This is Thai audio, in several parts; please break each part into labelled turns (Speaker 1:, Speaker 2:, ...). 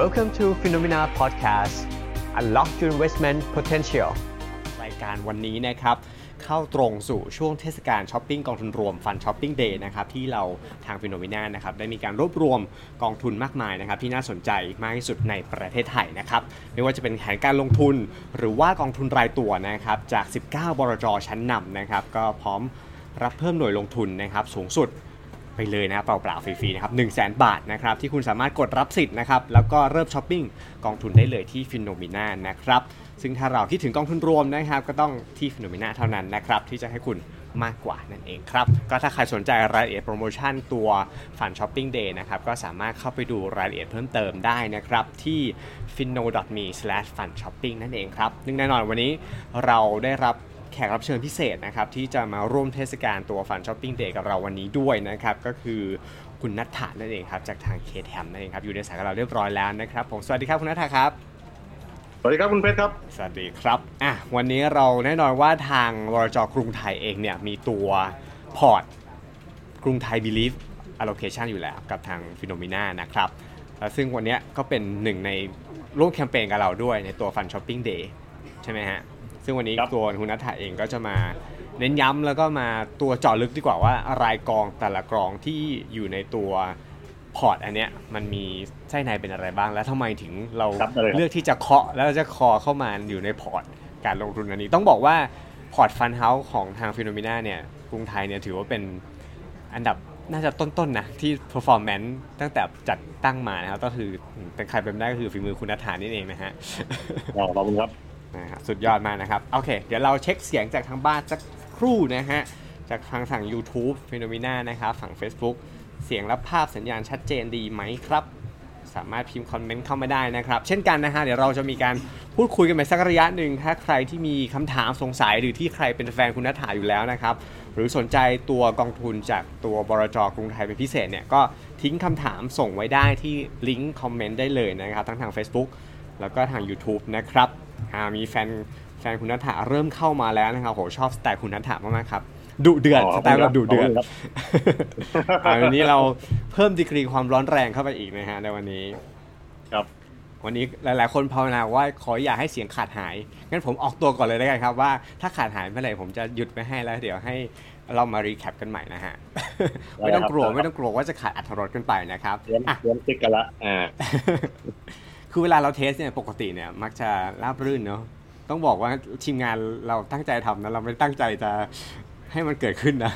Speaker 1: Welcome to Phenomena Podcast Unlock your investment potential รายการวันนี้นะครับ เข้าตรงสู่ช่วงเทศกาลช้อปปิ้งกองทุนรวมฟันช้อปปิ้งเดย์นะครับที่เราทางฟิโนมิน่านะครับได้มีการรวบรวมกองทุนมากมายนะครับที่น่าสนใจมากที่สุดในประเทศไทยนะครับไม่ว่าจะเป็นแผนการลงทุนหรือว่ากองทุนรายตัวนะครับจาก 19 บรจชั้นนำนะครับก็พร้อมรับเพิ่มหน่วยลงทุนนะครับสูงสุด ไปเลยนะเปล่าๆฟรีๆนะครับ1 0 0 0 0 0 บาทนะครับที่คุณสามารถกดรับสิทธิ์นะครับแล้วก็เริ่มช้อปปิ้งกองทุนได้เลยที่ฟินโนมิน่านะครับซึ่งถ้าเราคิดถึงกองทุนรวมนะครับก็ต้องที่ฟินโนมิน่าเท่านั้นนะครับที่จะให้คุณมากกว่านั่นเองครับก็ถ้าใครสนใจรายละเอียดโปรโมชั่นตัวฝันช้อปปิ้งเดย์นะครับก็สามารถเข้าไปดูรายละเอียดเพิ่มเติมได้นะครับที่ f i n o m e f u n s h o p p i n g นั่นเองครับซึ่งแน่นอนวันนี้เราได้รับ แขกรับเชิญพิเศษนะครับที่จะมาร่วมเทศกาลตัวฟันช้อปปิ้งเดย์กับเราวันนี้ด้วยนะครับก็คือคุณนัทธานั่นเองครับจากทางเคแทมนั่นเองครับอยู่ในสายกับเราเรียบร้อยแล้วนะครับผมสวัสดีครับคุณนัทธาครับ
Speaker 2: สวัสดีครับคุณเพชรครับ
Speaker 1: สวัสดีครับอ่ะวันนี้เราแน่นอนว่าทางวรจกรุงไทยเองเนี่ยมีตัวพอร์ตกรุงไทย Belief Allocation อยู่แล้วกับทางฟิโนมิน่านะครับแล้วซึ่งวันเนี้ยก็เป็นหนึ่งในร่วมแคมเปญกับเราด้วยในตัวฟันช้อปปิ้งเดย์ใช่ไหมฮะ ซึ่งวันนี้
Speaker 2: ครับ
Speaker 1: ตัวคุณนัทธาเองก็จะมาเน้นย้ำแล้วก็มาตัวเจาะลึกดีกว่าว่ารายกองแต่ละกองที่อยู่ในตัวพอร์ตอันเนี้ยมันมีไส้ในเป็นอะไรบ้าง และทำไมถึงเรา
Speaker 2: ครับได้เลยครับ
Speaker 1: เลือกที่จะเคาะแล้วจะคอเข้ามาอยู่ในพอร์ตการลงทุนอันนี้ ต้องบอกว่าพอร์ตฟันเฮาส์ของทางฟิโนมิน่าเนี่ยกรุงไทยเนี่ยถือว่าเป็นอันดับน่าจะต้นๆนะ ที่ performance ตั้งแต่จัดตั้งมานะครับก็คือเป็นใครเป็นไม่ได้ก็คือฝีมือคุณนัฐานี่เองนะฮะ
Speaker 2: อ๋อขอบคุณครับ
Speaker 1: นะครับสุดยอดมากนะครับ โอเค เดี๋ยวเราเช็คเสียงจากทางบ้านสักครู่นะฮะ จากทางฝั่ง YouTube p h e n o m e n a นะครับฝั่ง Facebook เสียงและภาพสัญญาณชัดเจนดีไหมครับ สามารถพิมพ์คอมเมนต์เข้ามาได้นะครับ เช่นกันนะฮะ เดี๋ยวเราจะมีการพูดคุยกันไปสักระยะหนึ่ง ถ้าใครที่มีคำถามสงสัยหรือที่ใครเป็นแฟนคุณนัฐาอยู่แล้วนะครับ หรือสนใจตัวกองทุนจากตัวบรจกรุงไทยเป็นพิเศษเนี่ยก็ทิ้งคำถามส่งไว้ได้ที่ลิงก์คอมเมนต์ได้เลยนะครับทั้งทาง Facebook แล้วก็ทาง YouTube นะครับอ่ามีแฟนแฟนคุณนัฐาเริ่มเข้ามาแล้วนะครับโหชอบสไตล์คุณนัฐามากๆครับดุเดือด
Speaker 2: อ๋อ
Speaker 1: สไตล์แบบดุเดือด
Speaker 2: ขอบคุณครับ
Speaker 1: อ่าวันนี้เราเพิ่มดีกรีความร้อนแรงเข้าไปอีกนะฮะในวันนี้
Speaker 2: ครับ
Speaker 1: วันนี้หลาย ๆ คนภาวนาว่าขออย่าให้เสียงขาดหาย งั้นผมออกตัวก่อนเลยได้วกันครับว่าถ้าขาดหายเมื่อไหร่ผมจะหยุดไม่ให้แล้ว เดี๋ยวให้เรามารีแคปกันใหม่นะฮ ะ
Speaker 2: ได้ครับ
Speaker 1: ไม่ต้องกลัวไม่ต้องกลัวว่าจะขาดอัธรสกันไปนะครับ
Speaker 2: เตรียม
Speaker 1: อ่ะ
Speaker 2: เตรียมติ๊กกันละอ่า
Speaker 1: คือเวลาเราเทสเนี่ยปกติเนี่ยมักจะราบรื่นเนาะต้องบอกว่าทีมงานเราตั้งใจทำนะเราไม่ได้ตั้งใจจะให้มันเกิดขึ้นนะ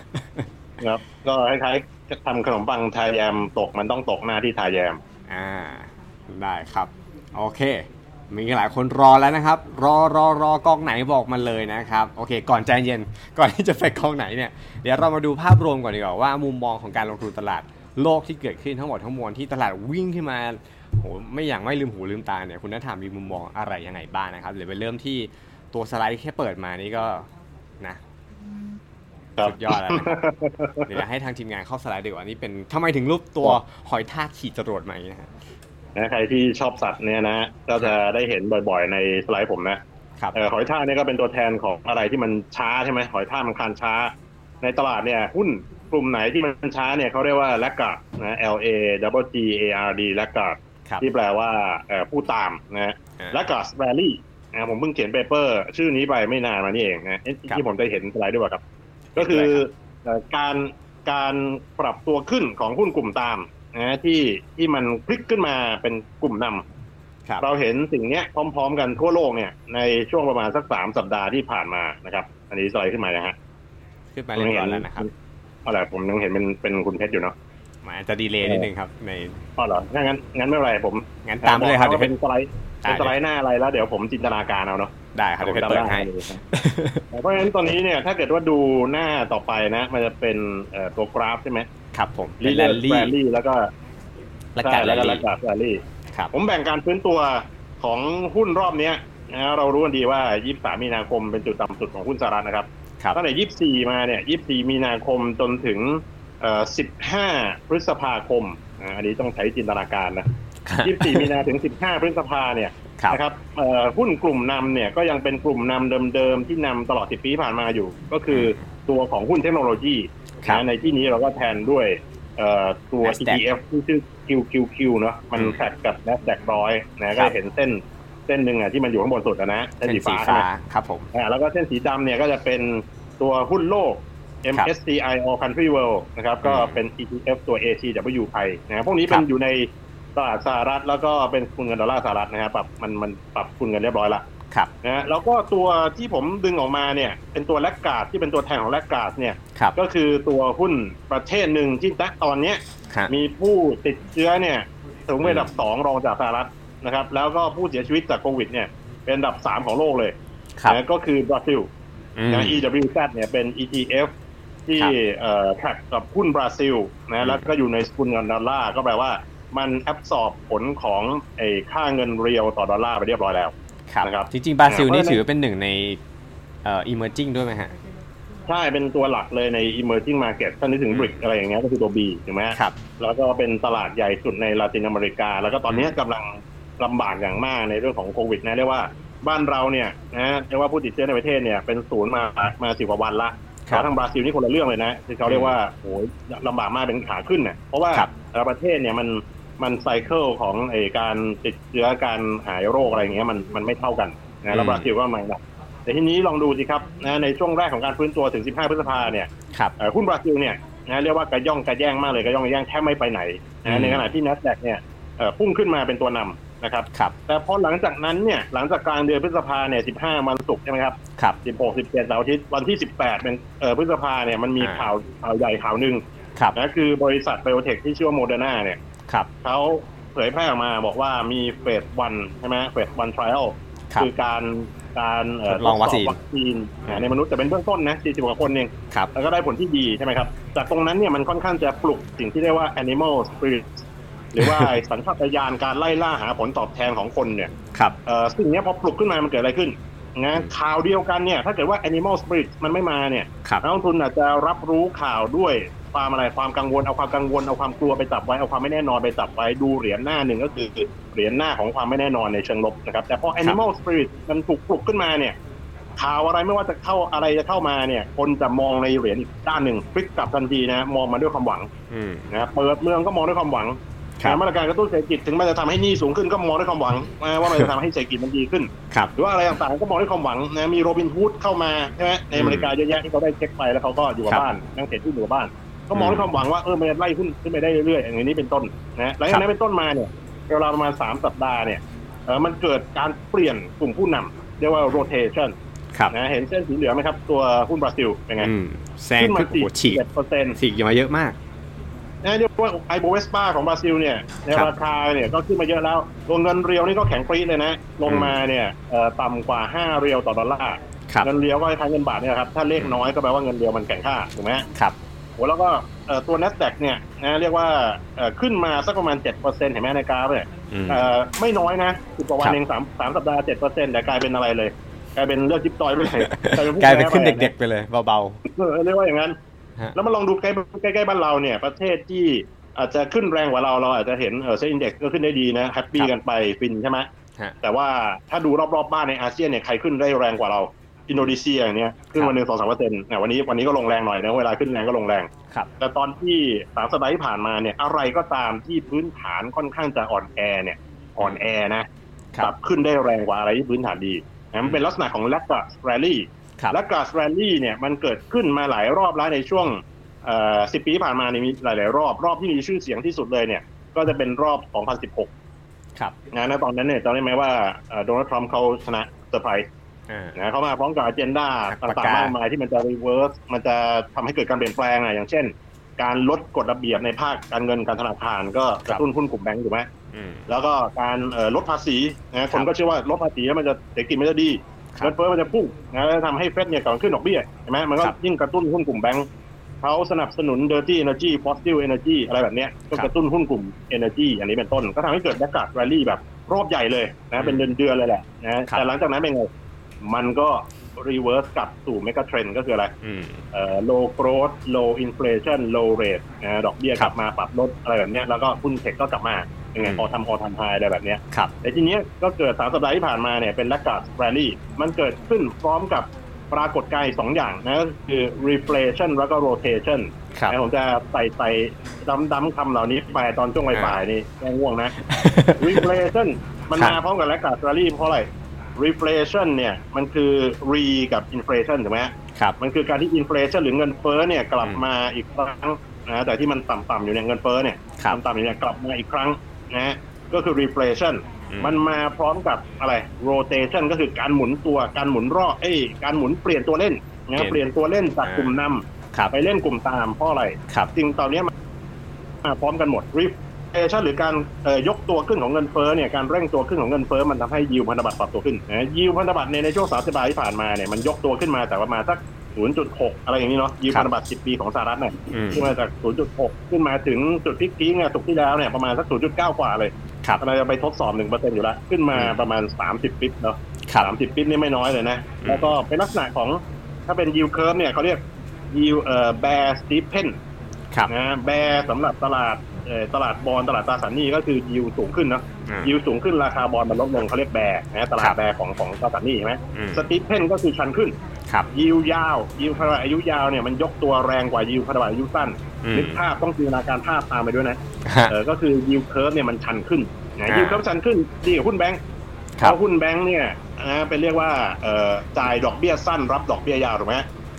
Speaker 2: ครับ ก็คล้ายๆทำขนมปังทาแยมตกมันต้องตกหน้าที่ทาแย ม
Speaker 1: อ่าได้ครับ โอเค มีหลายคนรอแล้วนะครับ รอรอรอกล้องไหนบอกมาเลยนะครับ โอเค ก่อนใจเย็น ก่อนที่จะไปกล้องไหนเนี่ยเดี๋ยวเรามาดูภาพรวมก่อนดีกว่าว่ามุมมองของการลงทุนตลาดโลกที่เกิดขึ้นทั้งหมดทั้งมวลที่ตลาดวิ่งขึ้นมาโหไม่อย่างไม่ลืมหูลืมตาเนี่ยคุณนัทถามมีมุมมองอะไรยังไงบ้างนะครับเดี๋ยวไปเริ่มที่ตัวสไลด์แค่เปิดมานี่ก็นะครับ สุดยอดแล้วนะครับ เดี๋ยวให้ทางทีมงานเข้าสไลด์ดีกว่านี่เป็นทำไมถึงรูปตัวหอยทากขี่จรวดมาอย่างนี้นะฮะ
Speaker 2: นะใครที่ชอบสัตว์เนี่ยนะก็จะได้เห็นบ่อยๆในสไลด์ผมนะครับ เอ่อหอยท่ากเนี่ยก็เป็นตัวแทนของอะไรที่มันช้าใช่ไหมหอยท่ากมันคลานช้า ในตลาดเนี่ยหุ้นกลุ่มไหนที่มันช้าเนี่ยเขาเรียกว่าแลกกาดนะ L A W G A R D แลกกาด
Speaker 1: ครับ
Speaker 2: ที่แปลว่าเอ่อผู้ตามนะฮะ
Speaker 1: อ่า
Speaker 2: และก a สแวลลี่นะผมเพิ่งเขียนเปเปอร์ ชื่อนี้ไปไม่นานมานี่เองนะเอ๊ะ
Speaker 1: ครับ
Speaker 2: ที่ผมจะเห็นสไลด์ด้วยเปล่าครับ ก็คือเอ่อการการปรับตัวขึ้นของหุ้นกลุ่มตามนะที่ที่มันพลิกขึ้นมาเป็นกลุ่มนำ
Speaker 1: ครับ
Speaker 2: เราเห็นสิ่งเนี้ยพร้อม ๆ กันทั่วโลกเนี่ยในช่วงประมาณสักสามสัปดาห์ที่ผ่านมานะครับ อันนี้สไลด์ขึ้นมานะฮะ
Speaker 1: ขึ้นมาเรียบร้อยแล้วนะครับ
Speaker 2: เอาล่ะไรผมยังเห็นเป็นเป็นคุณเพชรอยู่เนาะ
Speaker 1: มันอาจจะดีเลย์นิดนึงครับใน
Speaker 2: อ๋อเหรอถ้างั้นงั้นไม่เป็นไรผม
Speaker 1: งั้นตามไปเลยครับ
Speaker 2: อ
Speaker 1: เดี๋ยว
Speaker 2: ว่า
Speaker 1: เป็
Speaker 2: เป็น นสไลด์เป็นสไลด์หน้าอะไรแล้วเดี๋ยวผมจินตนาการเอาเนาะ
Speaker 1: ได้ครับเดี๋ยวเป็นเปิดให้
Speaker 2: เพราะฉะนั้นตอนนี้เนี่ยถ้าเกิดว่าดูหน้าต่อไปนะ มันจะเป็นเอ่อตัวกราฟใช่ไหม
Speaker 1: ครับผมลีแลนลี่
Speaker 2: แรลลี่แล้วก็
Speaker 1: และการ
Speaker 2: ใช่
Speaker 1: แล
Speaker 2: แล้
Speaker 1: น
Speaker 2: วก็
Speaker 1: ลี่
Speaker 2: ระดับแรลลี่
Speaker 1: ครับ
Speaker 2: ผมแบ่งการฟื้นตัวของหุ้นรอบเนี้ยนะเรารู้กันดีว่า 23 มีนาคมเป็นจุดต่ำสุดของหุ้นสหรัฐนะครับ
Speaker 1: ครับ
Speaker 2: ตั้งแต่ 24 มาเนี่ย 24 มีนาคมจนถึงเอ่อ15 พฤษภาคมอ่าอันนี้ต้องใช้จินตนาการนะ 24 มีนาถึง 15 พฤษภาเนี่ย
Speaker 1: ครับ
Speaker 2: นะครับเอ่อหุ้นกลุ่มนำเนี่ยก็ยังเป็นกลุ่มนำเดิมๆที่นำตลอด 10 ปีที่ผ่านมาอยู่ ก็คือตัวของหุ้นเทคโนโลยี
Speaker 1: ครับ
Speaker 2: นะในที่นี้เราก็แทนด้วย เอ่อตัว
Speaker 1: Nasdaq
Speaker 2: ETF ที่ชื่อ QQQ เนอะมัน
Speaker 1: อืม
Speaker 2: แทร็กกับ NASDAQ ร้อยนะ
Speaker 1: ค
Speaker 2: ก็
Speaker 1: รับ
Speaker 2: เห็นเส้นเส้นหนึ่งอ่ะที่มันอยู่ข้างบนสุดอะนะเส้น
Speaker 1: เส้น
Speaker 2: สี
Speaker 1: สี
Speaker 2: ฟ้า
Speaker 1: ฟ้า
Speaker 2: ใช่ไหม
Speaker 1: ครับผม
Speaker 2: อ่าแล้วก็เส้นสีดำเนี่ยก็จะเป็นตัวหุ้นโลก
Speaker 1: ครับ
Speaker 2: MSCI All Country World นะครับก็เป็น ETF ตัว ACWI นะครับพวกนี้เป็
Speaker 1: คน รับ
Speaker 2: อยู่ในตลาดสหรัฐแล้วก็เป็นคุณเงินดอลลาร์สหรัฐนะครับปรับมันมันปรับคุณเงินเรียบร้อยละ
Speaker 1: ครับ
Speaker 2: นะฮะแล้วก็ตัวที่ผมดึงออกมาเนี่ยเป็นตัวแลกการ์ดที่เป็นตัวแทนของแลกการ์ดเนี่ย
Speaker 1: ครับ
Speaker 2: ก็คือตัวหุ้นประเทศหนึ่งที่ณตอนเนี้ย
Speaker 1: ฮะ
Speaker 2: มีผู้ติดเชื้อเนี่ยสูงเป็นอันดับ 2 รองจากสหรัฐนะครับแล้วก็ผู้เสียชีวิตจากโควิดเนี่ยเป็นอันดับ 3 ของโลกเลย
Speaker 1: ครับ
Speaker 2: นะก็คือบราซิล
Speaker 1: อืม
Speaker 2: นะ EWZ เนี่ยเป็น ETF ที่
Speaker 1: ครับ
Speaker 2: เอ่อแท็กกับหุ้นบราซิล
Speaker 1: อืม
Speaker 2: นะแล้วก็อยู่ในสกุลเงินดอลลาร์ก็แปลว่ามันแอบสอบผลของไอ้ค่าเงินเรียวต่อดอลลาร์ไปเรียบร้อยแล้ว
Speaker 1: ครับ
Speaker 2: นะครับ
Speaker 1: จริงๆบราซิลนี่
Speaker 2: เพราะฉะนั้น
Speaker 1: ถือเป็นหนึ่งในเอ่อ emerging ด้วยไหมฮะ
Speaker 2: ใช่ เป็นตัวหลักเลยใน emerging market ถ้านึกถึง
Speaker 1: อืม
Speaker 2: BRIC อะไรอย่างเงี้ยก็คือตัว B ถูกไหม
Speaker 1: ครับ
Speaker 2: แล้วก็เป็นตลาดใหญ่สุดในลาตินอเมริกา แล้วก็ตอนเนี้ยกำลังลำบากอย่างมากในเรื่องของโควิดนะเรียกว่าบ้านเราเนี่ยนะเรียกว่าผู้ติดเชื้อในประเทศเนี่ยเป็นศูนย์มามาสิบกว่าวันละ
Speaker 1: ครับ
Speaker 2: แล้วทางบราซิลนี่คนละเรื่องเลยนะที่เขาเรียกว่าโอ้ยลำบากมากเป็นขาขึ้นเนี่ยเพราะว่า
Speaker 1: ครับ
Speaker 2: แต่ละประเทศเนี่ยมันมันไซเคิลของไอการติดเชื้อการหายโรคอะไรอย่างเงี้ยมันมันไม่เท่ากันนะแล้วบราซิลก็มาหนัก แต่ทีนี้ลองดูสิครับนะในช่วงแรกของการฟื้นตัวถึง 15 พฤษภาเนี่ย
Speaker 1: ครับ
Speaker 2: เอ่อหุ้นบราซิลเนี่ยนะเรียกว่ากระย่องกระแย่งมากเลยกระย่องกระแย่งแทบไม่ไปไหน
Speaker 1: อืม
Speaker 2: นะในขณะที่ NASDAQ เนี่ยเอ่อพุ่งขึ้นมาเป็นตัวนำนะครับ
Speaker 1: ครับ
Speaker 2: แต่พอหลังจากนั้นเนี่ยหลังจากกลางเดือนพฤษภาเนี่ย 15 วันศุกร์ใช่ไหมครับ
Speaker 1: ครับ
Speaker 2: 16 17เสาร์อาทิตย์วันที่ 18 เป็นเอ่อพฤษภาเนี่ยมันมี
Speaker 1: อ่า
Speaker 2: ข่าวข่าวใหญ่ข่าวหนึ่ง
Speaker 1: ครับ
Speaker 2: นะคือบริษัทไบโอเทคที่ชื่อว่าโมเดอร์นาเนี่ย
Speaker 1: ครับ
Speaker 2: เขาเผยแพร่ออกมาบอกว่ามีเฟสวันใช่ไหมเฟสวันทริอล
Speaker 1: ครับ
Speaker 2: คือการการเ
Speaker 1: ทดลองวัคซีน
Speaker 2: ทดสบวัคซีน
Speaker 1: อืม
Speaker 2: ในมนุษย์แต่เป็นเบื้องต้นนะ40กว่าคนเอง
Speaker 1: ครับ
Speaker 2: แล้วก็ได้ผลที่ดีใช่ไหมครับ จากตรงนั้นเนี่ยมันค่อนข้างจะปลุกสิ่งที่เรียกว่า animal spirit หรือว่า ไอ้สัญชาตญาณการไล่ล่าหาผลตอบแทนของคนเนี่ย
Speaker 1: ครับ
Speaker 2: เอ่อสิ่งเนี้ยพอปลุกขึ้นมามันเกิดอะไรขึ้นนะข่าวเดียวกันเนี่ยถ้าเกิดว่า animal spirit มันไม่มาเนี่ย
Speaker 1: ครับ
Speaker 2: นักลงทุนอาจจะรับรู้ข่าวด้วยความอะไรความกังวลเอาความกังวลเอาความกลัวไปจับไว้เอาความไม่แน่นอนไปจับไว้ดูเหรียญหน้าหนึ่งก็คือเหรียญหน้าของความไม่แน่นอนในเชิงลบนะครับแต่พอ animal spirit มันถูกปลุกขึ้นมาเนี่ย ข่าวอะไรไม่ว่าจะเข้าอะไรจะเข้ามาเนี่ย คนจะมองในเหรียญอีกด้านหนึ่งพลิกกลับทันทีนะมองมาด้วยความหวัง
Speaker 1: อืม
Speaker 2: นะครับเปิดเมืองก็มองด้วยความหวัง
Speaker 1: ครับ
Speaker 2: นะมาตรการกระตุ้นเศรษฐกิจถึงมันจะทำให้หนี้สูงขึ้นก็มองด้วยความหวังนะว่ามันจะทำให้เศรษฐกิจมันดีขึ้น
Speaker 1: ครับ
Speaker 2: หรือว่าอะไรต่างๆก็มองด้วยความหวังนะมีโรบินฮูดเข้ามาใช่ไหมในอเมริกาเยอะแยะที่เขาได้เช็คไปแล้วเขาก็อยู่กับ
Speaker 1: ครับ
Speaker 2: บ้านนั่งเศรษฐีอยู่กับบ้าน ก็มอง
Speaker 1: อืม
Speaker 2: ด้วยความหวังว่าเออมันจะไล่ขึ้นขึ้นไปได้เรื่อยๆอย่างนี้เป็นต้นนะหลังจากนั้นเป็นต้นมาเนี่ยเวลาประมาณสามสัปดาห์เนี่ยเออมันเกิดการเปลี่ยนกลุ่มผู้นำเรียกว่า rotation
Speaker 1: ครับ
Speaker 2: นะเห็นเส้นสีเหลืองไหมครับ ตัวหุ้นบราซิลเป็นไง
Speaker 1: อืมแซง
Speaker 2: ขึ้นมา
Speaker 1: ขึ้นโอ้
Speaker 2: สี่
Speaker 1: โหฉีก
Speaker 2: เจ็ดเปอร์เซ็นต์
Speaker 1: ฉีกมาเยอะมาก
Speaker 2: นะเรียกว่าไอโบเวสปาของบราซิลเนี่ยใน
Speaker 1: ครับ
Speaker 2: ราคาเนี่ยก็ขึ้นมาเยอะแล้วตัวเงินเรียวนี่ก็แข็งปรี๊ดเลยนะ ลงมาเนี่ยเอ่อต่ำกว่า 5 เรียวต่อดอลลาร์
Speaker 1: ครับ
Speaker 2: เงินเรียวก็คล้ายๆเงินบาทเนี่ยครับ ถ้าเลขน้อยก็แปลว่าเงินเรียวมันแข็งค่าถูกไหม
Speaker 1: ครับ
Speaker 2: โหแล้วก็เอ่อตัว NASDAQ เนี่ยนะเรียกว่าเอ่อขึ้นมาสักประมาณ 7%เห็นไหมในกราฟเนี่ย
Speaker 1: อืม
Speaker 2: เอ่อไม่น้อยนะสิบกว่าวั
Speaker 1: ครั
Speaker 2: น
Speaker 1: บ
Speaker 2: เองสามสามสัปดาห์เจ็ดเปอร์เซ็นต์แต่กลายเป็นอะไรเลย กลายเป็นเลือกจิ๊บจอยไปเลย ผู้
Speaker 1: กลายเป็น
Speaker 2: แพ้
Speaker 1: ขึ้น
Speaker 2: ไะ
Speaker 1: เด็กๆไปเลยเบา
Speaker 2: เออเรียกว่าอย่างนั้น
Speaker 1: ฮะ
Speaker 2: แล้วมาลองดูใกล้ใกล้ๆบ้านเราเนี่ย ประเทศที่อาจจะขึ้นแรงกว่าเราเราอาจจะเห็นเออเซ็นอินเด็กซ์ก็ขึ้นได้ดีนะแฮปปี้กันไปฟินใช่ไหม
Speaker 1: ๆฮะ
Speaker 2: แต่ว่าถ้าดูรอบๆบ้านในอาเซียนเนี่ยใครขึ้นได้แรงกว่าเรา อินโดนีเซียอย่างเนี้ยขึ้
Speaker 1: ค
Speaker 2: น
Speaker 1: รับ
Speaker 2: วันหนึ่งสองสามเปอร์เซ็นต์นะวันนี้วันนี้ก็ลงแรงหน่อยนะเวลาขึ้นแรงก็ลงแรง
Speaker 1: ครับ
Speaker 2: แต่ตอนที่สามสัปดาห์ที่ผ่านมาเนี่ยอะไรก็ตามที่พื้นฐานค่อนข้างจะอ่อนแอเนี่ยอ่อนแอนะครับ กลัขึ้นได้แรงกว่าอะไรที่พื้นฐานดีนะมันเป็นลักษณะของแลกกับแรลลี่
Speaker 1: ครับ
Speaker 2: และกาสแรลลี่เนี่ยมันเกิดขึ้นมาหลายรอบแล้วในช่วงสิบปีที่ผ่านมาเนี่ยมีหลาย ๆ รอบรอบที่มีชื่อเสียงที่สุดเลยเนี่ยก็จะเป็นรอบ 2016
Speaker 1: ครับ
Speaker 2: นะนะตอนนั้นเนี่ยจำได้ไหมว่าโดนัลด์ทรัมป์เขาชนะเซอร์ไพรส์
Speaker 1: อ่า
Speaker 2: นะเขามาพร้อมกับ a เจนดา
Speaker 1: ปา
Speaker 2: ต่าก
Speaker 1: กา
Speaker 2: ง ๆ มากมายที่มันจะรีเวิร์สมันจะทำให้เกิดการเปลี่ยนแปลงอะอย่างเช่น การลดกฎระเบียบในภาคการเงินการธนาคารก็กระตุ้นหุ้นกลุ่มแบงก์ถูกไหม
Speaker 1: อืม
Speaker 2: แล้วก็การเอ่อลดภาษีนะคนก็เชื่อว่าลดภาษีแล้วมันจะเศรษฐกิจมันจะดี
Speaker 1: ครับ
Speaker 2: เงินเฟ้อมันจะพุ่งนะแล้วทำให้เฟดเนี่ยก่อนขึ้นดอกเบี้ยใช่ไหมมันก็
Speaker 1: ครับ
Speaker 2: ยิ่งกระตุ้นหุ้นกลุ่มแบงก์เขาสนับสนุน Dirty Energy Fossil Energy อะไรแบบเนี้ยก็
Speaker 1: ครับ
Speaker 2: กระตุ้นหุ้นกลุ่ม Energy อันนี้เป็นต้น ก็ทำให้เกิดแบกกาดแรลลี่แบบรอบใหญ่เลยนะเป็นเดือนเดือนๆเลยแหละนะแต่หลังจากนั้นเป็นไง มันก็รีเวิร์สกลับสู่เมกะเทรนก็คืออะไร
Speaker 1: อืม
Speaker 2: เอ่อ low growth low inflation low rate นะดอกเบี้ย
Speaker 1: ค
Speaker 2: ก
Speaker 1: รับ
Speaker 2: ลับมาปรับลดอะไรแบบเนี้ยแล้วก็หุ้นเทคก็กลับมายังไง
Speaker 1: อืม
Speaker 2: อทำอทำไฮอะไรแบบเนี้ย
Speaker 1: ครับ
Speaker 2: แต่ทีเนี้ยก็เกิดสามสัปดาห์ที่ผ่านมาเนี่ยเป็นแลกกาดแรลลี่มันเกิดขึ้นพร้อมกับ ปรากฏการณ์อีกสองอย่างนะก็คือ reflation แล้วก็ rotation
Speaker 1: ครับ
Speaker 2: นะผมจะใส่ใส่ดำดำคำเหล่านี้ไปตอนช่วงบ่ายๆนี่แกง่ว งนะ reflation มัน
Speaker 1: ครับ
Speaker 2: มาพร้อมกับ regulatory เพราะอะไร reflation เนี่ยมันคือ re กับ inflation ถูกไหมฮะ
Speaker 1: ครับ
Speaker 2: มันคือการที่อินฟล t i o n หรือเงินเฟ้อเนี่ยกลับ
Speaker 1: อืม
Speaker 2: มาอีกครั้งนะแต่ที่มันต่ำๆอยู่เนี่ยเงินเฟ้อเนี่ย
Speaker 1: ครับ
Speaker 2: ต่ำๆอยู่เนี่ยกลับมาอีกครั้งนะก็คือ reflation
Speaker 1: อืม
Speaker 2: มันมาพร้อมกับอะไร rotation ก็คือการหมุนตัวการหมุนรอบเอ้ยการหมุนเปลี่ยนตัวเล่นนะเปลี่ยนตัวเล่นจากกลุ่มนำ
Speaker 1: ครับ
Speaker 2: ไปเล่นกลุ่มตามเพราะอะไร
Speaker 1: ครับ
Speaker 2: จริงตอนเนี้ยมันมาพร้อมกันหมด reflation หรือการเอ่อยกตัวขึ้นของเงินเฟ้อเนี่ยการเร่งตัวขึ้นของเงินเฟ้อมันทำให้ยิวพันธบัตรปรับตัวขึ้นนะยิวพันธบัตรในยในช่วงสามสัปดาห์ที่ผ่านมาเนี่ยมันยกตัวขึ้นมาแต่ประมาณสัก 0.6 อะไรอย่างนี้เนาะยิว
Speaker 1: ครับ
Speaker 2: พันธบัตร 10 ปีของสหรัฐเนี่ย
Speaker 1: อืม
Speaker 2: ขึ้นมาจาก 0.6 ขึ้นมาถึงจุดพีคๆเนี่ยสุกร์ที่แล้วเนี่ยประมาณสัก 0.9 กว่าเลย
Speaker 1: ครับ
Speaker 2: กำลังจะไปทดสอบ 1%อยู่แล้วขึ้นมา
Speaker 1: อืม
Speaker 2: ประมาณ 30ปิบเนาะ
Speaker 1: ครับ
Speaker 2: สามสิบปิ๊บนี่ไม่น้อยเลยนะ
Speaker 1: อืม
Speaker 2: แล้วก็เป็นลักษณะของถ้าเป็นยิวเคิร์ฟเนี่ยเขาเรียกยิวเอ่อแบร์สตีเพน
Speaker 1: ครับ
Speaker 2: นะแบร์สำหรับตลาดเอ่อตลาดบอลตลาดตราสารหนี้ก็คือยิวสูงขึ้นเนอะ
Speaker 1: อืม
Speaker 2: ยิวสูงขึ้นราคาบอลมันลดลงเขาเรียกแบร์นะตลา
Speaker 1: ครั
Speaker 2: ด
Speaker 1: บ
Speaker 2: แบร์ของของตราสารหนี้ใช่ไหม
Speaker 1: อืม
Speaker 2: สตีเพนก็คือชันขึ้น
Speaker 1: ครับ
Speaker 2: ยิวยาว ยิวพันธบัตรอายุยาวเนี่ยมันยกตัวแรงกว่ายิวพันธบัตรอายุสั้น
Speaker 1: อืม
Speaker 2: นึกภาพต้องจินตนาการภาพตามไปด้วยนะ
Speaker 1: ฮะ
Speaker 2: เออก็คือยิวเคิร์ฟเนี่ยมันชันขึ้นนะ
Speaker 1: อ่ายิ
Speaker 2: ยิวเคิร์ฟชันขึ้นดีกว่าหุ้นแบงค์
Speaker 1: ครั
Speaker 2: เพ
Speaker 1: บ
Speaker 2: ราะหุ้นแบงค์เนี่ยนะเป็นเรียกว่าเอ่อจ่ายดอกเบี้ยสั้นรับดอกเบี้ยยาวถูกไหม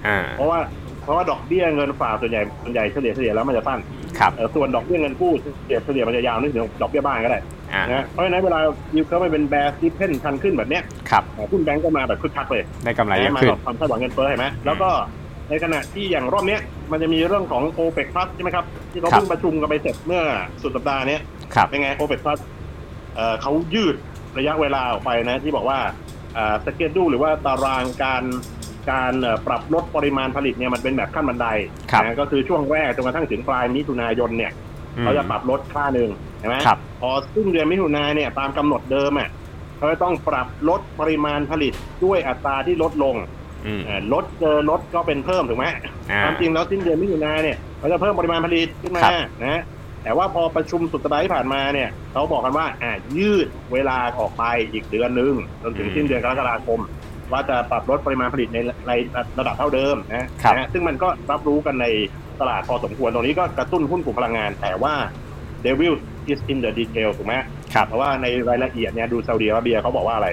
Speaker 1: อ่า
Speaker 2: เพราะว่าเพราะว่าดอกเบี้ยเงินฝากส่วนใหญ่ส่วนใหญ่เฉลี่ยเฉลี่ยแล้วมันจะสั้น
Speaker 1: ครับ
Speaker 2: เอ่อส่วนดอกเบี้ยเงินกู้เฉลี่ยเฉลี่ยมันจะยาวนึกถึงดอกเบี้ยบ้านก็ได้
Speaker 1: อ่า
Speaker 2: นะเพราะฉะนั้นเวลายิวเขาไปเป็นแบร์ซิเพนชันขึ้นแบบเนี้ย
Speaker 1: ครับ
Speaker 2: หุ้นแบงค์ก็มาแบบคึกคักเลย
Speaker 1: ได้กำไรเยอะ
Speaker 2: มา
Speaker 1: ขึ้น
Speaker 2: กับความคาดหวังเงินเฟ้อเห็นไหมแล้วก็ในขณะที่อย่างรอบเนี้ยมันจะมีเรื่องของโอเปกพลัสใช่ไหมครับที่เขา
Speaker 1: ครับ
Speaker 2: เพิ่งประชุมกันไปเสร็จเมื่อสุดสัปดาห์เนี้ย
Speaker 1: ครับ
Speaker 2: เป็นไงโอเปกพลัสเขายืดระยะเวลาออกไปนะที่บอกว่าสเกจดูหรือว่าตารางการการเอ่อปรับลดปริมาณผลิตเนี่ยมันเป็นแบบขั้นบันได
Speaker 1: ครับ
Speaker 2: นะก็คือช่วงแรกจนกระทั่งถึงปลายมิถุนายนเนี่ย
Speaker 1: อืม
Speaker 2: เขาจะปรับลดค่าหนึ่งใช่ไหม
Speaker 1: ครับ
Speaker 2: พอสิ้นเดือนมิถุนายนเนี่ยตามกำหนดเดิมอ่ะเขาจะต้องปรับลดปริมาณผลิตด้วยอัตราที่ลดลง
Speaker 1: อืม
Speaker 2: เอ่อลดเจอลดก็เป็นเพิ่มถูกไหม
Speaker 1: อ่า
Speaker 2: ความจริงแล้วสิ้นเดือนมิถุนาเนี่ยเขาจะเพิ่มปริมาณผลิตขึ้นมา
Speaker 1: ครับ
Speaker 2: นะแต่ว่าพอประชุมสุดสัปดาห์ที่ผ่านมาเนี่ยเขาบอกกันว่าอ่ะยืดเวลาออกไปอีกเดือนหนึงจนถึงสิ้นเดือนกรกฎาคม ว่าจะปรับลดปริมาณผลิตในในระดับเท่าเดิมนะครับ นะซึ่งมันก็รับรู้กันในตลาดพอสมควรตรงนี้ก็กระตุ้นหุ้นกลุ่มพลังงาน แต่ว่า devil is in the detail ถูกไหม
Speaker 1: ครับ
Speaker 2: เพราะว่าในรายละเอียดเนี่ยดูซาอุดิอาระเบียเขาบอกว่าอะไร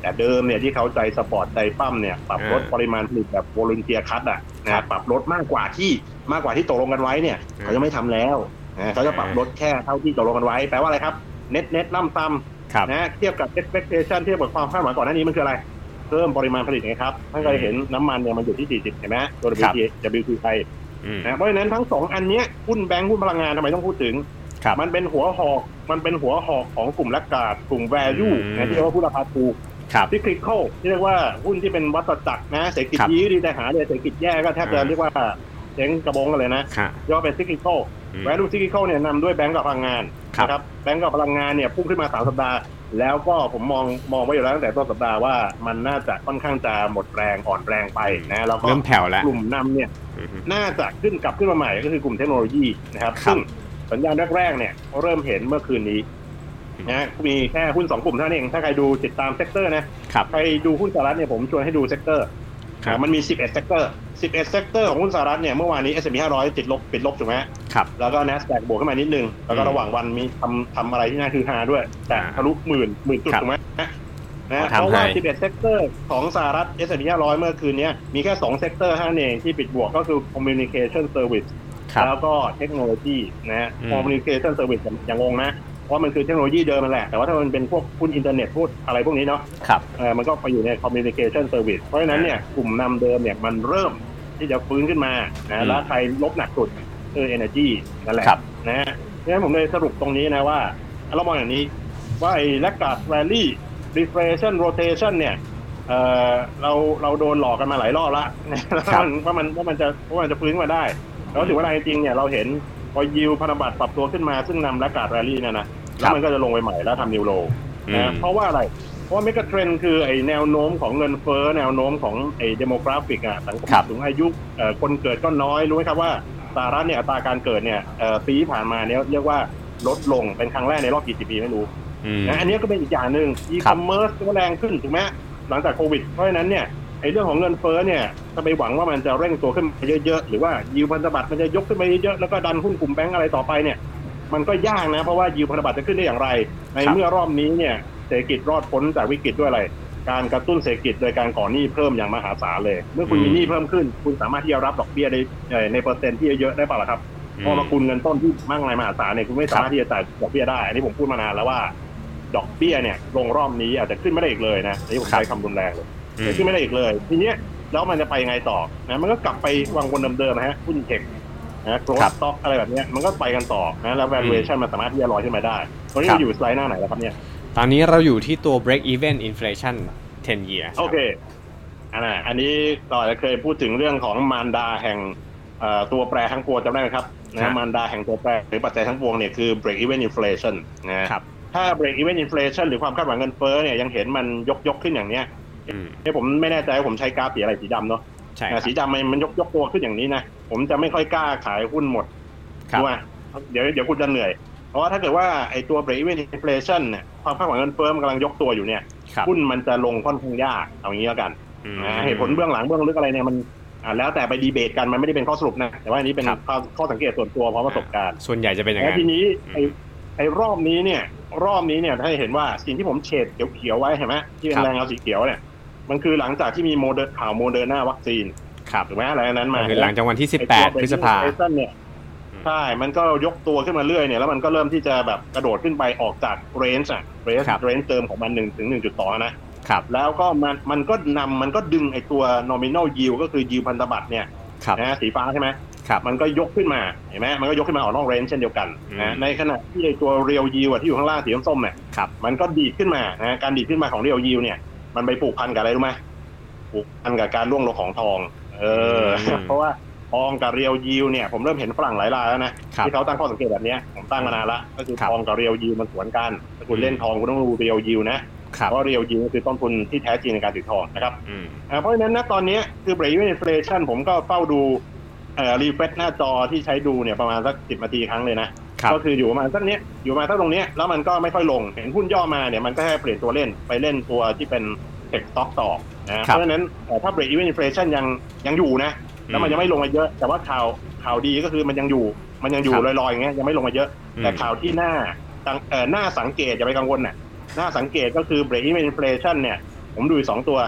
Speaker 2: แต่เดิมเนี่ยที่เขาใจสปอร์ตใจปั้มเนี่ยปรับลด
Speaker 1: เออ
Speaker 2: ปริมาณผลิตแบบวอล u n เ e ียคัตอ่ะ
Speaker 1: ครั
Speaker 2: นะ
Speaker 1: บ
Speaker 2: ปรับลดมากกว่าที่มากกว่าที่ตกลงกันไว้เนี่ย
Speaker 1: อืม
Speaker 2: เขาจะไม่ทำแล้วนะเขาจะปรับ
Speaker 1: เออ
Speaker 2: ลดแค่เท่าที่ตกลงกันไว้ แปลว่าอะไรครับเน็ตเน็ตล่ำซ้
Speaker 1: ครับ
Speaker 2: ำนะเทียบกับ expectation เทียบกับความคาดหวังก่อนหน้านี้มันคืออะไร เพิ่มปริมาณผลิตไงครับท่านเคยเห็นน้ำมันเนี่ยมันอยู่ที่ 40 เห็นไหมตัว
Speaker 1: ครับ
Speaker 2: WTI WTI
Speaker 1: อืม
Speaker 2: นะเพราะฉะนั้นทั้งสองอันเนี้ยหุ้นแบงก์หุ้นพลังงานทำไมต้องพูดถึง
Speaker 1: ครับ
Speaker 2: มันเป็นหัวหอก มันเป็นหัวหอกของกลุ่มแลกกาดกลุ่ม value
Speaker 1: อืม
Speaker 2: นะที่เรียกว่าหุ้นราคาถูก
Speaker 1: ครับ
Speaker 2: c ิ c ลิ c a l ที่เรียกว่าหุ้นที่เป็นวัฏจักรนะเศรษฐกิจ
Speaker 1: ครับ
Speaker 2: ยี้ดีแต่หาเลยเศรษฐกิจแย่ก็แทบจะ
Speaker 1: อ่า
Speaker 2: เรียกว่าเจ๊งกระบงกันเลยนะ
Speaker 1: ค่ะ
Speaker 2: ย่อเป็น c ิ c ลิ c a l
Speaker 1: อืม
Speaker 2: value cyclical เนี่ยนำด้วยแบงก์กับพลังงาน
Speaker 1: ครับ
Speaker 2: นะแบงก์กับพลังงานเนี่ยพุ่งขึ้นมาสามสัปดาห์ แล้วก็ผมมองมองไว้อยู่แล้วตั้งแต่ต้นสัปดาห์ว่ามันน่าจะค่อนข้างจะหมดแรงอ่อนแรงไปนะแล้วก็
Speaker 1: เริ่มแผ่วแล้ว
Speaker 2: กลุ่มนำเนี่ย
Speaker 1: อืม
Speaker 2: น่าจะขึ้นกลับขึ้นมาใหม่ก็คือกลุ่มเทคโนโลยีนะครับ
Speaker 1: ครับ
Speaker 2: ซึ่งสัญญาณแรกๆเนี่ยเริ่มเห็นเมื่อคืนนี้
Speaker 1: อืม
Speaker 2: นะมีแค่หุ้นสองกลุ่มเท่านั้นเอง ถ้าใครดูติดตามเซกเตอร์นะครับ ใครดูหุ้นสหรัฐเนี่ยผมชวนให้ดูเซกเตอร์
Speaker 1: ครับ
Speaker 2: นะมันมี 11 เซกเตอร์ 11 เซกเตอร์ของหุ้นสหรัฐเนี่ยเมื่อวานนี้ S&P 500ติดลบปิดลบถูกไหมฮะ
Speaker 1: ครับ
Speaker 2: แล้วก็ NASDAQ บวกขึ้นมานิดนึง แล้วก็
Speaker 1: อืม
Speaker 2: ระหว่างวันมีทำทำอะไรที่น่าคือฮาด้วย แต่
Speaker 1: อ่า
Speaker 2: ทะลุหมื่นหมื่นจุด
Speaker 1: ครับ
Speaker 2: ถูกไหมฮะนะ
Speaker 1: ขอทำ
Speaker 2: เพราะว่า
Speaker 1: ให้
Speaker 2: 11 เซกเตอร์ของสหรัฐ S&P 500 เมื่อคืนเนี้ยมีแค่ 2 เซกเตอร์เท่านั้นเองที่ปิดบวกก็คือ Communication Service
Speaker 1: ครับ
Speaker 2: แล้วก็เทคโนโลยีนะฮะ
Speaker 1: อืม
Speaker 2: Communication Service อย่างอย่างงงนะเพราะมันคือเทคโนโลยีเดิมมันแหละ แต่ว่าถ้ามันเป็นพวกพุ้นอินเทอร์เน็ตพูดอะไรพวกนี้เนาะ
Speaker 1: ครับ
Speaker 2: เออมันก็ไปอยู่ใน Communication Service เพราะฉะนั้นเนี่ยกลุ่มนำเดิมเนี่ยมันเริ่มที่จะฟื้นขึ้นมา
Speaker 1: อื
Speaker 2: นะ
Speaker 1: ม
Speaker 2: แล้วใครลบหนักสุดคือ Energy นั่นแหละ
Speaker 1: ครับ
Speaker 2: นะฮะเพราะฉะนั้นผมเลยสรุปตรงนี้นะว่าเรามองอย่างนี้ว่าไอ้แลกกาดแรลลี่ deflation rotation เนี่ย เออเราเราโดนหลอกกันมาหลายรอบละ
Speaker 1: ครับ
Speaker 2: ว่ามันว่ามันจะว่ามันจะฟื้นขึ้นมาได้ แล้วถึงเวลาจริงๆเนี่ยเราเห็นพอยิวพันธบัตรปรับตัวขึ้นมาซึ่งนำและกาดแรลลี่เนี่ยนะ
Speaker 1: ครั
Speaker 2: แล้ว
Speaker 1: บ
Speaker 2: มันก็จะลงไปใหม่แล้วทำนิวโล
Speaker 1: อืม
Speaker 2: นะเพราะว่าอะไร เพราะว่าเมกะเทรนคือไอแนวโน้มของเงินเฟ้อแนวโน้มของไอเดโมกราฟิกอ่ะสังคม
Speaker 1: ครับ
Speaker 2: สูงอายุเอ่อคนเกิดก็น้อยรู้ไหมครับว่าสหรัฐเนี่ยอัตราการเกิดเนี่ยเอ่อปีที่ผ่านมาเนี่ยเรียกว่าลดลงเป็นครั้งแรกในรอบกี่สิบปีไม่รู้
Speaker 1: อืม
Speaker 2: นะอันนี้ก็เป็นอีกอย่างหนึ่ง e
Speaker 1: ครั
Speaker 2: c
Speaker 1: บ
Speaker 2: o m m e r c e ก็แรงขึ้นถูกไหมหลังจากโควิด เพราะฉะนั้นเนี่ย ไอ้เรื่องของเงินเฟ้อเนี่ยถ้าไปหวังว่ามันจะเร่งตัวขึ้นมาเยอะๆ หรือว่ายิวพันธบัตรมันจะยกขึ้นมาเยอะๆ แล้วก็ดันหุ้นกลุ่มแบงก์อะไรต่อไปเนี่ย มันก็ยากนะ เพราะว่ายิวพันธบัตรจะขึ้นได้อย่างไร ในเมื่อรอบนี้เนี่ยเศรษฐกิจรอดพ้นจากวิกฤตด้วยอะไร การกระตุ้นเศรษฐกิจโดยการก่อหนี้เพิ่มอย่างมหาศาลเลย เมื่อคุณมีหนี้เพิ่มขึ้น คุณสามารถที่จะรับดอกเบี้ยได้ในเปอร์เซ็นต์ที่เยอะๆได้ป่ะล่ะครับพอมาคุณเงินต้นที่มากมายมหาศาลเนี่ยคุณไม่สามารถที่จะจ่ายดอกเบี้ยได้ อันนี้ผมพูดมานานแล้วว่า ดอกเบี้ยเนี่ยลงรอบนี้อาจจะขึ้นไม่ได้อีกเลยนะอันนี้ผมใช้คำรุนแรงเลยขึ้นไม่ได้อีกเลย ทีเนี้ยแล้วมันจะไปยังไงต่อนะมันก็กลับไปวังวนเดิมๆนะฮะหุ้นเทคนะโกลด์สต็อกอะไรแบบเนี้ยมันก็ไปกันต่อนะแล้ว valuation มันสามารถที่จะลอยขึ้นมาได้ตอนนี้อยู่สไลด์หน้าไหนแล้วครับเนี่ย
Speaker 1: ตอนนี้เราอยู่ที่ตัว break even inflation 10 years
Speaker 2: โอเคอันนั้นอันนี้ต่อจะเคยพูดถึงเรื่องของมารดาแห่งตัวแปรทั้งปวงจำได้ไหมครับนะมารดาแห่งตัวแปรหรือปัจจัยทั้งปวงเนี่ยคือ break even inflation นะครับถ้า break even inflation หรือความคาดหวังเงินเฟ้อเนี่ยยังเห็นมันยกยกขึ้นอย่างเนี้ยเนี่ยผมไม่แน่ใจว่าผมใช้กราฟสีอะไรสีดำเนาะ
Speaker 1: ใช่
Speaker 2: สีดำมันมันยกยกตัวขึ้นอย่างนี้นะผมจะไม่ค่อยกล้าขายหุ้นหมดด้วยเดี๋ยวเดี๋ยวคุณจะเหนื่อย เพราะว่าถ้าเกิดว่าไอ้ตัว break even inflation เนี่ยความคาดหวังเงินเฟ้อมันกำลังยกตัวอยู่เนี่ยหุ้นมันจะลงค่อนข้างยากเอางี้แล้วกันเหตุผลเบื้องหลังเบื้องลึกอะไรเนี่ยมันแล้วแต่ไปดีเบตกันมันไม่ได้เป็นข้อสรุปนะแต่ว่าอันนี้เป็นข้อสังเกตส่วนตัวเพราะประสบการณ์
Speaker 1: ส่วนใหญ่จะเป็นอย่างนั้น
Speaker 2: ทีนี้ไอ้ไอ้รอบนี้เนี่ย รอบนี้เนี่ยถ้าเห็นว่าสิ่งที่ผมเฉดเขียวๆไว้เห็นไหมที่เป็นแรงเงาสีเขียวเนี่ยมันคือหลังจากที่มีโมเดอร์ข่าวโมเดอร์นาวัคซีน
Speaker 1: ครับ
Speaker 2: ถูกไหมหลังจากนั้นมา
Speaker 1: คือหลังจากวันที่ 18 พฤษภา
Speaker 2: เนี่ยใช่ มันก็ยกตัวขึ้นมาเรื่อยเนี่ยแล้วมันก็เริ่มที่จะแบบกระโดดขึ้นไปออกจากเรนจ์อะเรนจ์เรนจ์เติมของมันหนึ่งถึงหนึ่งจุดสองนะครับแล้วก็มันมันก็นำมันก็ดึงไอตัว nominal yield ก็คือ yield พันธบัตรเนี่ยนะสีฟ้าใช่ไหม
Speaker 1: ครับ
Speaker 2: มันก็ยกขึ้นมาเห็นไหมมันก็ยกขึ้นมาออกนอกเรนจ์เช่นเดียวกันนะในขณะที่ไอตัว real yield ที่อยู่ข้างล่างสีส้มเนี่ยมันก็ดีดขึ้นมานะการดีดขึ้นมาของ real yield เนี่ยมันไปผูกพันกับอะไรรู้ไหมผูกพันกับการล่วงโลของทอง เออ เพราะว่าทองกับเรียวยิวเนี่ยผมเริ่มเห็นฝรั่งหลายรายแล้วนะที่เขาตั้งข้อสังเกตแบบนี้ผมตั้งมานานละก็คือทองกับเรียวยิวมันสวนกันถ้าคุณเล่นทองคุณต้องดูเรียวยิวนะเพราะเรียวยิวคือต้นทุนที่แท้จริงในการถือทองนะครับเพราะฉะนั้นนะตอนนี้คือ break even inflation ผมก็เฝ้าดูเอ่อรีเฟซหน้าจอที่ใช้ดูเนี่ยประมาณสักสิบนาทีครั้งเลยนะก็คืออยู่ประมาณสักเนี้ยอยู่มาสักตรงเนี้ยแล้วมันก็ไม่ค่อยลงเห็นหุ้นย่อมาเนี่ยมันก็แค่เปลี่ยนตัวเล่นไปเล่นตัวที่เป็นเทคสต็อกต่อนะเพราะฉะนั้นถ้า break even inflation ยังยังอยู่นะ แล้วมันยังไม่ลงมาเยอะ แต่ว่าข่าวข่าวดีก็คือมันยังอยู่ มันยังอยู่ลอยๆอย่างเงี้ยยังไม่ลงมาเยอะ แต่ข่าวที่หน้าเอ่อหน้าสังเกตอย่าไปกังวลนะหน้าสังเกตก็คือ break even inflation เนี่ย ผมดูสองตัว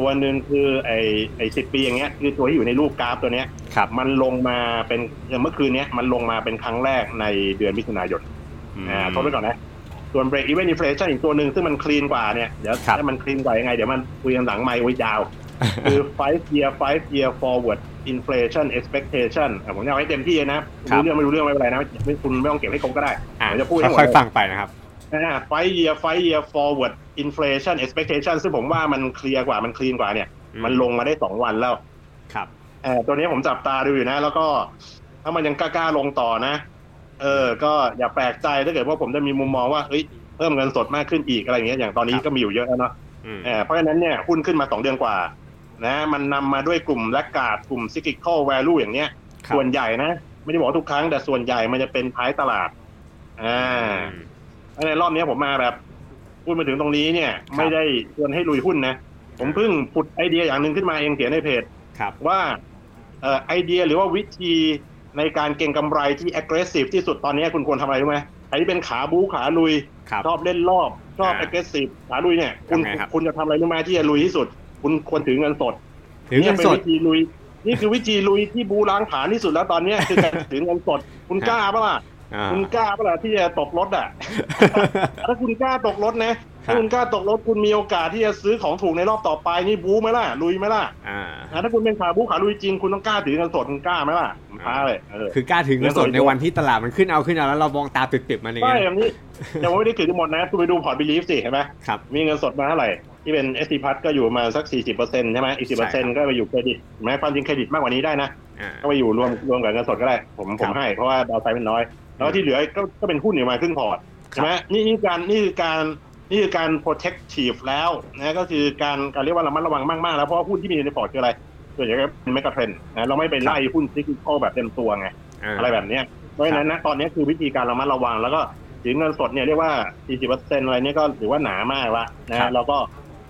Speaker 2: ตัวหนึ่งคือไอ้ไอ้สิบปีอย่างเงี้ยคือตัวที่อยู่ในรูปกราฟตัวเนี้ยมันลงมาเป็นเมื่อคืนเนี้ยมันลงมาเป็นครั้งแรกในเดือนมิถุนายนอ่าทบไว้ก่อนนะส่วน break even inflation อีกตัวหนึ่งซึ่งมันคลีนกว่าเนี่ยเดี๋ยวถ้ามันคลีนกว่ายังไง เดี๋ยวมันคุยกันหลังไมค์ไว้ยาว คือ five year five year forward inflation expectation ผมจะเอาให้เต็มที่นะรู้เรื่องไม่รู้เรื่องไม่เป็นไรนะไม่คุณไม่ต้องเก็บให้ครบก็ได้ผมจะพูดให้หมด
Speaker 1: ค่อยฟังไปนะครับ
Speaker 2: five year five year forward inflation expectation ซึ่งผมว่ามันเคลียร์กว่ามันคลีนกว่าเนี่ย มันลงมาได้สองวันแล้ว
Speaker 1: ครับ
Speaker 2: ตัวนี้ผมจับตาดูอยู่นะ แล้วก็ถ้ามันยังกล้าๆลงต่อนะเออ ก็อย่าแปลกใจถ้าเกิดว่าผมจะมีมุมมองว่า เอ้ย เพิ่มเงินสดมากขึ้นอีกอะไรอย่างเงี้ย อย่างตอนนี้ก็มีอยู่เยอะแล้วเนาะเพราะฉะนั้นเนี่ยหุ้นขึ้นมาสองเดือนกว่า นะ มันนำมาด้วยกลุ่มและกาดกลุ่มซิกิคอลแวลูอย่างเงี้ย ส่วนใหญ่นะ ไม่ได้บอกทุกครั้ง แต่ส่วนใหญ่มันจะเป็นท้ายตลาด อ่าในรอบนี้ผมมาแบบพูดมาถึงตรงนี้เนี่ย ไม่ได้ชวนให้ลุยหุ้นนะ ผมเพิ่งผุดไอเดียอย่างหนึ่งขึ้นมาเองเขียนในเพจว่าไอเดียหรือว่าวิธีในการเก็งกำไรที่ aggressive ที่สุดตอนนี้คุณควรทำอะไรรู้ไหมใครที่เป็นขาบู๊ขาลุย ชอบเล่นรอบ ชอบ aggressive ขาลุยเนี่ย คุณคุณจะทำอะไรรู้ไหมที่จะลุยที่สุด คุณควรถือเงินสด
Speaker 1: ถือเงินสด
Speaker 2: วิธีลุย นี่คือวิธีลุยที่บูล้างผาที่สุดแล้วตอนนี้ คือการถือเงินสด คุณกล้าปะล่ะคุณ กล้าปะล่ะที่จะตกรถอ่ะถ้าคุณกล้าตกรถนะถ้าคุณกล้าตกรถคุณมีโอกาสที่จะซื้อของถูกในรอบต่อไปนี่บูไหมล่ะลุยไหมล่ะถ้าคุณเป็นขาบูขาลุยจริงคุณต้องกล้าถือเงินสดคุณกล้าไหมล่ะท้าเลย
Speaker 1: คือกล้าถือเงินสดในวันที่ตลาดมันขึ้นเอาขึ้นเอาแล้วเรามองตาปิดๆมันเอง
Speaker 2: ใช่แบบนี้แต่ว่าไม่ได้ถือหมดนะคุณไปดูพอร์ตบิลีฟสิเห็นไหม
Speaker 1: ครับ
Speaker 2: มีเงินสดมาเท่าไหร่ที่เป็นเอสซีพัทก็อยู่มาสักสี่สิบเปอร์เซ็นต์ใช่ไหมอีกสิบเปอร์เซ็นต์ก็ไปอยู่เครดิตแม้ความจริงเครดิตมากกว่านี้ได้นะก็ไปอยู่รวมรวมกับเงินสดก็ได้ผมผมให้เพราะว่าดาวไซด์มันน้อย แล้วที่เหลือก็ก็เป็นหุ้นอยู่มาครึ่งพอร์ตใช่ไหมนี่นี่การนี่คือการนี่คือการ protective แล้วนะก็คือการการเรียกว่าระมัดระวังมากๆแล้วเพราะว่าหุ้นที่มีในพอร์ตคืออะไรส่วนใหญ่ก็เป็นไม่กระเทรนนะเราไม่ไปไล่หุ้นซิกโก้แบบเต็มตัวไงอะไรแบบนี้เพราะฉะนั้นนะตอนนี้คือวิธีการระมัดระวัง แล้วก็ถือเงินสดเนี่ยเรียกว่า 40%อะไรเนี่ยก็ถือว่าหนามากละนะแล้วก็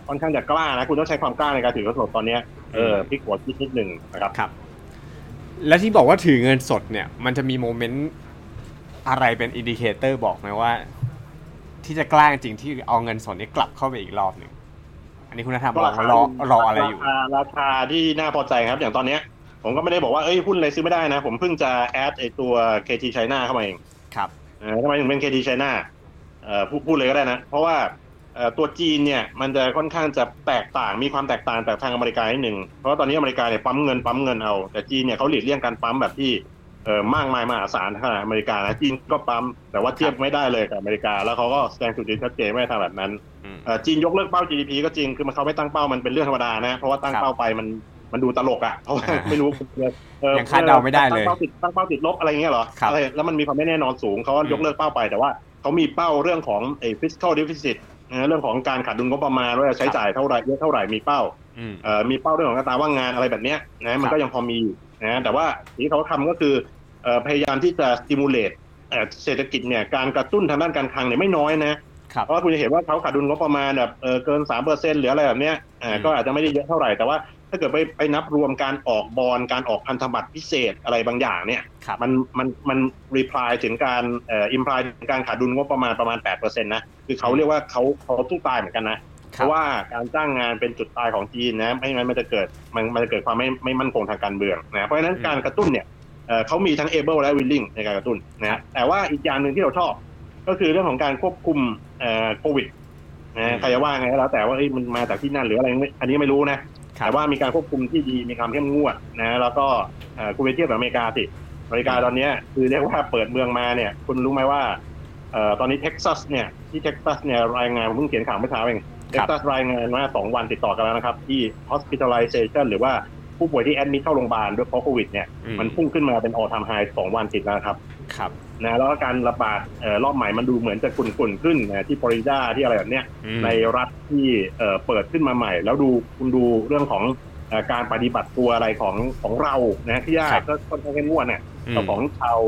Speaker 2: ค่อนข้างจะกล้านะ คุณต้องใช้ความกล้าในการถือเงินสดตอนเนี้ยเออพลิกหัวพลิกนิดหนึ่งนะครับ
Speaker 1: ครับ แล้วที่บอกว่าถือเงินสดเนี่ย มันจะมีโมเมนต์อะไรเป็นอินดิเคเตอร์บอกไหมว่า ที่จะกล้าจริงที่เอาเงินสดนี้กลับเข้าไปอีกรอบหนึ่งอันนี้คุณธรรมรอรอรออะไรอยู่
Speaker 2: ราคาราคาที่น่าพอใจครับ อย่างตอนเนี้ยผมก็ไม่ได้บอกว่าเอ้ยหุ้นอะไรซื้อไม่ได้นะ ผมเพิ่งจะแอดไอตัว KT China เข้ามาเอง
Speaker 1: ครับ
Speaker 2: เออทำไมถึงเป็น KT China เอ่อพูดพูดเลยก็ได้นะ เพราะว่าเอ่อตัวจีนเนี่ยมันจะค่อนข้างจะแตกต่างมีความแตกต่างจากทางอเมริกานิดหนึ่งเพราะว่าตอนนี้อเมริกาเนี่ยปั๊มเงินปั๊มเงินเอาแต่จีนเนี่ยเขาหลีกเลี่ยงการปั๊มแบบที่เอ่อมากมายมหาศาลขนาดอเมริกานะจีนก็ปั๊มแต่ว่าเทียบไม่ได้เลยกับอเมริกา แล้วเขาก็แสดงจุดยืนชัดเจนไม่ได้ทำแบบนั้น
Speaker 1: อืม
Speaker 2: เอ่อจีนยกเลิกเป้า GDP ก็จริง คือมันเขาไม่ตั้งเป้ามันเป็นเรื่องธรรมดานะ เพราะว่าตั้ง
Speaker 1: ครับ
Speaker 2: เป้าไปมันมันดูตลกอ่ะ เพราะว่า
Speaker 1: อ่า
Speaker 2: ไม่รู้ออ
Speaker 1: ยังคาดเดาไม่ได้เลย
Speaker 2: ตั้งเป้าติดตั้งเป้าติดลบอะไรเงี้ยเหรอ
Speaker 1: ครับ
Speaker 2: อะไรแล้วมันมีความไม่แน่นอนสูงเขาก็
Speaker 1: อืม
Speaker 2: ยกเลิกเป้าไปแต่ว่าเขามีเป้าเรื่องของไอ้ fiscal deficit นะเรื่องของการขาดดุลงบประมาณว่าจะใช้จ่ายเท่าไหร่เยอะเท่าไหร่มีเป้า
Speaker 1: อืม
Speaker 2: เอ่อมีเป้าเรื่องของอัตราว่างงานอะไรแบบเนี้ยนะ
Speaker 1: ครั
Speaker 2: มัน
Speaker 1: บ
Speaker 2: ก็ยังพอมีอยู่นะแต่ว่าสิ่งที่เขาทำก็คือเอ่อพยายามที่จะ stimulate เอ่อเศรษฐกิจเนี่ยการกระตุ้นทางด้านการคลังเนี่ยไม่น้อยนะครับ เพราะว่าคุณจะเห็นว่าเขาขาดดุลงบประมาณแบบเอ่อเกินสามเปอร์เซ็นหรืออะไรแบบเนี้ยอ่า
Speaker 1: อืม
Speaker 2: ก็อาจจะไม่ได้เยอะเท่าไหร่แต่ว่าถ้าเกิดไปไปนับรวมการออกบอลการออกพันธบัตรพิเศษอะไรบางอย่างเนี่ย
Speaker 1: ครับ
Speaker 2: มันมันมันรีพลายถึงการเอ่ออิมพลายถึงการขาดดุลงบประมาณประมาณแปดเปอร์เซ็นต์นะคือเขาเรียกว่าเขาเขาตู้ตายเหมือนกันนะ
Speaker 1: ค
Speaker 2: เพ
Speaker 1: รับ
Speaker 2: ราะว่าการจ้างงานเป็นจุดตายของจีนนะไม่งั้นมันจะเกิดมันมันจะเกิดความไม่ไม่มั่นคงทางการเมืองนะเพราะฉะนั้น
Speaker 1: อืม
Speaker 2: การกระตุ้นเนี่ยเอ่อเขามีทั้ง able และ willing ในการกระตุ้นนะแต่ว่าอีกอย่างหนึ่งที่เราชอบ ก็คือเรื่องของการควบคุมเอ่อโควิดนะใครจะว่าไงก็แล้วแต่ว่าเอ้ยมันมาจากที่นั่นหรืออะไรไม่อันนี้ไม่รู้นะแต่ว่ามีการควบคุมที่ดีมีความเข้มงวดนะแล้วก็เอ่อคุณไปเทียบกับอเมริกาสิอเมริกาตอนเนี้ยคือเรียกว่าเปิดเมืองมาเนี่ยคุณรู้ไหมว่า เอ่อตอนนี้เท็กซัสเนี่ยที่เท็กซัสเนี่ยรายงานผมเพิ่งเขียนข่าวเมื่อเช้าเอง
Speaker 1: ค
Speaker 2: เท็
Speaker 1: รั
Speaker 2: ก
Speaker 1: บ
Speaker 2: ซัสรายงานว่าสองวันติดต่อกันแล้วนะครับ ที่ hospitalization หรือว่าผู้ป่วยที่แอดมิทเข้าโรงพยาบาลด้วยเพราะโควิดเนี่ย
Speaker 1: อื
Speaker 2: มันพุ่งขึ้นมาเป็น all time high สองวันติดแล้วนะครับ
Speaker 1: ครับ
Speaker 2: นะแล้วก็การระบาดเอ่อรอบใหม่มันดูเหมือนจะกุ่นๆขึ้นนะที่ฟลอริดาที่อะไรแบบเนี้ย
Speaker 1: อืม
Speaker 2: ในรัฐที่เอ่อเปิดขึ้นมาใหม่ แล้วดูคุณดูเรื่องของเอ่อการปฏิบัติตัวอะไรของของเรานะที่ยา
Speaker 1: ครั
Speaker 2: ก
Speaker 1: บ
Speaker 2: ก็ค่อนข้างเข้มงวดเนี่ย
Speaker 1: ม
Speaker 2: กับของชาว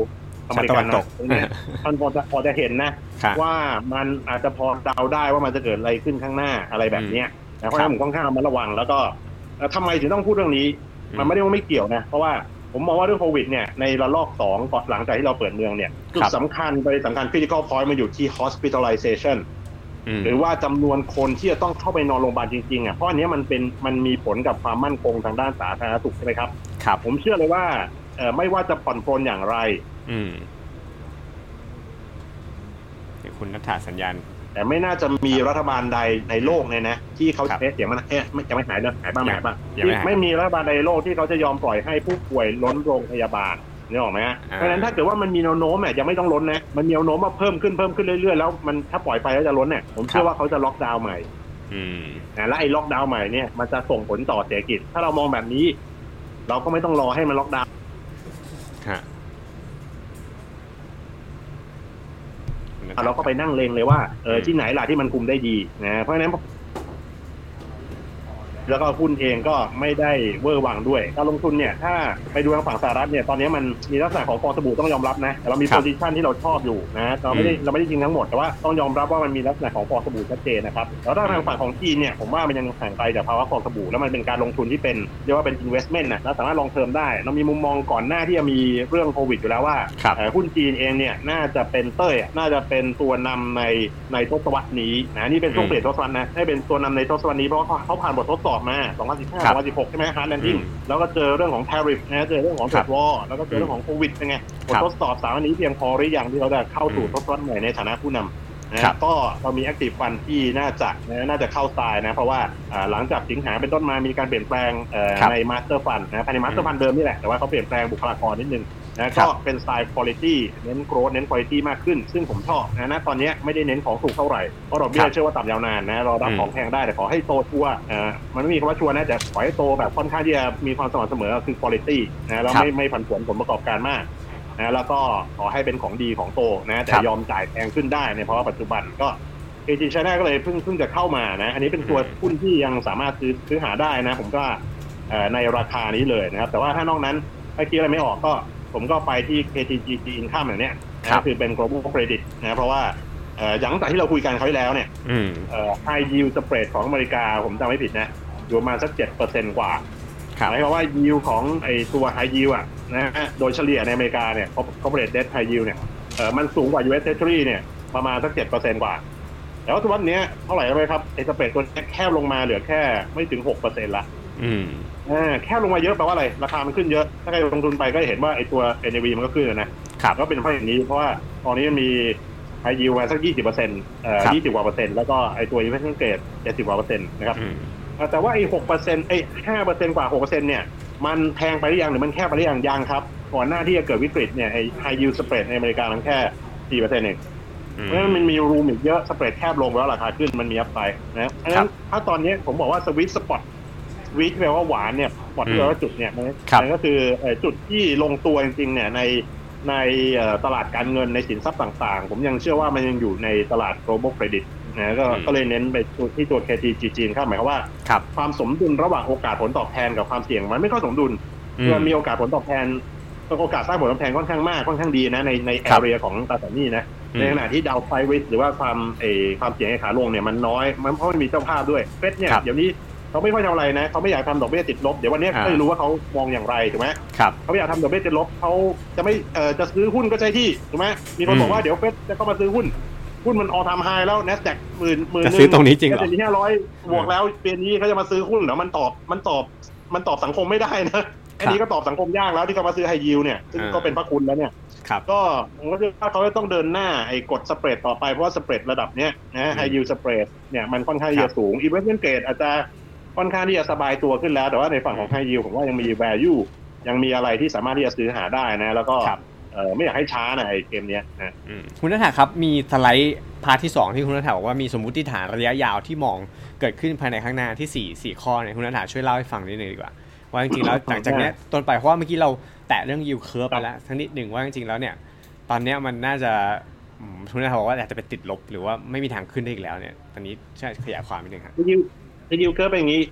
Speaker 2: อเมริ
Speaker 1: ชาวตะวั
Speaker 2: กัน น
Speaker 1: ตก
Speaker 2: นะตรงเนี้ยมันพอจะพอจะเห็นนะ
Speaker 1: ครับ
Speaker 2: ว่ามันอาจจะพอเดาได้ว่ามันจะเกิดอะไรขึ้นข้างหน้าอะไรแบบเนี้ยนะเพราะฉะนั้นผมค่อนข้างระมัดระวัง แล้วก็เอ่อทำไมถึงต้องพูดเรื่องนี้ มันไม่ได้ว่าไม่เกี่ยวนะ เพราะว่าผมมองว่าเรื่องโควิดเนี่ยในระลอกสองก่อนหลังจากที่เราเปิดเมืองเนี่ยจุ
Speaker 1: ครั
Speaker 2: ด
Speaker 1: บ
Speaker 2: สำคัญประเด็นสำคัญ critical point มันอยู่ที่ hospitalization
Speaker 1: อืม
Speaker 2: หรือว่าจำนวนคนที่จะต้องเข้าไปนอนโรงพยาบาลจริงๆอ่ะเพราะอันเนี้ยมันเป็นมันมีผลกับความมั่นคงทางด้านสาธารณสุขใช่ไหมครับ
Speaker 1: ครับ
Speaker 2: ผมเชื่อเลยว่าเอ่อไม่ว่าจะผ่อนปรนอย่างไร
Speaker 1: อืมเดี๋ยวคุณนัทธาสัญญาณ
Speaker 2: แต่ไม่น่าจะมีรัฐบาลใดในโลกเนี่ยนะที่เขา
Speaker 1: ครับ
Speaker 2: เทสเสียงมันเอ๊ะไม่จะไม่หายนะหายบ้าง
Speaker 1: ยัง
Speaker 2: หายบ้าง
Speaker 1: ยังไม่หาย
Speaker 2: ไม่มีรัฐบาลใดในโลกที่เขาจะยอมปล่อยให้ผู้ป่วยล้นโรงพยาบาลนี่ออกไหมฮะ
Speaker 1: อ่า
Speaker 2: เพราะฉะนั้นถ้าเกิดว่ามันมีแนวโน้มเนี่ยยังไม่ต้องล้นนะมันมีแนวโน้มว่าเพิ่มขึ้นเพิ่มขึ้นเรื่อยๆแล้วมันถ้าปล่อยไปแล้วจะล้นเนี่ยผมเชื่อว่าเขาจะล็อกดาวน์ใหม่
Speaker 1: อืม
Speaker 2: นะและไอ้ล็อกดาวน์ใหม่เนี่ยมันจะส่งผลต่อเศรษฐกิจ ถ้าเรามองแบบนี้ เราก็ไม่ต้องรอให้มันล็อกดาวน์
Speaker 1: ฮะ
Speaker 2: เราก็ไปนั่งเลงเลยว่าเออที่ไหนล่ะที่มันคุมได้ดีนะเพราะฉะนั้น แล้วก็หุ้นเองก็ไม่ได้เวอร์วังด้วยการลงทุนเนี่ยถ้าไปดูทางฝั่งสหรัฐเนี่ยตอนนี้มันมีลักษณะของฟองสบู่ต้องยอมรับนะแต่เรามีโพซิชันที่เราชอบอยู่นะเราไม่ได้เราไม่ได้จริงทั้งหมดแต่ว่าต้องยอมรับว่ามันมีลักษณะของฟองสบู่ชัดเจนนะครับแล้วถ้าทางฝั่งของจีนเนี่ยผมว่ามันยังห่างไกลจากภาวะฟองสบู่แล้วมันเป็นการลงทุนที่เป็นเรียกว่าเป็น investment นะเราสามารถลองเทอมได้ เรามีมุมมองก่อนหน้าที่จะมีเรื่องโควิดอยู่แล้วว่า
Speaker 1: ครับ
Speaker 2: เอ่อหุ้นจีนเองเนี่ยน่าจะเป็นเต้ยน่าจะเป็นตัวนำในในทศวรรษนี้นะนี่เป็นช่ว
Speaker 1: อื
Speaker 2: ง
Speaker 1: ม
Speaker 2: เปลี่ยนทศวรรษนะให้เป็นตัวนำในทศวรรษนี้เพราะเขาเขาผ่านบททดสอบมา
Speaker 1: ครับ
Speaker 2: 2015 2016 ใช่ไหมฮาร์ดแลนดิ้ง
Speaker 1: อืม
Speaker 2: แล้วก็เจอเรื่องของ tariff นะเจอเรื่องของ
Speaker 1: ครั
Speaker 2: เท
Speaker 1: บ
Speaker 2: รดวอร์แล้วก็เจอเรื่องของโควิดเป็นไง
Speaker 1: ค
Speaker 2: บ
Speaker 1: รั
Speaker 2: ท
Speaker 1: บ
Speaker 2: ทดสอบสามอันนี้เพียงพอหรือยังที่เราจะเข้าสู่
Speaker 1: อืม
Speaker 2: ทศวรรษใหม่ในฐานะผู้นำนะครับ ก็เรามี active fund ที่น่าจะนะน่าจะเข้าทรายนะเพราะว่าอ่าหลังจากสิงหาเป็นต้นมามีการเปลี่ยนแปลงเอ่อใน master fund นะภายใน master fund เดิมนี่แหละแต่ว่าเขาเปลี่ยนแปลงบุคลากรนิดนึง นะ
Speaker 1: ครั
Speaker 2: ก็
Speaker 1: บ
Speaker 2: เป็นสไตล์คุณ i t y เน้นโกรดเน้นคุณ i t y มากขึ้น ซึ่งผมชอบนะนะตอนเนี้ยไม่ได้เน้นของถูกเท่าไหร่ เพราะดอกเบี้
Speaker 1: ครั
Speaker 2: ย
Speaker 1: บ
Speaker 2: เชื่อว่าต่ำยาวนานนะรอรับ
Speaker 1: อืม
Speaker 2: ของแพงได้แต่ขอให้โตชัวร์เอ่อมันไม่มีคำว่าชัวร์นะแต่ขอให้โตแบบค่อนข้างที่จะมีความสม่ำเสมอคือคุณ i t y นะแล้วไม่ไม่ผันผวนผลประกอบการมากนะแล้วก็ขอให้เป็นของดีของโตนะแต่ยอมจ่ายแพงขึ้นได้ในภาวะปัจจุบันก็เอจีชาแนลก็เลยเพิ่งเพิ่งจะเข้ามานะอันนี้เป็นตัวหุ้นที่ยังสามารถซื้อซื้อหาได้นะผมก็ เอ่อในราคานี้เลยนะครับ แต่ว่าถ้านอกนั้นถ้าคิดอะไรไม่ออกก็ผมก็ไปที่ KTGG Income อย่างเนี้ย
Speaker 1: ครับ
Speaker 2: นะคือเป็น global credit นะเพราะว่า เอ่ออย่างจากที่เราคุยกันเขาวที่แล้วเนี่ย
Speaker 1: อืม
Speaker 2: เอ่อ high yield spread ของอเมริกาผมจำไม่ผิดนะอยู่ประมาณสักเจ็ดเปอร์เซ็นกว่า
Speaker 1: ครับ
Speaker 2: หมายความว่ายิวของไอตัวไฮยิวอ่ะนะฮะโดยเฉลี่ยในอเมริกาเนี่ยคอร์เปอเรทเดทไฮยิวเนี่ยเออมันสูงกว่า US Treasury เนี่ยประมาณสักเจ็ดเปอร์เซ็นกว่า แต่ว่าทุกวันเนี้ยเท่าไหร่แล้วไหมครับไอสเปรดตัวเนี้ยแคบลงมาเหลือแค่ไม่ถึงหกเปอร์เซ็นละ
Speaker 1: อืม
Speaker 2: อ่าแคบลงมาเยอะแปลว่าอะไร ราคามันขึ้นเยอะ ถ้าใครลงทุนไปก็เห็นว่าไอตัว NAV มันก็ขึ้นอะนะครับ ก็เป็นเพราะอย่างนี้เพราะว่าตอนนี้มันมีไฮยิวมาสักยี่สิบเปอร์เซ็นต์เอ่อ
Speaker 1: ครับ
Speaker 2: ยี่สิบกว่าเปอร์เซ็นต์แล้วก็ไอตัว investment grade เจ็ดสิบกว่าเปอร์เซ็นต์นะครับ
Speaker 1: อืม
Speaker 2: เอ่อแต่ว่าไอ้หกเปอร์เซ็นต์ไอ้ห้าเปอร์เซ็นต์กว่าหกเปอร์เซ็นต์เนี่ย มันแพงไปหรือยังหรือมันแค่ไปหรือยังยังครับ ก่อนหน้าที่จะเกิดวิกฤตเนี่ยไอ้ high yield spread ในอเมริกามันแค่สี่เปอร์เซ็นต์เอง
Speaker 1: อืม
Speaker 2: เพราะฉะนั้นมันมีรูมอีกเยอะสเปรดแคบลงแล้วราคาขึ้นมันมีอัพไซด์นะเพราะฉะ
Speaker 1: ครั
Speaker 2: นั้น
Speaker 1: บ
Speaker 2: ถ้าตอนนี้ผมบอกว่าสวิตสปอตสวิตแปลว่าหวานเนี่ยสปอต
Speaker 1: อืม
Speaker 2: แปลว่าจุดเนี่ยมัน
Speaker 1: ครับ
Speaker 2: มันก็คือเอ่อจุดที่ลงตัวจริงๆเนี่ยในในเอ่อตลาดการเงินในสินทรัพย์ต่างๆ ผมยังเชื่อว่ามันยังอยู่ในตลาด global credit นะก็ก็เลยเน้นไปที่ตัว KTG จีนครับหมายความว่า
Speaker 1: ครับ
Speaker 2: ความสมดุลระหว่างโอกาสผลตอบแทนกับความเสี่ยงมันไม่ค่อยสมดุลคือมันมีโอกาสผลตอบแทนโอกาสสร้างผลตอบแทนค่อนข้างมากค่อนข้างดีนะในในแอเรียของตราสารหนี้นะในขณะที่ดาวไฟริสหรือว่าความเออความเสี่ยงในขาลงเนี่ยมันน้อยมันเพราะมันมีเจ้าภาพด้วยเฟดเนี่ย
Speaker 1: ครับ
Speaker 2: เดี๋ยวนี้เขาไม่ค่อยทำอะไรนะเขาไม่อยากทำดอกเบี้ยติดลบเดี๋ยววันเนี้ย
Speaker 1: อ่า
Speaker 2: ก็จะรู้ว่าเขามองอย่างไรถูกไหม
Speaker 1: ครับ
Speaker 2: เขาไม่อยากทำดอกเบี้ยติดลบเขาจะไม่เออจะซื้อหุ้นก็ใช่ที่ถูกไหมมีคนบอ
Speaker 1: อื
Speaker 2: ก
Speaker 1: ม
Speaker 2: ว่าเดี๋ยวเฟดจะเข้ามาซื้อหุ้นหุ้นมันออทามไฮแล้วเนสแดกหมื่นหมื่น
Speaker 1: จะซื้อตรงนี้จริงเหรอ
Speaker 2: จะมีแค่ร้อยบวกแล้วปีนี้เขาจะมาซื้อหุ้นเหรอมันตอบมันตอบมันตอบสังคมไม่ได้นะอันนี้ก็ตอบสังคมยากแล้วที่เขามาซื้อไฮยิวเนี่ยซึ่ง
Speaker 1: อ่า
Speaker 2: ก็เป็นพระคุณแล้วเนี่ย
Speaker 1: ครับ
Speaker 2: ก็ผมก็คิดว่าเขาจะต้องเดินหน้าไอ้กดสเปรดต่อไป เพราะว่าสเปรดระดับเนี้ยนะไฮยิวสเปรดเนี่ยมันค่อนข้างที่
Speaker 1: ครั
Speaker 2: จะ
Speaker 1: บ
Speaker 2: สูงอีเวนต์เกรดอาจจะค่อนข้างที่จะสบายตัวขึ้นแล้ว แต่ว่าในฝั่งของไฮยิวผมว่ายังมี value ยังมีอะไรที่สามารถที่จะซื้อหาได้นะ แล้วก็
Speaker 1: ครับ
Speaker 2: เอ่อไม่อยากให้ช้านะไอ้เกมเนี้ยนะ
Speaker 1: อืมคุณนัทธาครับมีสไลด์พาร์ทที่ 2 ที่คุณนัทธาบอกว่ามีสมมติฐานระยะยาวที่มองเกิดขึ้นภายในข้างหน้าที่4ี่สี่ข้อเนี่ยคุณนัทธาช่วยเล่าให้ฟังนิดนึงดีกว่า ว่าจริงๆ แล้วหลังจากเนี้ยต้นไปเพราะว่าเมื่อกี้เราแตะเรื่องยิวเคิร์ฟไปแล้วทั้งนิดหนึ่งว่าจริงๆแล้วเนี่ย ตอนเนี้ยมันน่าจะอืมคุณนัทธาบอกว่าอาจจะเป็นติดลบหรือว่าไม่มีทางขึ้นได้อีกแล้วเนี่ยตอนนี้ใช่ขยายความนิดนึงครับ
Speaker 2: ยิวยิวเคิร์ฟเป็นอย่างนี้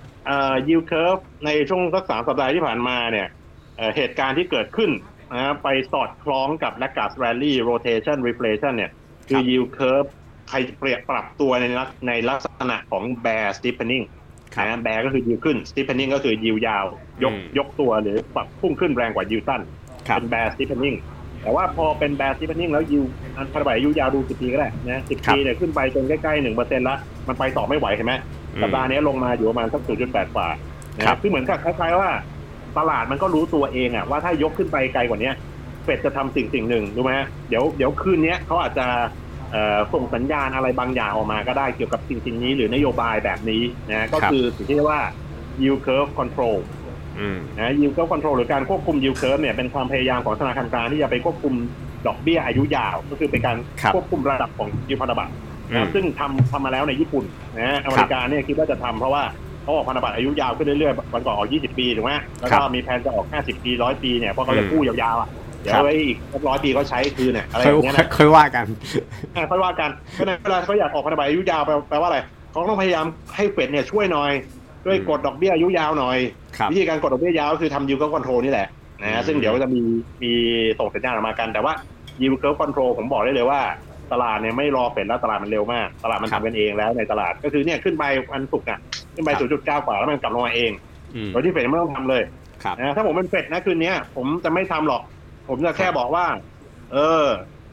Speaker 2: ยิวเคิร์ฟในช่วงสักสามสัปดาห์ที่ผ่านมาเนี่ยเอ่อเหตุการณ์ที่เกิดขึ้นนะไปสอดคล้องกับและกัสแรลลี่โรเทชันรีเฟลชันเนี่ยคือยิวเคิร์ฟใครเปรียบปรับตัวในลักในลักษณะของแบร์สติ p เ n น n ิ g
Speaker 1: ครับ
Speaker 2: นะแบร์ก็คือยิวขึ้นสติ p เ n น n ิ g ก็คือยิวยาว ยก
Speaker 1: อืม
Speaker 2: ยกตัวหรือปรับพุ่งขึ้นแรงกว่ายิวสั้น
Speaker 1: ครับ
Speaker 2: เป็นแบร์สติพเ n นิ n งแต่ว่าพอเป็นแบร์สติพเ n นิ n งแล้วยิวอันพันไหวยูยาวดูสิบปีก็ได้นะสิบ
Speaker 1: ครับ
Speaker 2: ปีเนี่ยขึ้นไปจนใกล้ๆหนึ่งเปอร์เซ็นต์ละมันไปต่อไม่ไหวใช่ไหม
Speaker 1: อืม
Speaker 2: สัปดาห์นี้ลงมาอยู่ประมาณสัก 0.8 กว่านะครับ คือเหมือนกับคล้ายๆว่า ตลาดมันก็รู้ตัวเองอะว่าถ้ายกขึ้นไปไกลกว่าเนี้ยเฟดจะทำสิ่งสิ่งหนึ่งรู้ไหมฮะเดี๋ยวเดี๋ยวคืนเนี้ยเขาอาจจะเอ่อส่งสัญญาณอะไรบางอย่างออกมาก็ได้เกี่ยวกับสิ่งสิ่งนี้หรือนโยบายแบบนี้นะก็คือสิ่งที่เรียกว่า yield curve control
Speaker 1: อืม
Speaker 2: นะ yield curve control หรือการควบคุม yield curve เนี่ยเป็นความพยายามของธนาคารกลางที่จะไปควบคุมดอกเบี้ยอายุยาว ก็คือเป็นการ
Speaker 1: ครับ
Speaker 2: ควบคุมระดับของยิวพันธบัตร
Speaker 1: อืม
Speaker 2: นะซึ่งทำทำมาแล้วในญี่ปุ่นนะฮะอเมริกาเนี่ยคิดว่าจะทำเพราะว่าเขาออกพันธบัตรอายุยาวขึ้นเรื่อยๆวันก่อนออก 20 ปีถูกไหมแล้วก็
Speaker 1: ครับ
Speaker 2: มีแผนจะออก 50 ปี 100 ปีเนี่ยเพราะเขา
Speaker 1: อืม
Speaker 2: จะกู้ยาวๆอ่ะเดี๋ย
Speaker 1: ครับ
Speaker 2: วไว้อีกร้อยปีก็ใช้คืนเนี่ยอะไรอ
Speaker 1: ค่อย
Speaker 2: ย่างเงี้ยนะ
Speaker 1: ค่อยว่ากัน
Speaker 2: อ่ะค่อยว่ากันเพราะฉะนั้นเวลาเขาอยากออกพันธบัตรอายุยาวแปลแปลว่าอะไรเขาต้องพยายามให้เฟดเนี่ยช่วยหน่อยด้วย
Speaker 1: อืม
Speaker 2: กดดอกเบี้ยอายุยาวหน่อย
Speaker 1: ครับ
Speaker 2: วิธีการกดดอกเบี้ยยาวก็คือทำยิวเกิลคอนโทรนี่แหละนะ
Speaker 1: อื
Speaker 2: ฮะ
Speaker 1: ม
Speaker 2: ซึ่งเดี๋ยวจะมีมีส่งสัญญาณออกมากัน แต่ว่ายิวเกิลคอนโทรผมบอกได้เลยว่า ตลาดเนี่ยไม่รอเป็นแล้วตลาดมันเร็วมาก ตลาดมัน
Speaker 1: ครับ
Speaker 2: ทำกันเองแล้วในตลาดก็คือเนี่ยขึ้นไปวันศุกร์อ่ะขึ้นไป
Speaker 1: ครับ
Speaker 2: 0.9กว่าแล้วมันกลับลงมาเอง
Speaker 1: อืม
Speaker 2: โดยที่เฟดไม่ต้องทำเลย
Speaker 1: ครับ
Speaker 2: นะถ้าผมเป็นเฟดนะคืนเนี้ยผมจะไม่ทำหรอก ผมจะแค่บอกว่า เออ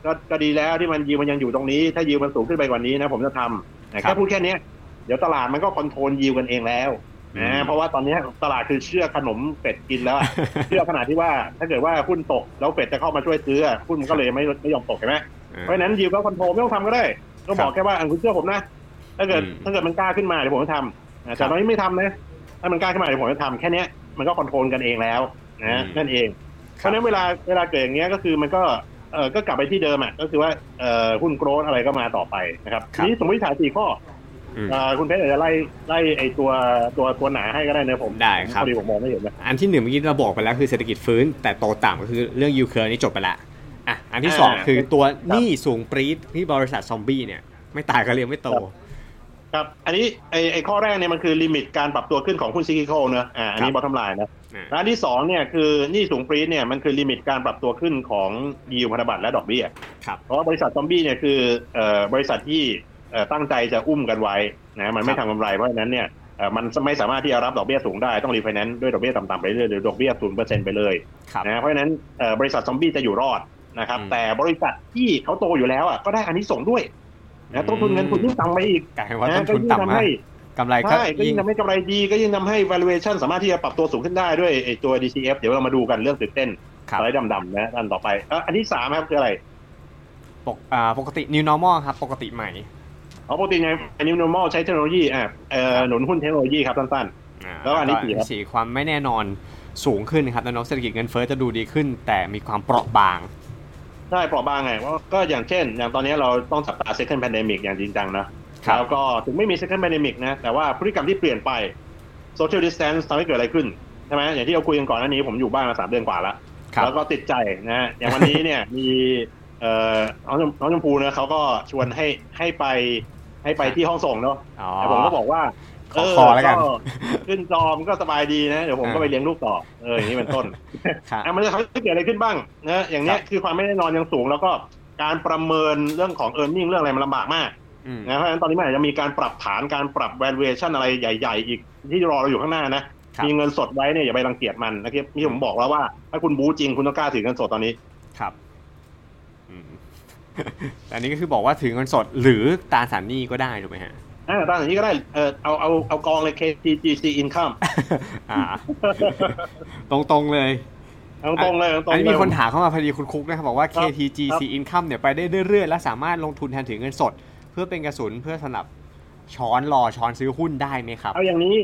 Speaker 2: ก็ก็ดีแล้วที่มันยิวมันยังอยู่ตรงนี้ ถ้ายิวมันสูงขึ้นไปกว่านี้นะผมจะทำนะ
Speaker 1: ครั
Speaker 2: แค่
Speaker 1: บ
Speaker 2: พูดแค่เนี้ยเดี๋ยวตลาดมันก็คอนโทรลยิวกันเองแล้ว นะเพราะว่าตอนนี้ตลาดคือเชื่อขนมเป็ดกินแล้วอะ เชื่อขนาดที่ว่าถ้าเกิดว่าหุ้นตกแล้วเป็ดจะเข้ามาช่วยซื้ออะหุ้นมันก็เลยไม่ไม่ยอมตกใช่ไหม
Speaker 1: อืม
Speaker 2: เพราะฉะนั้นยิวก็คอนโทรลไม่ต้องทำก็ได้ก็บ
Speaker 1: ครั
Speaker 2: อก
Speaker 1: บ
Speaker 2: แค่ว่าอันคุณเชื่อผมนะ ถ้าเกิด
Speaker 1: อืม
Speaker 2: ถ้าเกิดมันกล้าขึ้นมาเดี๋ยวผมจะทำนะ
Speaker 1: ค
Speaker 2: แต่
Speaker 1: รับ
Speaker 2: ตอนนี้ไม่ทำนะถ้ามันกล้าขึ้นมาเดี๋ยวผมจะทำแค่เนี้ยมันก็คอนโทรลกันเองแล้ว
Speaker 1: อื
Speaker 2: นะ
Speaker 1: ม
Speaker 2: นั่นเอง เพราะฉะนั้นเวลาเวลาเกิดอย่างเงี้ยก็คือมันก็เออก็กลับไปที่เดิมอ่ะก็คือว่าเออหุ้นโกรนอะไรก็มาต่อไปนะครับ
Speaker 1: ค
Speaker 2: ที
Speaker 1: รับ
Speaker 2: นี้สมมติฐานสี่ข้อ
Speaker 1: อืม
Speaker 2: อ่าคุณเพชรอาจจะไล่ไล่ไอตัวตัวตัวหนาให้ก็ได้นะผม
Speaker 1: ได้ครับ
Speaker 2: พอดีผมมองไม่เห็นนะ
Speaker 1: อันที่หนึ่งเมื่อกี้เราบอกไปแล้วคือเศรษฐกิจฟื้น แต่โตต่ำก็คือเรื่องยูเครนนี่จบไปละอ่ะอันที่สอง
Speaker 2: อ่า
Speaker 1: คือตัวหนี้สูงปรี๊ดที่บริษัทซอมบี้เนี่ย ไม่ตายก็เรียกไม่โต
Speaker 2: ครับ อันนี้ไอไอข้อแรกเนี่ยมันคือลิมิตการปรับตัวขึ้นของหุ้นซิกิโคเนอะอ่าอันนี้
Speaker 1: ครับ
Speaker 2: บอททำลายนะ
Speaker 1: อ่า
Speaker 2: ร้านที่สองเนี่ยคือหนี่สูงปรีดเนี่ยมันคือลิมิตการปรับตัวขึ้นของยิวพันธบัตรและดอกเบี้ย
Speaker 1: ครับ
Speaker 2: เพราะว่าบริษัทซอมบี้เนี่ยคือเอ่อบริษัทที่เอ่อตั้งใจจะอุ้มกันไว้นะมันไม่
Speaker 1: ครับ
Speaker 2: ทำกำไรเพราะฉะนั้นเนี่ยเอ่อมันไม่สามารถที่จะรับดอกเบี้ยสูงได้ต้องรีไฟแนนซ์ด้วยดอกเบี้ยต่ำๆไปเรื่อยหรือดอกเบี้ยศูนย์เปอร์เซ็นต์ไปเลย
Speaker 1: ครับ
Speaker 2: นะเพราะฉะนั้นเอ่อบริษัทซอมบี้จะอยู่รอดนะครับ
Speaker 1: อืม
Speaker 2: แต่บริษัทที่เขาโตอยู่แล้วอ่ะก็ได้อันนี้ส่งส์ด้วยนะต้นทุนเงินทุนยิ่งต่ำไปอีก
Speaker 1: กลายเป็นว่า
Speaker 2: นะ
Speaker 1: ต้นทุน
Speaker 2: ก็ยิ่ง
Speaker 1: ต่ำมา
Speaker 2: ให้
Speaker 1: กกำไรก็
Speaker 2: ใช่ก็
Speaker 1: ยิ่
Speaker 2: ยิ่
Speaker 1: ง
Speaker 2: งทำให้กำไรดีก็ยิ่งทำให้ valuation สามารถที่จะปรับตัวสูงขึ้นได้ด้วยไอ้ตัว DCF เดี๋ยวเรามาดูกันเรื่องตื่นเต้น
Speaker 1: ครับ
Speaker 2: อะไรดำๆนะอันต่อไปเอ่ออันที่สามครับคืออะไร
Speaker 1: ปกอ่าปกติ new normal ครับ ปกติใหม่
Speaker 2: เอาปกติไง new normal ใช้เทคโนโลยีอ่ะเอ่อหนุนหุ้นเทคโนโลยีครับสั้น
Speaker 1: า
Speaker 2: แล้วอันที่สี่ครับ
Speaker 1: สี่ความไม่แน่นอนสูงขึ้นนะครับแนวโน้มเศรษฐกิจเงินเฟ้อจะดูดีขึ้น แต่มีความเปราะบาง
Speaker 2: ๆใช่เปราะบางไงว่าก็อย่างเช่น อย่างตอนนี้เราต้องจับตา second pandemic อย่างจริงจังนะครับ แล้วก็ถึงไม่มี second pandemic นะแต่ว่าพฤติกรรมที่เปลี่ยนไป social distance ทำให้เกิดอะไรขึ้นใช่ไหมอย่างที่เราคุยกันก่อนหน้านี้ผมอยู่บ้านมาสามเดือนกว่าละ
Speaker 1: ครับ
Speaker 2: แล้วก็ติดใจนะฮะอย่างวันนี้เนี่ย มีเอ่อน้องชมน้องชมพูนะเขาก็ชวนให้ให้ไปให้ไปที่ห้องส่งเนาะ
Speaker 1: อ๋อ
Speaker 2: แต่ผมก็บอกว่า
Speaker 1: ขอคอแล้วกัน
Speaker 2: ขึ้นจอมนก็สบายดีนะ เดี๋ยวผมก็
Speaker 1: อ่า
Speaker 2: ไปเลี้ยงลูกต่อเอออย่างนี้เป็นต้น
Speaker 1: ครับ
Speaker 2: อ่ะมันจะทำให้เกิดอะไรขึ้นบ้างนะอย่างเนี้ย
Speaker 1: ครับ
Speaker 2: คือความไม่แน่นอนยังสูง แล้วก็การประเมินเรื่องของ e a r n i n g เรื่องอะไรมันลำบากมาก
Speaker 1: อืม
Speaker 2: นะเพราะฉะนั้นตอนนี้มันอาจจะมีการปรับฐานการปรับ valuation อะไรใหญ่ ๆ อีกที่รอเราอยู่ข้างหน้านะ
Speaker 1: ครับ
Speaker 2: มีเงินสดไว้เนี่ยอย่าไปรังเกียจมันนะครับนี่ผมบอกแล้วว่าถ้าคุณบู๊จริงคุณต้องกล้าถือเงินสดตอนนี้
Speaker 1: ครับอืม แต่อันนี้ก็คือบอกว่าถือเงินสดหรือตราสารหนี้ก็ได้ถูกไหมฮะ
Speaker 2: อ่าตามอย่างนี้ก็ได้ เออเอา เอา เอากองเลย KTGC Income
Speaker 1: อ่า ตรงๆเลย
Speaker 2: เอาตรงเลยเอาตรง
Speaker 1: อันนี้
Speaker 2: เลย
Speaker 1: มีคนถามเข้ามาพอดีคุณคุกนะครับบอกว่า
Speaker 2: ครับ
Speaker 1: KTGC Income เนี่ยไปได้เรื่อยๆ และสามารถลงทุนแทนถือเงินสด เพื่อเป็นกระสุนเพื่อสนับช้อนรอช้อนซื้อหุ้นได้ไหมครับ
Speaker 2: เอาอย่างนี้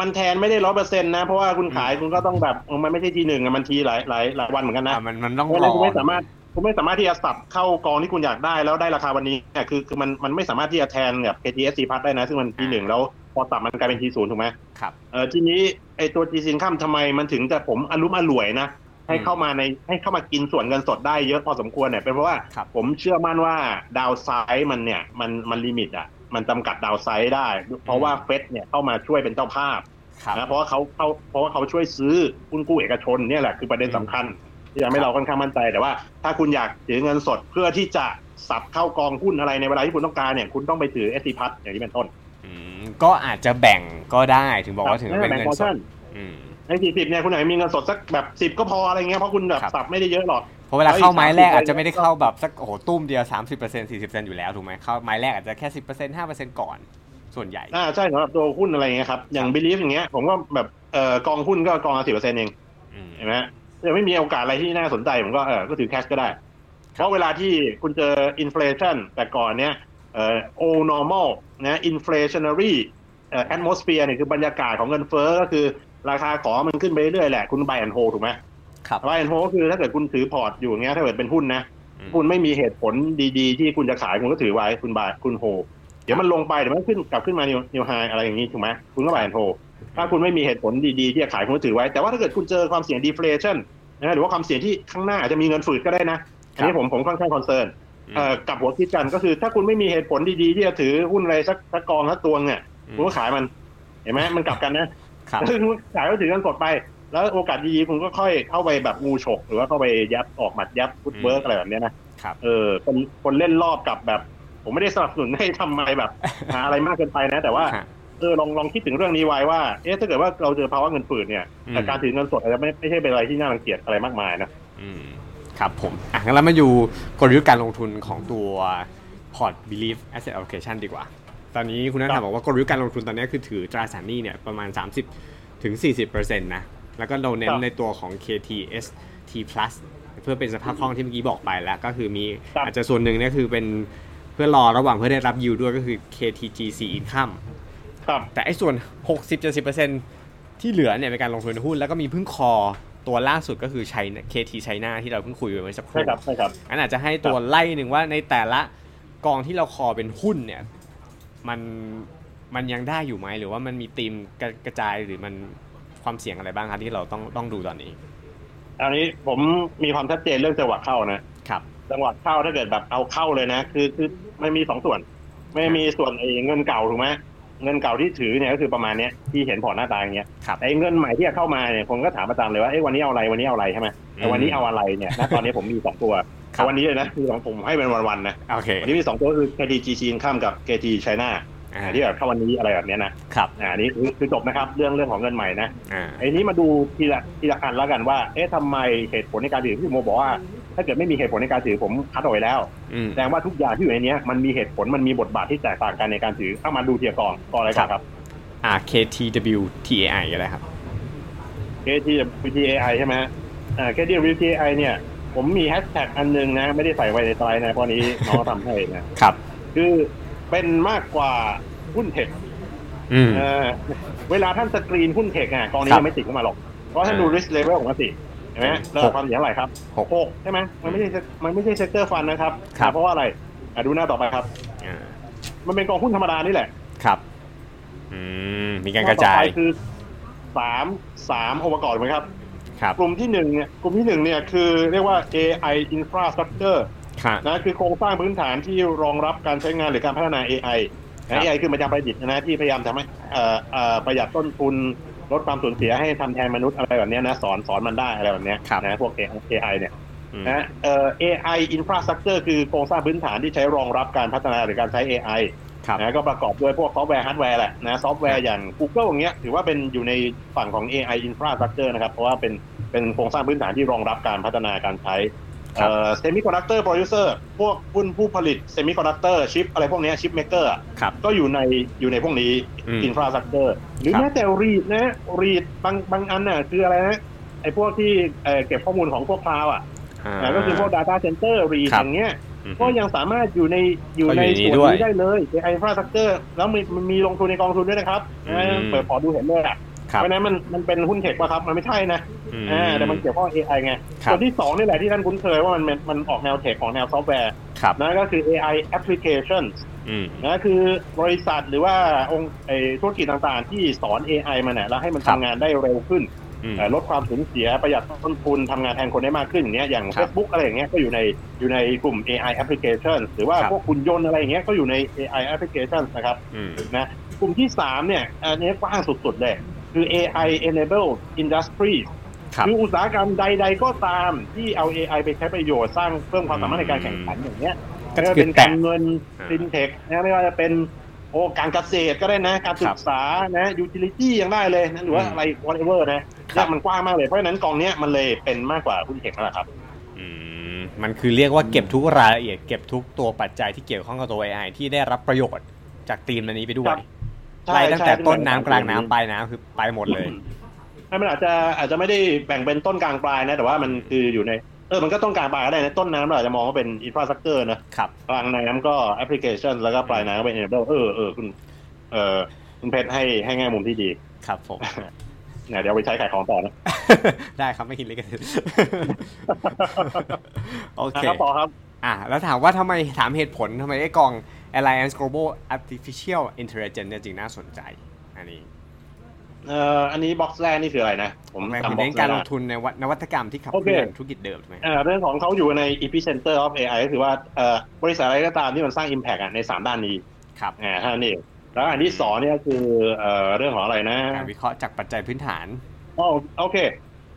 Speaker 2: มันแทนไม่ได้ร้อยเปอร์เซ็นต์นะ เพราะว่าคุณขายคุณก็ต้องแบบเออมันไม่ใช่ทีหนึ่งอะมันทีหลายหลายหลายวันเหมือนกันนะ
Speaker 1: อ่ะมันมันต้อง
Speaker 2: เพราะฉะ
Speaker 1: ร
Speaker 2: นั้
Speaker 1: อน
Speaker 2: คุณไม่สามารถคุณไม่สามารถที่จะสับเข้ากองที่คุณอยากได้แล้วได้ราคาวันนี้เนี่ยคือคือมันมันไม่สามารถที่จะแทนกับ KTSC พัดได้นะ ซึ่งมันทีหนึ่งแล้วพอสับมันกลายเป็นทีศูนย์ถูกไหม
Speaker 1: ครับ
Speaker 2: เออทีนี้ไอตัวจีซินข้ามทำไมมันถึงจะผมอารมอร่วยนะ ให้
Speaker 1: อืม
Speaker 2: เข้ามาในให้เข้ามากินส่วนเงินสดได้เยอะพอสมควรเนี่ยเป็นเพราะว่า
Speaker 1: ครับ
Speaker 2: ผมเชื่อมั่นว่าดาวไซด์มันเนี่ยมันมันลิมิตอ่ะมันจำกัดดาวไซด์ได้ เพราะว่าเฟดเนี่ยเข้ามาช่วยเป็นเจ้าภาพ
Speaker 1: ครับ
Speaker 2: นะเพราะว่าเขาเขาเพราะว่าเขาช่วยซื้อหุ้นกู้เอกชนเนี่ยแหละคือประเด็นสำคัญ ที่ทำให้เราค่อนข้างมั่นใจแต่ว่า ถ้าคุณอยากถือเงินสดเพื่อที่จะสับเข้ากองหุ้นอะไรในเวลาที่คุณต้องการเนี่ยคุณต้องไปถือเอสซีพัทอย่างนี้เป็นต้น
Speaker 1: อืมก็อาจจะแบ่งก็ได้ถึงบอกว่าถึงเป็น
Speaker 2: แบ่ง
Speaker 1: เงิน
Speaker 2: พอ
Speaker 1: ส
Speaker 2: ชั่
Speaker 1: ด
Speaker 2: น
Speaker 1: อืม
Speaker 2: ในสี่สิบเนี่ยคุณอาจจะมีเงินสดสักแบบสิบ10 ก็พออะไรเงี้ยเพราะคุณแบบ
Speaker 1: ครับ
Speaker 2: สับไม่ได้เยอะหรอก
Speaker 1: เพราะเวลาเข้าไม้แรก
Speaker 2: เอ้ย
Speaker 1: อาจจะไม่ได้เข้าแบบสักโอ้โหตุ้มเดียว 30% 40%อยู่แล้วถูกไหมเข้าไม้แรกอาจจะแค่ 10% 5%ก่อน ส่วนใหญ่
Speaker 2: อ่าใช่สำหรับตัวหุ้นอะไรเงี้ยครับอย่างบิลีฟอย่างเงี้ยผมก็แบบเอ่อกองหุ้นก็กองละสิบเปอร์เซ็นต์เอง
Speaker 1: อืม
Speaker 2: เห็นไหมยังไม่มีโอกาสอะไรที่น่าสนใจผมก็เออก็ถือแคชก็ได้ เพราะเวลาที่คุณเจออินฟล t ชันแต่ก่อนเนี้ยเอ่อ old normal นะอินฟล t i o n a r y เอ่อ atmosphere เนี่ยคือบรรยากาศของเงินเฟ้อก็คือราคาของมันขึ้นไปเรื่อยๆแหละคุณ buy and hold ถูกไหม
Speaker 1: ครับ
Speaker 2: buy and hold ก็คือถ้าเกิดคุณถือพอร์ตอยู่อย่างเงี้ยถ้าเกิดเป็นหุ้นนะ
Speaker 1: อืม
Speaker 2: คุณไม่มีเหตุผลดีๆ ที่คุณจะขายคุณก็ถือไว้คุณบายคุณโฮเดี๋ยวมันลงไปเดี๋ยวมันขึ้นกลับขึ้นมานิวไฮอะไรอย่างนี้ถูกไหมคุณก็บายโฮถ้าคุณไม่มีเหตุผลดีๆ ที่จะขายคุณก็ถือไว้ แต่ว่าถ้าเกิดคุณเจอความเสี่ยงดีเฟลชันนะหรือว่าความเสี่ยงที่ข้างหน้าอาจจะมีเงินฝืดก็ได้นะอันนี้ผมผมค่อนข้างคอนเซิร์นเอ่อกับหัวคิดกันก็คือ ถ้าคุณไม่มีเหตุผลดีๆ ที่จะถือหุ้นอะไรสักสักกองสักตัวเนี่ยคุณก็ขายมันเห็นไหมมันกลับกันนะ
Speaker 1: ครับ
Speaker 2: คุณขายก็ถือเงินสดไป แล้วโอกาสดีๆคุณก็ค่อยเข้าไปแบบงูฉก หรือว่าเข้าไปยับออกหมัดยับฟุตเวิร์กอะไรแบบเนี้ยนะครับ เออคนคนเล่นรอบกับแบบ ผมไม่ได้สนับสนุนให้ทำอะไรแบบ หาอะไรมากเกินไปนะ แต่ว่า
Speaker 1: ฮะ
Speaker 2: เออลองลองคิดถึงเรื่องนี้ไว้ว่าเอ๊ะถ้าเกิดว่าเราเจอภาวะเงินฝืดเนี่ย
Speaker 1: อืม
Speaker 2: แต่การถือเงินสดอาจจะไม่ไม่ใช่เป็นอะไรที่น่ารังเกียจอะไรมากมายนะ
Speaker 1: อืมครับผม อ่ะงั้นเรามาอยู่กลยุทธ์การลงทุนของตัวพอร์ต Belief Asset Allocation ดีกว่า ตอนนี้คุณนัท
Speaker 2: ครั
Speaker 1: ถาม
Speaker 2: บ
Speaker 1: บอกว่ากลยุทธ์การลงทุนตอนนี้คือถือตราสารหนี้เนี่ยประมาณ 30ถึง40%นะ แล้วก็เราเน้นในตัวของ KTS T plus เพื่อเป็นสภาพคล่องที่เมื่อกี้บอกไปแล้ว ก็คือมี
Speaker 2: ครับ
Speaker 1: อาจจะส่วนหนึ่งเนี่ยคือเป็นเพื่อรอระหว่างเพื่อได้รับยิวด้วยก็คือ KTGC Income
Speaker 2: ครับ
Speaker 1: แต่ไอ้ส่วน 60-70%ที่เหลือเนี่ยเป็นการลงทุนในหุ้น แล้วก็มีเพิ่งคอตัวล่าสุดก็คือไชน่า KT ไชน่าที่เราเพิ่งคุยไปเมื่อสักครู่
Speaker 2: ใช่ครับใช่ครับ
Speaker 1: อันอาจจะให้ตัวไล่หนึ่งว่าในแต่ละกองที่เราคอเป็นหุ้นเนี่ยมันมันยังได้อยู่ไหมหรือว่ามันมีธีมกระกระจายหรือมันความเสี่ยงอะไรบ้างครับที่เราต้องต้องดูตอนนี้
Speaker 2: อันนี้ผมมีความชัดเจนเรื่องจังหวะเข้านะ
Speaker 1: ครับ
Speaker 2: จังหวัดเข้าถ้าเกิดแบบเอาเข้าเลยนะ คือคือมันมีสองส่วน ไม่มีส่วนไอ้เงินเก่าถูกไหม เงินเก่าที่ถือเนี่ยก็คือประมาณเนี้ยที่เห็นพอร์ตหน้าตาอย่างเงี้ย
Speaker 1: ครับ
Speaker 2: ไอ้เงินใหม่ที่จะเข้ามาเนี่ยผมก็ถามอาจารย์เลยว่าเอ้ยวันนี้เอาอะไรวันนี้เอาอะไรใช่ไหมแต่วันนี้เอาอะไรเนี่ยณตอนนี้ผมมีสองตัว
Speaker 1: ครับ
Speaker 2: วันนี้เลยนะคือของผมให้เป็นวันๆนะ
Speaker 1: โอเค
Speaker 2: วันนี้มีสองตัวคือ KTG จีนข้ามกับ KT ไชน่า
Speaker 1: อ่า
Speaker 2: ที่แบบเข้าวันนี้อะไรแบบเนี้ยนะครับอ่าอันนี้คือคือจบนะครับเรื่องเรื่องของเงินใหม่นะ
Speaker 1: อ่า
Speaker 2: ไอ้นี้มาดูทีละทีละอันแล้วกันว่า เอ๊ะทำไมเหตุผลในการถือพี่โมบอกว่า ถ้าเกิดไม่มีเหตุผลในการถือผมคัดเอาไว้แล้ว
Speaker 1: อืม
Speaker 2: แสดงว่าทุกอย่างที่อยู่ในเนี้ยมันมีเหตุผลมันมีบทบาทที่แตกต่างกันในการถือเอามาดูเทียร์กองกองอะไรกันครับ
Speaker 1: อ่า KTWTAI อะไรครับ
Speaker 2: KT VTAI ใช่ไหมฮะอ่า KT VTAI เนี่ย ผมมีแฮชแท็กอันหนึงนะ ไม่ได้ใส่ไว้ในสไลด์นะเพราะนี้น้องทำให้นะครับ คือเป็นมากกว่าหุ้นเทค
Speaker 1: อืม
Speaker 2: เออเวลาท่านสกรีนหุ้นเทคอ่ะกองนี้
Speaker 1: ครับ
Speaker 2: ยังไม่ติดเข้ามาหรอกเพราะท่านดู risk level ของมันติเห็นไหมฮะแล้วความเสี่ยงอะไรครับ
Speaker 1: หก
Speaker 2: หกใช่ไหมมันไม่ใช่ sec- มันไม่ใช่เซกเตอร์ฟันนะครับ
Speaker 1: ครับ
Speaker 2: เพราะว่าอะไรอ่ะดูหน้าต่อไปครับ
Speaker 1: อ่า
Speaker 2: มันเป็นกองหุ้นธรรมดานี่แหละ
Speaker 1: ครับอืมมีการกระจาย
Speaker 2: ต่อไปคือสามสามองค์ประกอบถูกไหมครับ
Speaker 1: ครับ
Speaker 2: กลุ่มที่หนึ่งเนี่ยกลุ่มที่หนึ่งเนี่ยคือเรียกว่า AI infrastructure
Speaker 1: ครับ
Speaker 2: นะคือโครงสร้างพื้นฐานที่รองรับการใช้งานหรือการพัฒนา AI นะ AI คือมันจะประดิษฐ์นะที่พยายามทำให้เอ่อเอ่อประหยัดต้นทุนลดความสูญเสียให้ทำแทนมนุษย์อะไรแบบเนี้ยนะสอนสอนมันได้อะไรแบบเนี้ยนะพวก AI เนี่ย
Speaker 1: อืม
Speaker 2: นะเอ่อ AI infrastructure คือโครงสร้างพื้นฐานที่ใช้รองรับการพัฒนาหรือการใช้ AI
Speaker 1: ครับ
Speaker 2: นะก็ประกอบด้วยพวกซอฟต์แวร์ฮาร์ดแวร์แหละนะซอฟต์แวร์อย่าง Google อย่างเงี้ยถือว่าเป็นอยู่ในฝั่งของ AI infrastructure นะครับ เพราะว่าเป็นเป็นโครงสร้างพื้นฐานที่รองรับการพัฒนาการใช้เอ่อ semiconductor producer พวกหุ้นผู้ผลิต semiconductor ชิปอะไรพวกเนี้ยชิปเมกเกอร์
Speaker 1: ครับ
Speaker 2: ก็อยู่ในอยู่ในพวกนี้
Speaker 1: อืม
Speaker 2: อินฟราสตรักเจอร์หรือ
Speaker 1: ครับ
Speaker 2: แม้แต่รีดนะรีดบางบางอันน่ะคืออะไรนะไอ้พวกที่เอ่อเก็บข้อมูลของพวกคลาวอ่ะ
Speaker 1: อ่า
Speaker 2: นะก็คือพวก Data Center รี
Speaker 1: ครับ
Speaker 2: อย่างเงี้ย
Speaker 1: อืม
Speaker 2: ก็ยังสามารถอยู่ในอยู่ใน
Speaker 1: ก็อยู่ในนี้
Speaker 2: ส่ว
Speaker 1: ด้ว
Speaker 2: น
Speaker 1: ย
Speaker 2: นี้ได้เลย AI Infrastructure แล้วมีมันมีลงทุนในกองทุนด้วยนะครับ
Speaker 1: อืม
Speaker 2: นะเปิดพอร์ตดูเห็นเลยอะ
Speaker 1: ครับ
Speaker 2: เพราะฉะนั้นมันมันเป็นหุ้นเทคป่ะครับ มันไม่ใช่นะ
Speaker 1: อืม
Speaker 2: อ่าแต่มันเกี่ยวข้อง AI ไง
Speaker 1: ครับ
Speaker 2: ส่วนที่สองนี่แหละที่ท่านคุ้นเคยว่ามันมันมันออกแนวเทคของแนวซอฟต์แวร์
Speaker 1: ครับ
Speaker 2: นะก็คือ AI application
Speaker 1: อืม
Speaker 2: นะคือบริษัทหรือว่าองค์ไอ้ธุรกิจต่างๆ ที่สอน AI มาเนี่ยแล้วให้มัน
Speaker 1: ครับ
Speaker 2: ทำงานได้เร็วขึ้น
Speaker 1: อืม
Speaker 2: เอ่อลดความสูญเสียประหยัดต้นทุนทำงานแทนคนได้มากขึ้นอย่างเงี้ยอย่าง
Speaker 1: ครับ
Speaker 2: Facebook อะไรอย่างเงี้ยก็อยู่ในอยู่ในกลุ่ม AI application หรือว่า
Speaker 1: ครับ
Speaker 2: พวกหุ่นยนต์อะไรอย่างเงี้ยก็อยู่ใน AI application นะครับ
Speaker 1: อืม
Speaker 2: นะกลุ่มที่ 3 เนี่ยอันนี้กว้างสุดๆเลยคือ AI enable industry
Speaker 1: ครับ
Speaker 2: คืออุตสาหกรรมใดๆก็ตามที่เอา AI ไปใช้ประโยชน์สร้างเพิ่มความสามารถในการแข่งขันอย่างเงี้ย
Speaker 1: ก็
Speaker 2: ไม่ว่า
Speaker 1: คือ
Speaker 2: เป็น
Speaker 1: แตะ
Speaker 2: การเงิน
Speaker 1: อ่า
Speaker 2: ฟินเทคนะไม่ว่าจะเป็นโอ้การเกษตรก็ได้นะ การศึ
Speaker 1: ครั
Speaker 2: ก
Speaker 1: บ
Speaker 2: ษานะยูทิลิตี้ยังได้เลยนะหรือว่า
Speaker 1: อืม
Speaker 2: อะไร whatever นะ
Speaker 1: ครั
Speaker 2: เนี่
Speaker 1: บ
Speaker 2: ยมันกว้างมากเลยเพราะฉะนั้นกองเนี้ยมันเลยเป็นมากกว่าหุ้นเทคนั่นแหละครับ
Speaker 1: อืมมันคือเรียกว่าเก็บทุกรายละเอียดเก็บทุกตัวปัจจัยที่เกี่ยวข้องกับตัว AI ที่ได้รับประโยชน์จากธีมอันนี้ไปด้วย
Speaker 2: ใช่
Speaker 1: ไล่ตั้งแต่
Speaker 2: ใช่
Speaker 1: ต้นน้ำกลางน้ำปลายน้ำคือไปหมดเลย
Speaker 2: ใช่มันอาจจะอาจจะไม่ได้แบ่งเป็นต้นกลางปลายนะแต่ว่ามันคืออยู่ในเออมันก็ต้นกลางปลายก็ได้นะต้นน้ำเราอาจจะมองว่าเป็นอินฟราสตรักเจอร์นะ
Speaker 1: ครับ
Speaker 2: กลางน้ำก็แอปพลิเคชันแล้วก็ปลายน้ำก็เป็น enable เออเออคุณเออคุณเพชรให้ให้แง่มุมที่ดี
Speaker 1: ครับ ผม
Speaker 2: เนี่ยเดี๋ยวเอาไปใช้ขายของต่อนะ
Speaker 1: ได้ครับไม่คิดเลยกัน โอเค
Speaker 2: ครับต่อครับ
Speaker 1: อ่ะแล้วถามว่าทำไมถามเหตุผลทำไมไอ้กอง Alliance Global Artificial Intelligence เนี่ยจึงน่าสนใจ อันนี้
Speaker 2: เอ่ออันนี้บ็อกซ์แรกนี่คืออะไรนะ ผม
Speaker 1: หมายถึง
Speaker 2: จำบ็อก
Speaker 1: เน้น
Speaker 2: ซ์แร
Speaker 1: การ
Speaker 2: ก
Speaker 1: ลงทุนในวัฒนวัตกรรมที่ขับ
Speaker 2: โอ
Speaker 1: เค
Speaker 2: เค
Speaker 1: ลื่อนธุรกิจเดิมใช่ไหม
Speaker 2: เอ่อเรื่องของเขาอยู่ใน epicenter of AI ก็คือว่าเอ่อบริษัทอะไรก็ตามที่มันสร้าง impact อ่ะใน 3 ด้านนี้
Speaker 1: ครับ
Speaker 2: อ่าท่านี่แล้วอันที่สองเนี่ยก็คือเอ่อเรื่องของอะไรนะ
Speaker 1: การวิเคราะห์จากปัจจัยพื้นฐาน
Speaker 2: อ๋อโอเค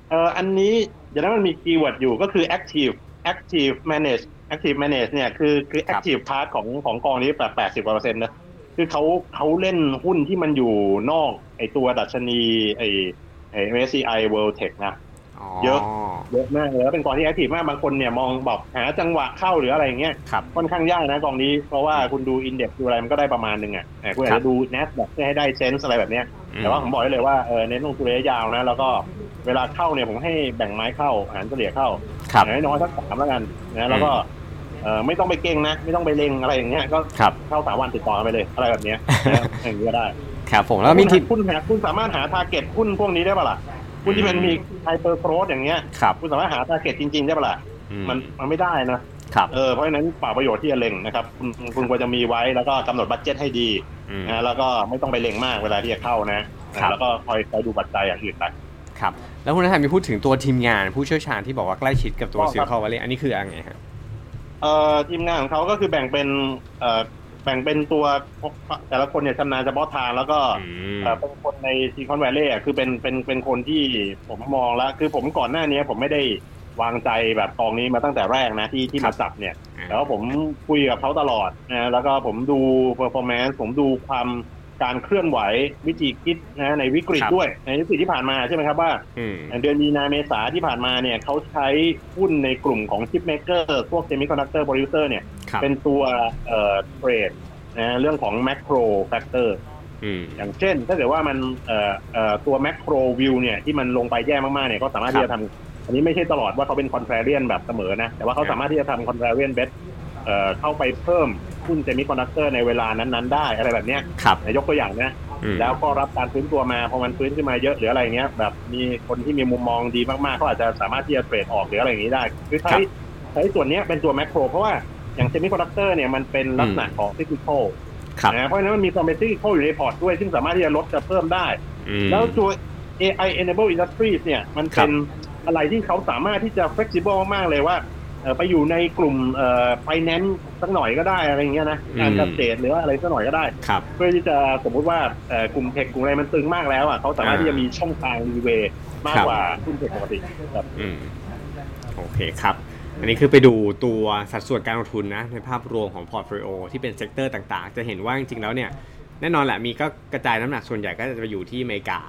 Speaker 2: เอ่ออันนี้เดี๋ยวนั้นมันมีคีย์เวิร์ดอยู่ก็คือ active active manage active manage เนี่ยคือคือ active part ของของกองนี้แบบแปดสิบกว่าเปอร์เซ็นต์นะคือเขาเขาเล่นหุ้นที่มันอยู่นอกไอตัวดัชนีไอไอ MSCI World Tech นะ เยอะ เยอะมากเลยแล้วเป็นกองที่แอคทีฟมากบางคนเนี่ยมองบอกหาจังหวะเข้าหรืออะไรอย่างเงี้ย
Speaker 1: ครับ
Speaker 2: ค่อนข้างยากนะกองนี้เพราะว่าคุณดูอินเด็กซ์ดูอะไรมันก็ได้ประมาณหนึงอ่ะแต่คุณอาจ
Speaker 1: ครับ
Speaker 2: จะดู n นสแบบเพื่อให้ได้เซนส์อะไรแบบเนี้ยแต่ว่าผม
Speaker 1: อืม
Speaker 2: บอกได้เลยว่าเออเน้นลงทุนระยะยาวนะ แล้วก็เวลาเข้าเนี่ยผมให้แบ่งไม้เข้าหารเฉลี่ยเข้า
Speaker 1: ครับ
Speaker 2: อย่างน้อยๆสักสามแล้วกันนะแล้วก็เออไม่ต้องไปเก่งนะ ไม่ต้องไปเล็งอะไรอย่างเงี้ยก็
Speaker 1: ครับ
Speaker 2: เข้าสามวันติดต่อกันไปเลยอะไรแบบเนี้ย นะอย่างนี้ก็ได้
Speaker 1: ครับผมแล้วมีทีม
Speaker 2: คุณหาคุณสามารถหาทาร์เก็ตหุ้นพวกนี้ได้ปะล่ะหุ้นที่มันมีไฮเปอร์โกรธอย่างเงี้ย
Speaker 1: ครับ
Speaker 2: คุณสามารถหา t า r g เก็ตจริง ๆ ได้ปะล่ะ
Speaker 1: อื
Speaker 2: มันมันไม่ได้นะ
Speaker 1: ครับ
Speaker 2: เออ เพราะฉะนั้นเปล่าประโยชน์ที่จะเล็งนะครับ คุณคุณควรจะมีไว้แล้วก็กำหนดบัตเจ็ตให้ดี
Speaker 1: อืม
Speaker 2: นะแล้วก็ไม่ต้องไปเล็งมากเวลาที่จะเข้านะครับ แล้วก็คอยคอยดูปัจจัยอย่างอื่นไป
Speaker 1: ครับ แล้วคุณนัทมีพูดถึงตัวทีมงานผู้เชี่ยวชาญที่บอกว่าใกล้ชิดกับตัว
Speaker 2: อ๋อ
Speaker 1: ซิ
Speaker 2: ครั
Speaker 1: ล
Speaker 2: บ
Speaker 1: คอวัลเลอันนี้คืออะไรครับ
Speaker 2: เอ่อทีมงานของเขาก็คือแบ่งเป็นเอ่อแ บ่งเป็นตัวแต่ละคนเนี่ยชำนาญเฉพาะทางแล้วก็
Speaker 1: อืม
Speaker 2: เอ่อเป็นคนในซีคอนแวลลี่อ่ะคือเป็นเป็นเป็นคนที่ผมมองแล้วคือผมก่อนหน้านี้ผมไม่ได้วางใจแบบกองนี้มาตั้งแต่แรกนะที่ที่มาจับเนี่ย
Speaker 1: า
Speaker 2: แล้วผมคุยกับเขาตลอดนะแล้วก็ผมดูเ e อร์ฟอร์แมนซ์ผมดูความการเคลื่อนไหววิธีคิดนะในวิกฤต
Speaker 1: ครับ
Speaker 2: ด้วย ในวิกฤตที่ผ่านมาใช่ไหมครับว่า
Speaker 1: อืม
Speaker 2: เดือนมีนาเมษาที่ผ่านมาเนี่ยเขาใช้หุ้นในกลุ่มของชิปเมเกอร์พวกเซมิคอนดักเตอร์โปรดิวเซอร์เนี่ย
Speaker 1: ครับ
Speaker 2: เป็นตัวเอ่อเทรดนะเรื่องของแมกโ o รแฟกเตอร์
Speaker 1: อืม
Speaker 2: อย่างเช่น ถ้าเกิดว่ามันเอ่อเอ่อตัวแมกโ o รวิวเนี่ยที่มันลงไปแย่มากๆเนี่ยก็สามารถ
Speaker 1: ครับ
Speaker 2: ที่จะทำอันนี้ไม่ใช่ตลอดว่าเขาเป็นคอน t ทรเรียนแบบเสมอนะ แต่ว่าเขา
Speaker 1: ครับ
Speaker 2: สามารถที่จะทำคอน t ทรเรียนเบสเข้าไปเพิ่มหุ้นเซมิคอนดักเตอร์ในเวลานั้นๆได้อะไรแบบเนี้ย
Speaker 1: ครับ
Speaker 2: นะยกตัวอย่างนะ
Speaker 1: อืม
Speaker 2: แล้วก็รับการฟื้นตัวมาพอมันฟื้นขึ้นมาเยอะหรืออะไรเงี้ยแบบมีคนที่มีมุมมองดีมากๆเขาอาจจะสามารถที่จะเทรดออกหรืออะไรอย่างนี้ได้คือใช้ใช้ส่วนเนี้ยเป็นตัวแมกโครเพราะว่าอย่างเซมิคอนดักเตอร์เนี่ยมันเป็นลักษณะของซิคลิคอล
Speaker 1: ครับ
Speaker 2: นะเพราะฉะนั้นมันมีความเป็นซิคลิคอลอยู่ในพอร์ตด้วย ซึ่งสามารถที่จะลดจะเพิ่มได้
Speaker 1: อืม
Speaker 2: แล้วตัว AI enable industries เนี่ยมันเป็นอะไรที่เขาสามารถที่จะ flexible มากๆเลยว่าเอ่อไปอยู่ในกลุ่มเอ่อ finance สักหน่อยก็ได้อะไรอย่างเงี้ยนะการ
Speaker 1: อืม
Speaker 2: เกษตรหรือว่าอะไรสักหน่อยก็ได้
Speaker 1: ครับ
Speaker 2: เพื่อที่จะสมมุติว่าเอ่อกลุ่มเทคกลุ่มอะไรมันตึงมากแล้วอ่ะเขาสามารถที่จะมีช่องทางรีเวย์มากกว่าหุ้นเทคปกติครับ
Speaker 1: อืมโอเคครับ อันนี้คือไปดูตัวสัดส่วนการลงทุนนะในภาพรวมของพอร์ตโฟลิโอที่เป็นเซกเตอร์ต่างๆ จะเห็นว่าจริงๆแล้วเนี่ยแน่นอนแหละมีก็กระจายน้ำหนักส่วนใหญ่ก็จะไปอยู่ที่อเมริกา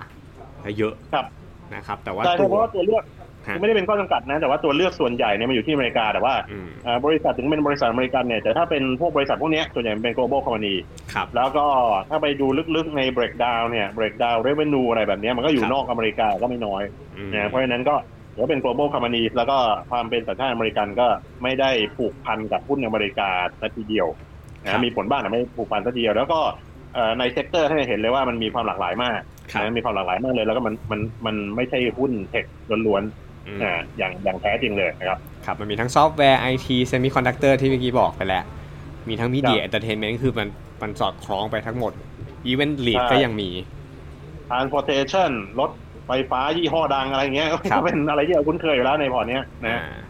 Speaker 1: เยอะ
Speaker 2: ครับ
Speaker 1: นะครับ แต่ว่า
Speaker 2: ใช่ค
Speaker 1: ตั
Speaker 2: รับ
Speaker 1: ว
Speaker 2: เพราะว่าตัวเลือก
Speaker 1: ฮะ
Speaker 2: ไม่ได้เป็นข้อจำกัดนะ แต่ว่าตัวเลือกส่วนใหญ่เนี่ยมันอยู่ที่อเมริกาแต่ว่า
Speaker 1: อืม
Speaker 2: เอ่อบริษัทถึงเป็นบริษัทอเมริกันเนี่ยแต่ถ้าเป็นพวกบริษัทพวกเนี้ยส่วนใหญ่มันเป็น global company
Speaker 1: ครับ
Speaker 2: แล้วก็ถ้าไปดูลึกๆใน breakdown เนี่ย breakdown revenue อะไรแบบเนี้ยมันก็อยู่
Speaker 1: ครับ
Speaker 2: นอกอเมริกาก็ไม่น้อย
Speaker 1: อืม
Speaker 2: นะเพราะฉะนั้นก็ถือว่าเป็น global company แล้วก็ความเป็นสัญชาติอเมริกันก็ไม่ได้ผูกพันกับหุ้นอเมริกาซะทีเดียว
Speaker 1: ครับ
Speaker 2: นะมีผลบ้างแต่ไม่ผูกพันซะทีเดียวแล้วก็เอ่อในเซกเตอร์ให้เห็นเลยว่ามันมีความหลากหลายมาก
Speaker 1: ครับ
Speaker 2: นะมีความหลากหลายมากเลย แล้วก็มันมันมันไม่ใช่หุ้นเทคล้วน
Speaker 1: อืม
Speaker 2: ๆอ่าอย่างอย่างแท้จริงเลยนะครับ
Speaker 1: ครับมันมีทั้งซอฟต์แวร์ไอทีเซมิคอนดักเตอร์ที่เมื่อกี้บอกไปแล้ว มีทั้งมีเดีย
Speaker 2: ครับ
Speaker 1: เอนเตอร์เทนเมนต์คือมันมันสอดคล้องไปทั้งหมดอีเวนต์ลีด
Speaker 2: ใช่
Speaker 1: ก็ยังมี
Speaker 2: transportation รถไฟฟ้ายี่ห้อดังอะไรเงี้ย
Speaker 1: ครั
Speaker 2: ก็
Speaker 1: บ
Speaker 2: เป็นอะไรที่เราคุ้นเคยอยู่แล้วในพอร์ตเนี้ย
Speaker 1: อ่า
Speaker 2: นะ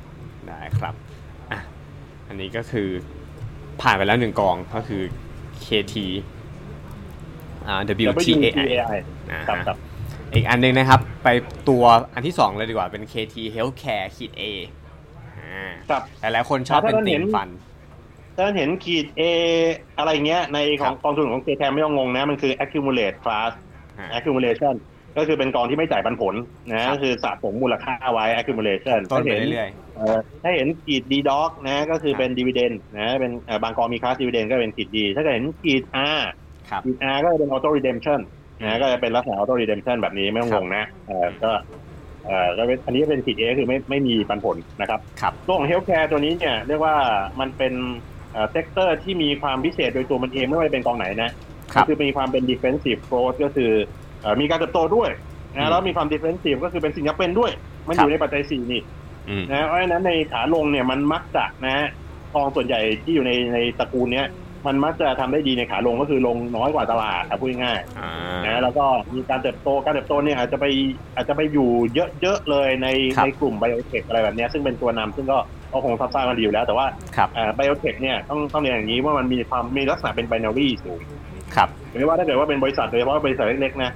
Speaker 1: ได้ครับอ่ะอันนี้ก็คือผ่านไปแล้วหนึ่งกองก็คือ KT อ่า WTAI
Speaker 2: WTAI
Speaker 1: อ่า
Speaker 2: ครับครั
Speaker 1: ฮะ
Speaker 2: บ
Speaker 1: อีกอันหนึงนะครับ ไปตัวอันที่สองเลยดีกว่าเป็น KT Healthcare ขีด A อ่า
Speaker 2: ครับ
Speaker 1: หลายๆคนชอบเป็นติ่งฟัน
Speaker 2: ถ้าเห็นขีด A อะไรเงี้ยในของกองทุนของ KTM ไม่ต้องงงนะมันคือ accumulate class
Speaker 1: อ่า
Speaker 2: accumulation ก็คือเป็นกองที่ไม่จ่ายปันผล
Speaker 1: ค
Speaker 2: นะ
Speaker 1: รับ
Speaker 2: ก็คือสะสมมูลค่าไว้ accumulation
Speaker 1: ต้น
Speaker 2: ถ้า
Speaker 1: ไป
Speaker 2: เห็น
Speaker 1: เรื่อย
Speaker 2: เอ่อถ้าเห็นขีดดีด็อกนะก็คือ
Speaker 1: ครับ
Speaker 2: เป็นดีเวเดนนะเป็นเอ่อบางกองมีคลาสดีเวเดนก็เป็นขีดดีถ้าเกิดเห็นขีด R
Speaker 1: ๆครับ
Speaker 2: ขีด R ก็จะเป็นออโต้รีเดมชั่นนะก็จะเป็นลักษณะออโต้รีเดมชั่นแบบนี้ไม่ต้อง
Speaker 1: ครับ
Speaker 2: งงนะเอ่อก็เอ่อก็เป็นอันนี้เป็นขีด A คือไม่ไม่มีปันผลนะครับ
Speaker 1: ครับ
Speaker 2: ตัวของเฮลท์แคร์ตัวนี้เนี่ยเรียกว่ามันเป็นเอ่อเซกเตอร์ที่มีความพิเศษโดยตัวมันเองไม่ว่าจะเป็นกองไหนนะ
Speaker 1: ครับ
Speaker 2: คือมีความเป็น defensive growth ก็คือเอ่อมีการเติบโตด้วย
Speaker 1: อืม
Speaker 2: นะแล้วมีความ defensive ก็คือเป็นสิ่งจำเป็นด้วย มันอยู่ในปัจจัยสี่นี่
Speaker 1: อืม
Speaker 2: นะเพราะฉะนั้นในขาลงเนี่ยมันมักจะนะกองส่วนใหญ่ที่อยู่ในในตระกูลเนี้ยมันมักจะทำได้ดีในขาลงก็คือลงน้อยกว่าตลาดครับพูดง่ายๆ
Speaker 1: อ่า
Speaker 2: นะแล้วก็มีการเติบโตการเติบโตเนี่ยอาจจะไปอาจจะไปอยู่เยอะๆเลยใน
Speaker 1: ครับ
Speaker 2: ในกลุ่มไบโอเทคอะไรแบบเนี้ยซึ่งเป็นตัวนำซึ่งก็ก็คงทราบทราบกันดีอยู่แล้ว แต่ว่า
Speaker 1: ครับ
Speaker 2: ไบโอเทคเนี่ยต้องต้องเรียนอย่างนี้ว่ามันมีความมีลักษณะเป็นไบนารีสูง
Speaker 1: ครับ
Speaker 2: หรือว่าถ้าเกิดว่าเป็นบริษัทโดยเฉพาะบริษัทเล็กๆนะ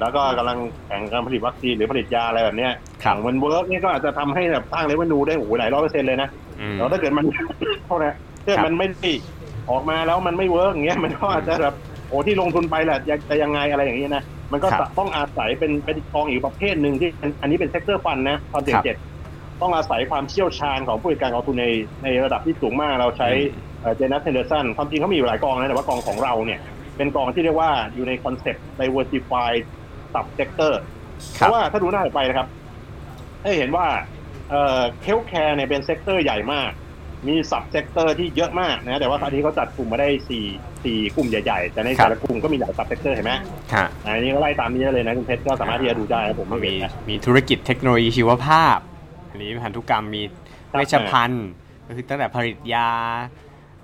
Speaker 2: แล้วก็กำลังแข่งการผลิตวัคซีนหรือผลิตยาอะไรแบบเนี้ย
Speaker 1: ครับ
Speaker 2: มันเวิร์กเนี่ยก็อาจจะทำให้แบบสร้างเลเวนูได้โอ้โหหลายร้อยเปอร์เซ็นต์เลยนะ
Speaker 1: อืม
Speaker 2: แล้วถ้าเกิดมัน เท่านั้นถ้าเกิด
Speaker 1: ครับ
Speaker 2: มันไม่ได้ออกมาแล้วมันไม่เวิร์กอย่างเงี้ ยมันก็อาจจะแบบโอ้ที่ลงทุนไปแหละจะยังไงอะไรอย่างเงี้ยนะมันก็จะต้องอาศัยเป็นเป็นกองอีกประเภทหนึ่งที่เป็นอันนี้เป็นเซกเตอร์ฟันนะตอนเจ็ดเจ็ดต้องอาศัยความเชี่ยวชาญของผู้จัดการกองทุนในในระดับที่สูงมากเราใช้เจนัสเทนเดอร์สันความจริงเขามีอยู่หลายกองนะแต่ว่ากองของเราเนี่ยเป็นกองที่เรียกว่าอยู่ในคอนเซ็ปต์ diversified sub sector
Speaker 1: ค
Speaker 2: เพ
Speaker 1: รับ
Speaker 2: ราะว่าถ้าดูหน้าต่อไปนะครับให้เห็นว่าเอ่อเฮลท์แคร์เนี่ยเป็นเซกเตอร์ใหญ่มาก มีสับเซกเตอร์ที่เยอะมากนะแต่ว่าตอนนี้เขาจัดกลุ่มมาได้สี่สี่กลุ่มใหญ่ๆ แต่ใน
Speaker 1: ครับ
Speaker 2: แต่ละกลุ่มก็มีหลายสับเซกเตอร์เห็นไหม
Speaker 1: ฮะ
Speaker 2: อ่าอันนี้ก็ไล่ตามนี้เลยนะคุณเพชรก็สามารถที่จะดูได้นะผมไม่
Speaker 1: มี
Speaker 2: เห็นนะ
Speaker 1: มีธุรกิจเทคโนโลยีชีวภาพ อันนี้พันธุกรรมมี
Speaker 2: ครับ
Speaker 1: เวชภัณฑ์ก็คือตั้งแต่ผลิตยา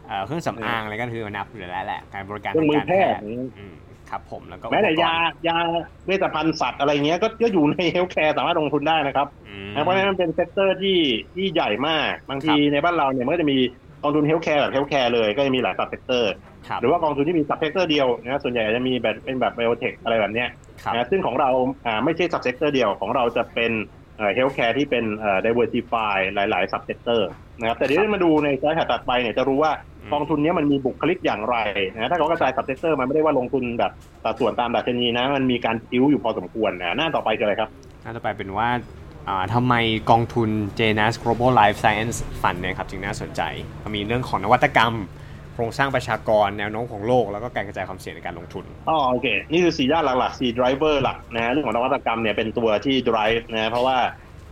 Speaker 1: เอ่อเครื่องสำอาง
Speaker 2: เอออ
Speaker 1: อะไรก็คือนับอยู่แล้วแหละ การบริการ
Speaker 2: เครื่อง
Speaker 1: ทา
Speaker 2: มื
Speaker 1: ง
Speaker 2: อ
Speaker 1: การ
Speaker 2: แพ
Speaker 1: แพท
Speaker 2: ทย์
Speaker 1: ย์อืมครับผมแล้วก็
Speaker 2: แม้แต่
Speaker 1: อุปกรณ์
Speaker 2: ยายาเวชภัณฑ์สัตว์อะไรเงี้ยก็ก็อยู่ในเฮลท์แคร์สามารถลงทุนได้นะครับ
Speaker 1: อืม
Speaker 2: นะเพราะฉะนั้นมันเป็นเซกเตอร์ที่ที่ใหญ่มาก บางทีในบ้านเราเนี่ยมันก็จะมี กองทุนเฮลท์แคร์แบบเฮลท์แคร์เลยก็จะมีหลายซับเซกเตอร์
Speaker 1: ครับ
Speaker 2: หรือว่ากองทุนที่มีซับเซกเตอร์เดียวนะส่วนใหญ่จะมีแบบเป็นแบบไบโอเทคอะไรแบบเนี้ย
Speaker 1: ครับ
Speaker 2: นะซึ่งของเราอ่าไม่ใช่ซับเซกเตอร์เดียวของเราจะเป็นเฮลท์แคร์ที่เป็นเอ่อ diversify หลายๆซับเซกเตอร์นะครับแต่เดี๋ยว
Speaker 1: ครับ
Speaker 2: มาดูในสไลด์ถัดไปเนี่ยจะรู้ว่า
Speaker 1: อืม
Speaker 2: กองทุนเนี้ยมันมีบุคลิกอย่างไรนะถ้าเขากระจายซับเซกเตอร์มันไม่ได้ว่าลงทุนแบบสัดส่วนตามดัชนีนะมันมีการคิ้วอยู่พอสมควรนะหน้าต่อไปคืออะไรครับ
Speaker 1: น่าจะไปเป็นว่าอ่าทำไมกองทุน JNAS Global Life Science Fund เนี่ยครับจึงน่าสนใจมันมีเรื่องของนวัตกรรม โครงสร้างประชากรแนวโน้มของโลก แล้วก็การกระจายความเสี่ยงในการลงทุน
Speaker 2: อ๋อโอเค นี่คือสี่ด้านหลักๆสี่ driver หลักนะฮะเรื่องของนวัตกรรมเนี่ยเป็นตัวที่ drive นะฮะเพราะว่า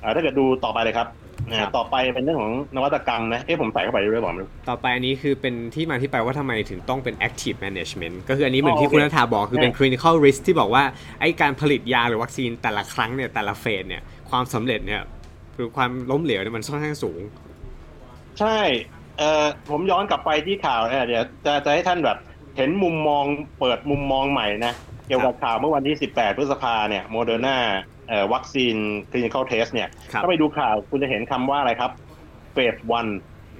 Speaker 2: เอ่อถ้าเกิดดูต่อไปเลยครับนะ
Speaker 1: ครั
Speaker 2: ฮะ
Speaker 1: บ
Speaker 2: ต่อไปเป็นเรื่องของนวัตกรรมนะเอ๊ะผมใส่เข้าไปด้วยหรือเปล่าไม่รู้
Speaker 1: ต่อไปอันนี้คือเป็นที่มาที่ไปว่าทำไมถึงต้องเป็น active management ก็คืออันนี้เหมือนที่
Speaker 2: อ๋อโอเค
Speaker 1: คุณนัฐาบอกคือเป็น
Speaker 2: อ่ะ
Speaker 1: clinical risk ที่บอกว่าไอ้การผลิตยาหรือวัคซีนแต่ละครั้งเนี่ยแต่ละเฟสเนี่ยความสำเร็จเนี่ยหรือความล้มเหลวเนี่ยมันค่อนข้างสูง
Speaker 2: ใช่เอ่อผมย้อนกลับไปที่ข่าวเอ่อเดี๋ยวจะจะให้ท่านแบบเห็นมุมมองเปิดมุมมองใหม่นะเกี่ยวกับข่าวเมื่อวันที่ 18 พฤษภาเนี่ยโมเดอร์นาเอ่อวัคซีน clinical test เนี่ย
Speaker 1: ครับ
Speaker 2: ถ้าไปดูข่าวคุณจะเห็นคำว่าอะไรครับเฟส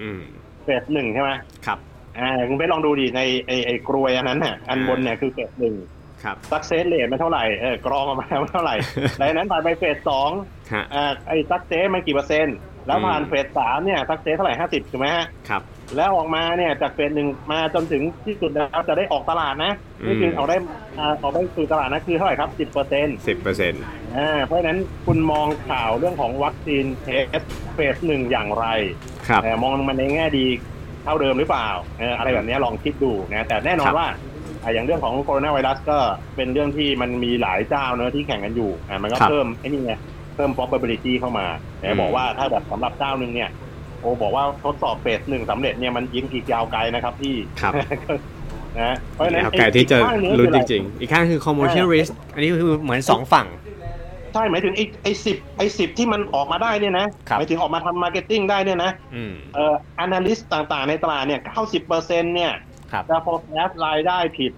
Speaker 1: อืม
Speaker 2: 1เฟส1ใช่ไหม
Speaker 1: ครับ
Speaker 2: อ่าคุณไปลองดูดิในไอ้ไอ้กรวยอันนั้นน่ะอันบนเนี่ยคือเฟสหนึ่ง
Speaker 1: ครับ
Speaker 2: สักเซสเลทมันเท่าไหร่เออกรองออกมามันเท่าไหร่ หลังจากนั้นผ่านไปเฟสสอง
Speaker 1: ฮะ
Speaker 2: อ่าไอ้สักเซสมันกี่เปอร์เซ็นต์แล้วผ่าน
Speaker 1: อืม
Speaker 2: เฟสสามเนี่ยสักเซสเท่าไหร่ห้าสิบถูกไหมฮะ
Speaker 1: ครับ
Speaker 2: แล้วออกมาเนี่ยจากเฟสหนึ่งมาจนถึงที่สุดแล้วจะได้ออกตลาดนะ
Speaker 1: อืม
Speaker 2: นี่คือเอาได้อ่าออกได้สู่ตลาดนะคือเท่าไหร่ครับสิบเปอร์เซ็นต์
Speaker 1: สิบเปอร์เซ็นต์
Speaker 2: อ่าเพราะฉะนั้นคุณมองข่าวเรื่องของวัคซีนเทสเฟสหนึ่งอย่างไร
Speaker 1: ครับ
Speaker 2: เอ่อมองมันในแง่ดีเท่าเดิมหรือเปล่าเอ่ออะไรแบบเนี้ยลองคิดดูนะแต่แน่นอ
Speaker 1: ครั
Speaker 2: น
Speaker 1: บ
Speaker 2: ว่าอ่ะอย่างเรื่องของโคโรนาไวรัสก็เป็นเรื่องที่มันมีหลายเจ้าเนอะที่แข่งกันอยู่อ่ะมันก็เพิ่มไอ้นี่ไงเพิ่ม probability เข้ามาแต่บอกว่าถ้าแบบสำหรับเจ้าหนึ่งเนี่ยโอ้บอกว่าทดสอบเฟสหนึ่งสำเร็จเนี่ยมันยิงอีกยาวไกลนะครับพี่
Speaker 1: ครับ
Speaker 2: นะเพราะฉะนั้น
Speaker 1: แล้วแต่ที่จะ
Speaker 2: ไอ้อีกข้างหนึ่ง
Speaker 1: รู้
Speaker 2: คือ
Speaker 1: จ
Speaker 2: อะไ
Speaker 1: ริงๆ อีกข้างคือ commercial risk อันนี้คือเหมือนสองฝั่ง
Speaker 2: ใช่หมายถึงไอ้ไอ้สิบไอ้สิบที่มันออกมาได้เนี่ยนะครับ หมายถึงออกมาทำมาร์เก็ตติ้งได้เนี่ยนะ
Speaker 1: อืม
Speaker 2: เอ่อ analyst ต่างๆในตลาดเนี่ย90%เนี่ย
Speaker 1: ครับ
Speaker 2: จะ forecast รายได้ผิด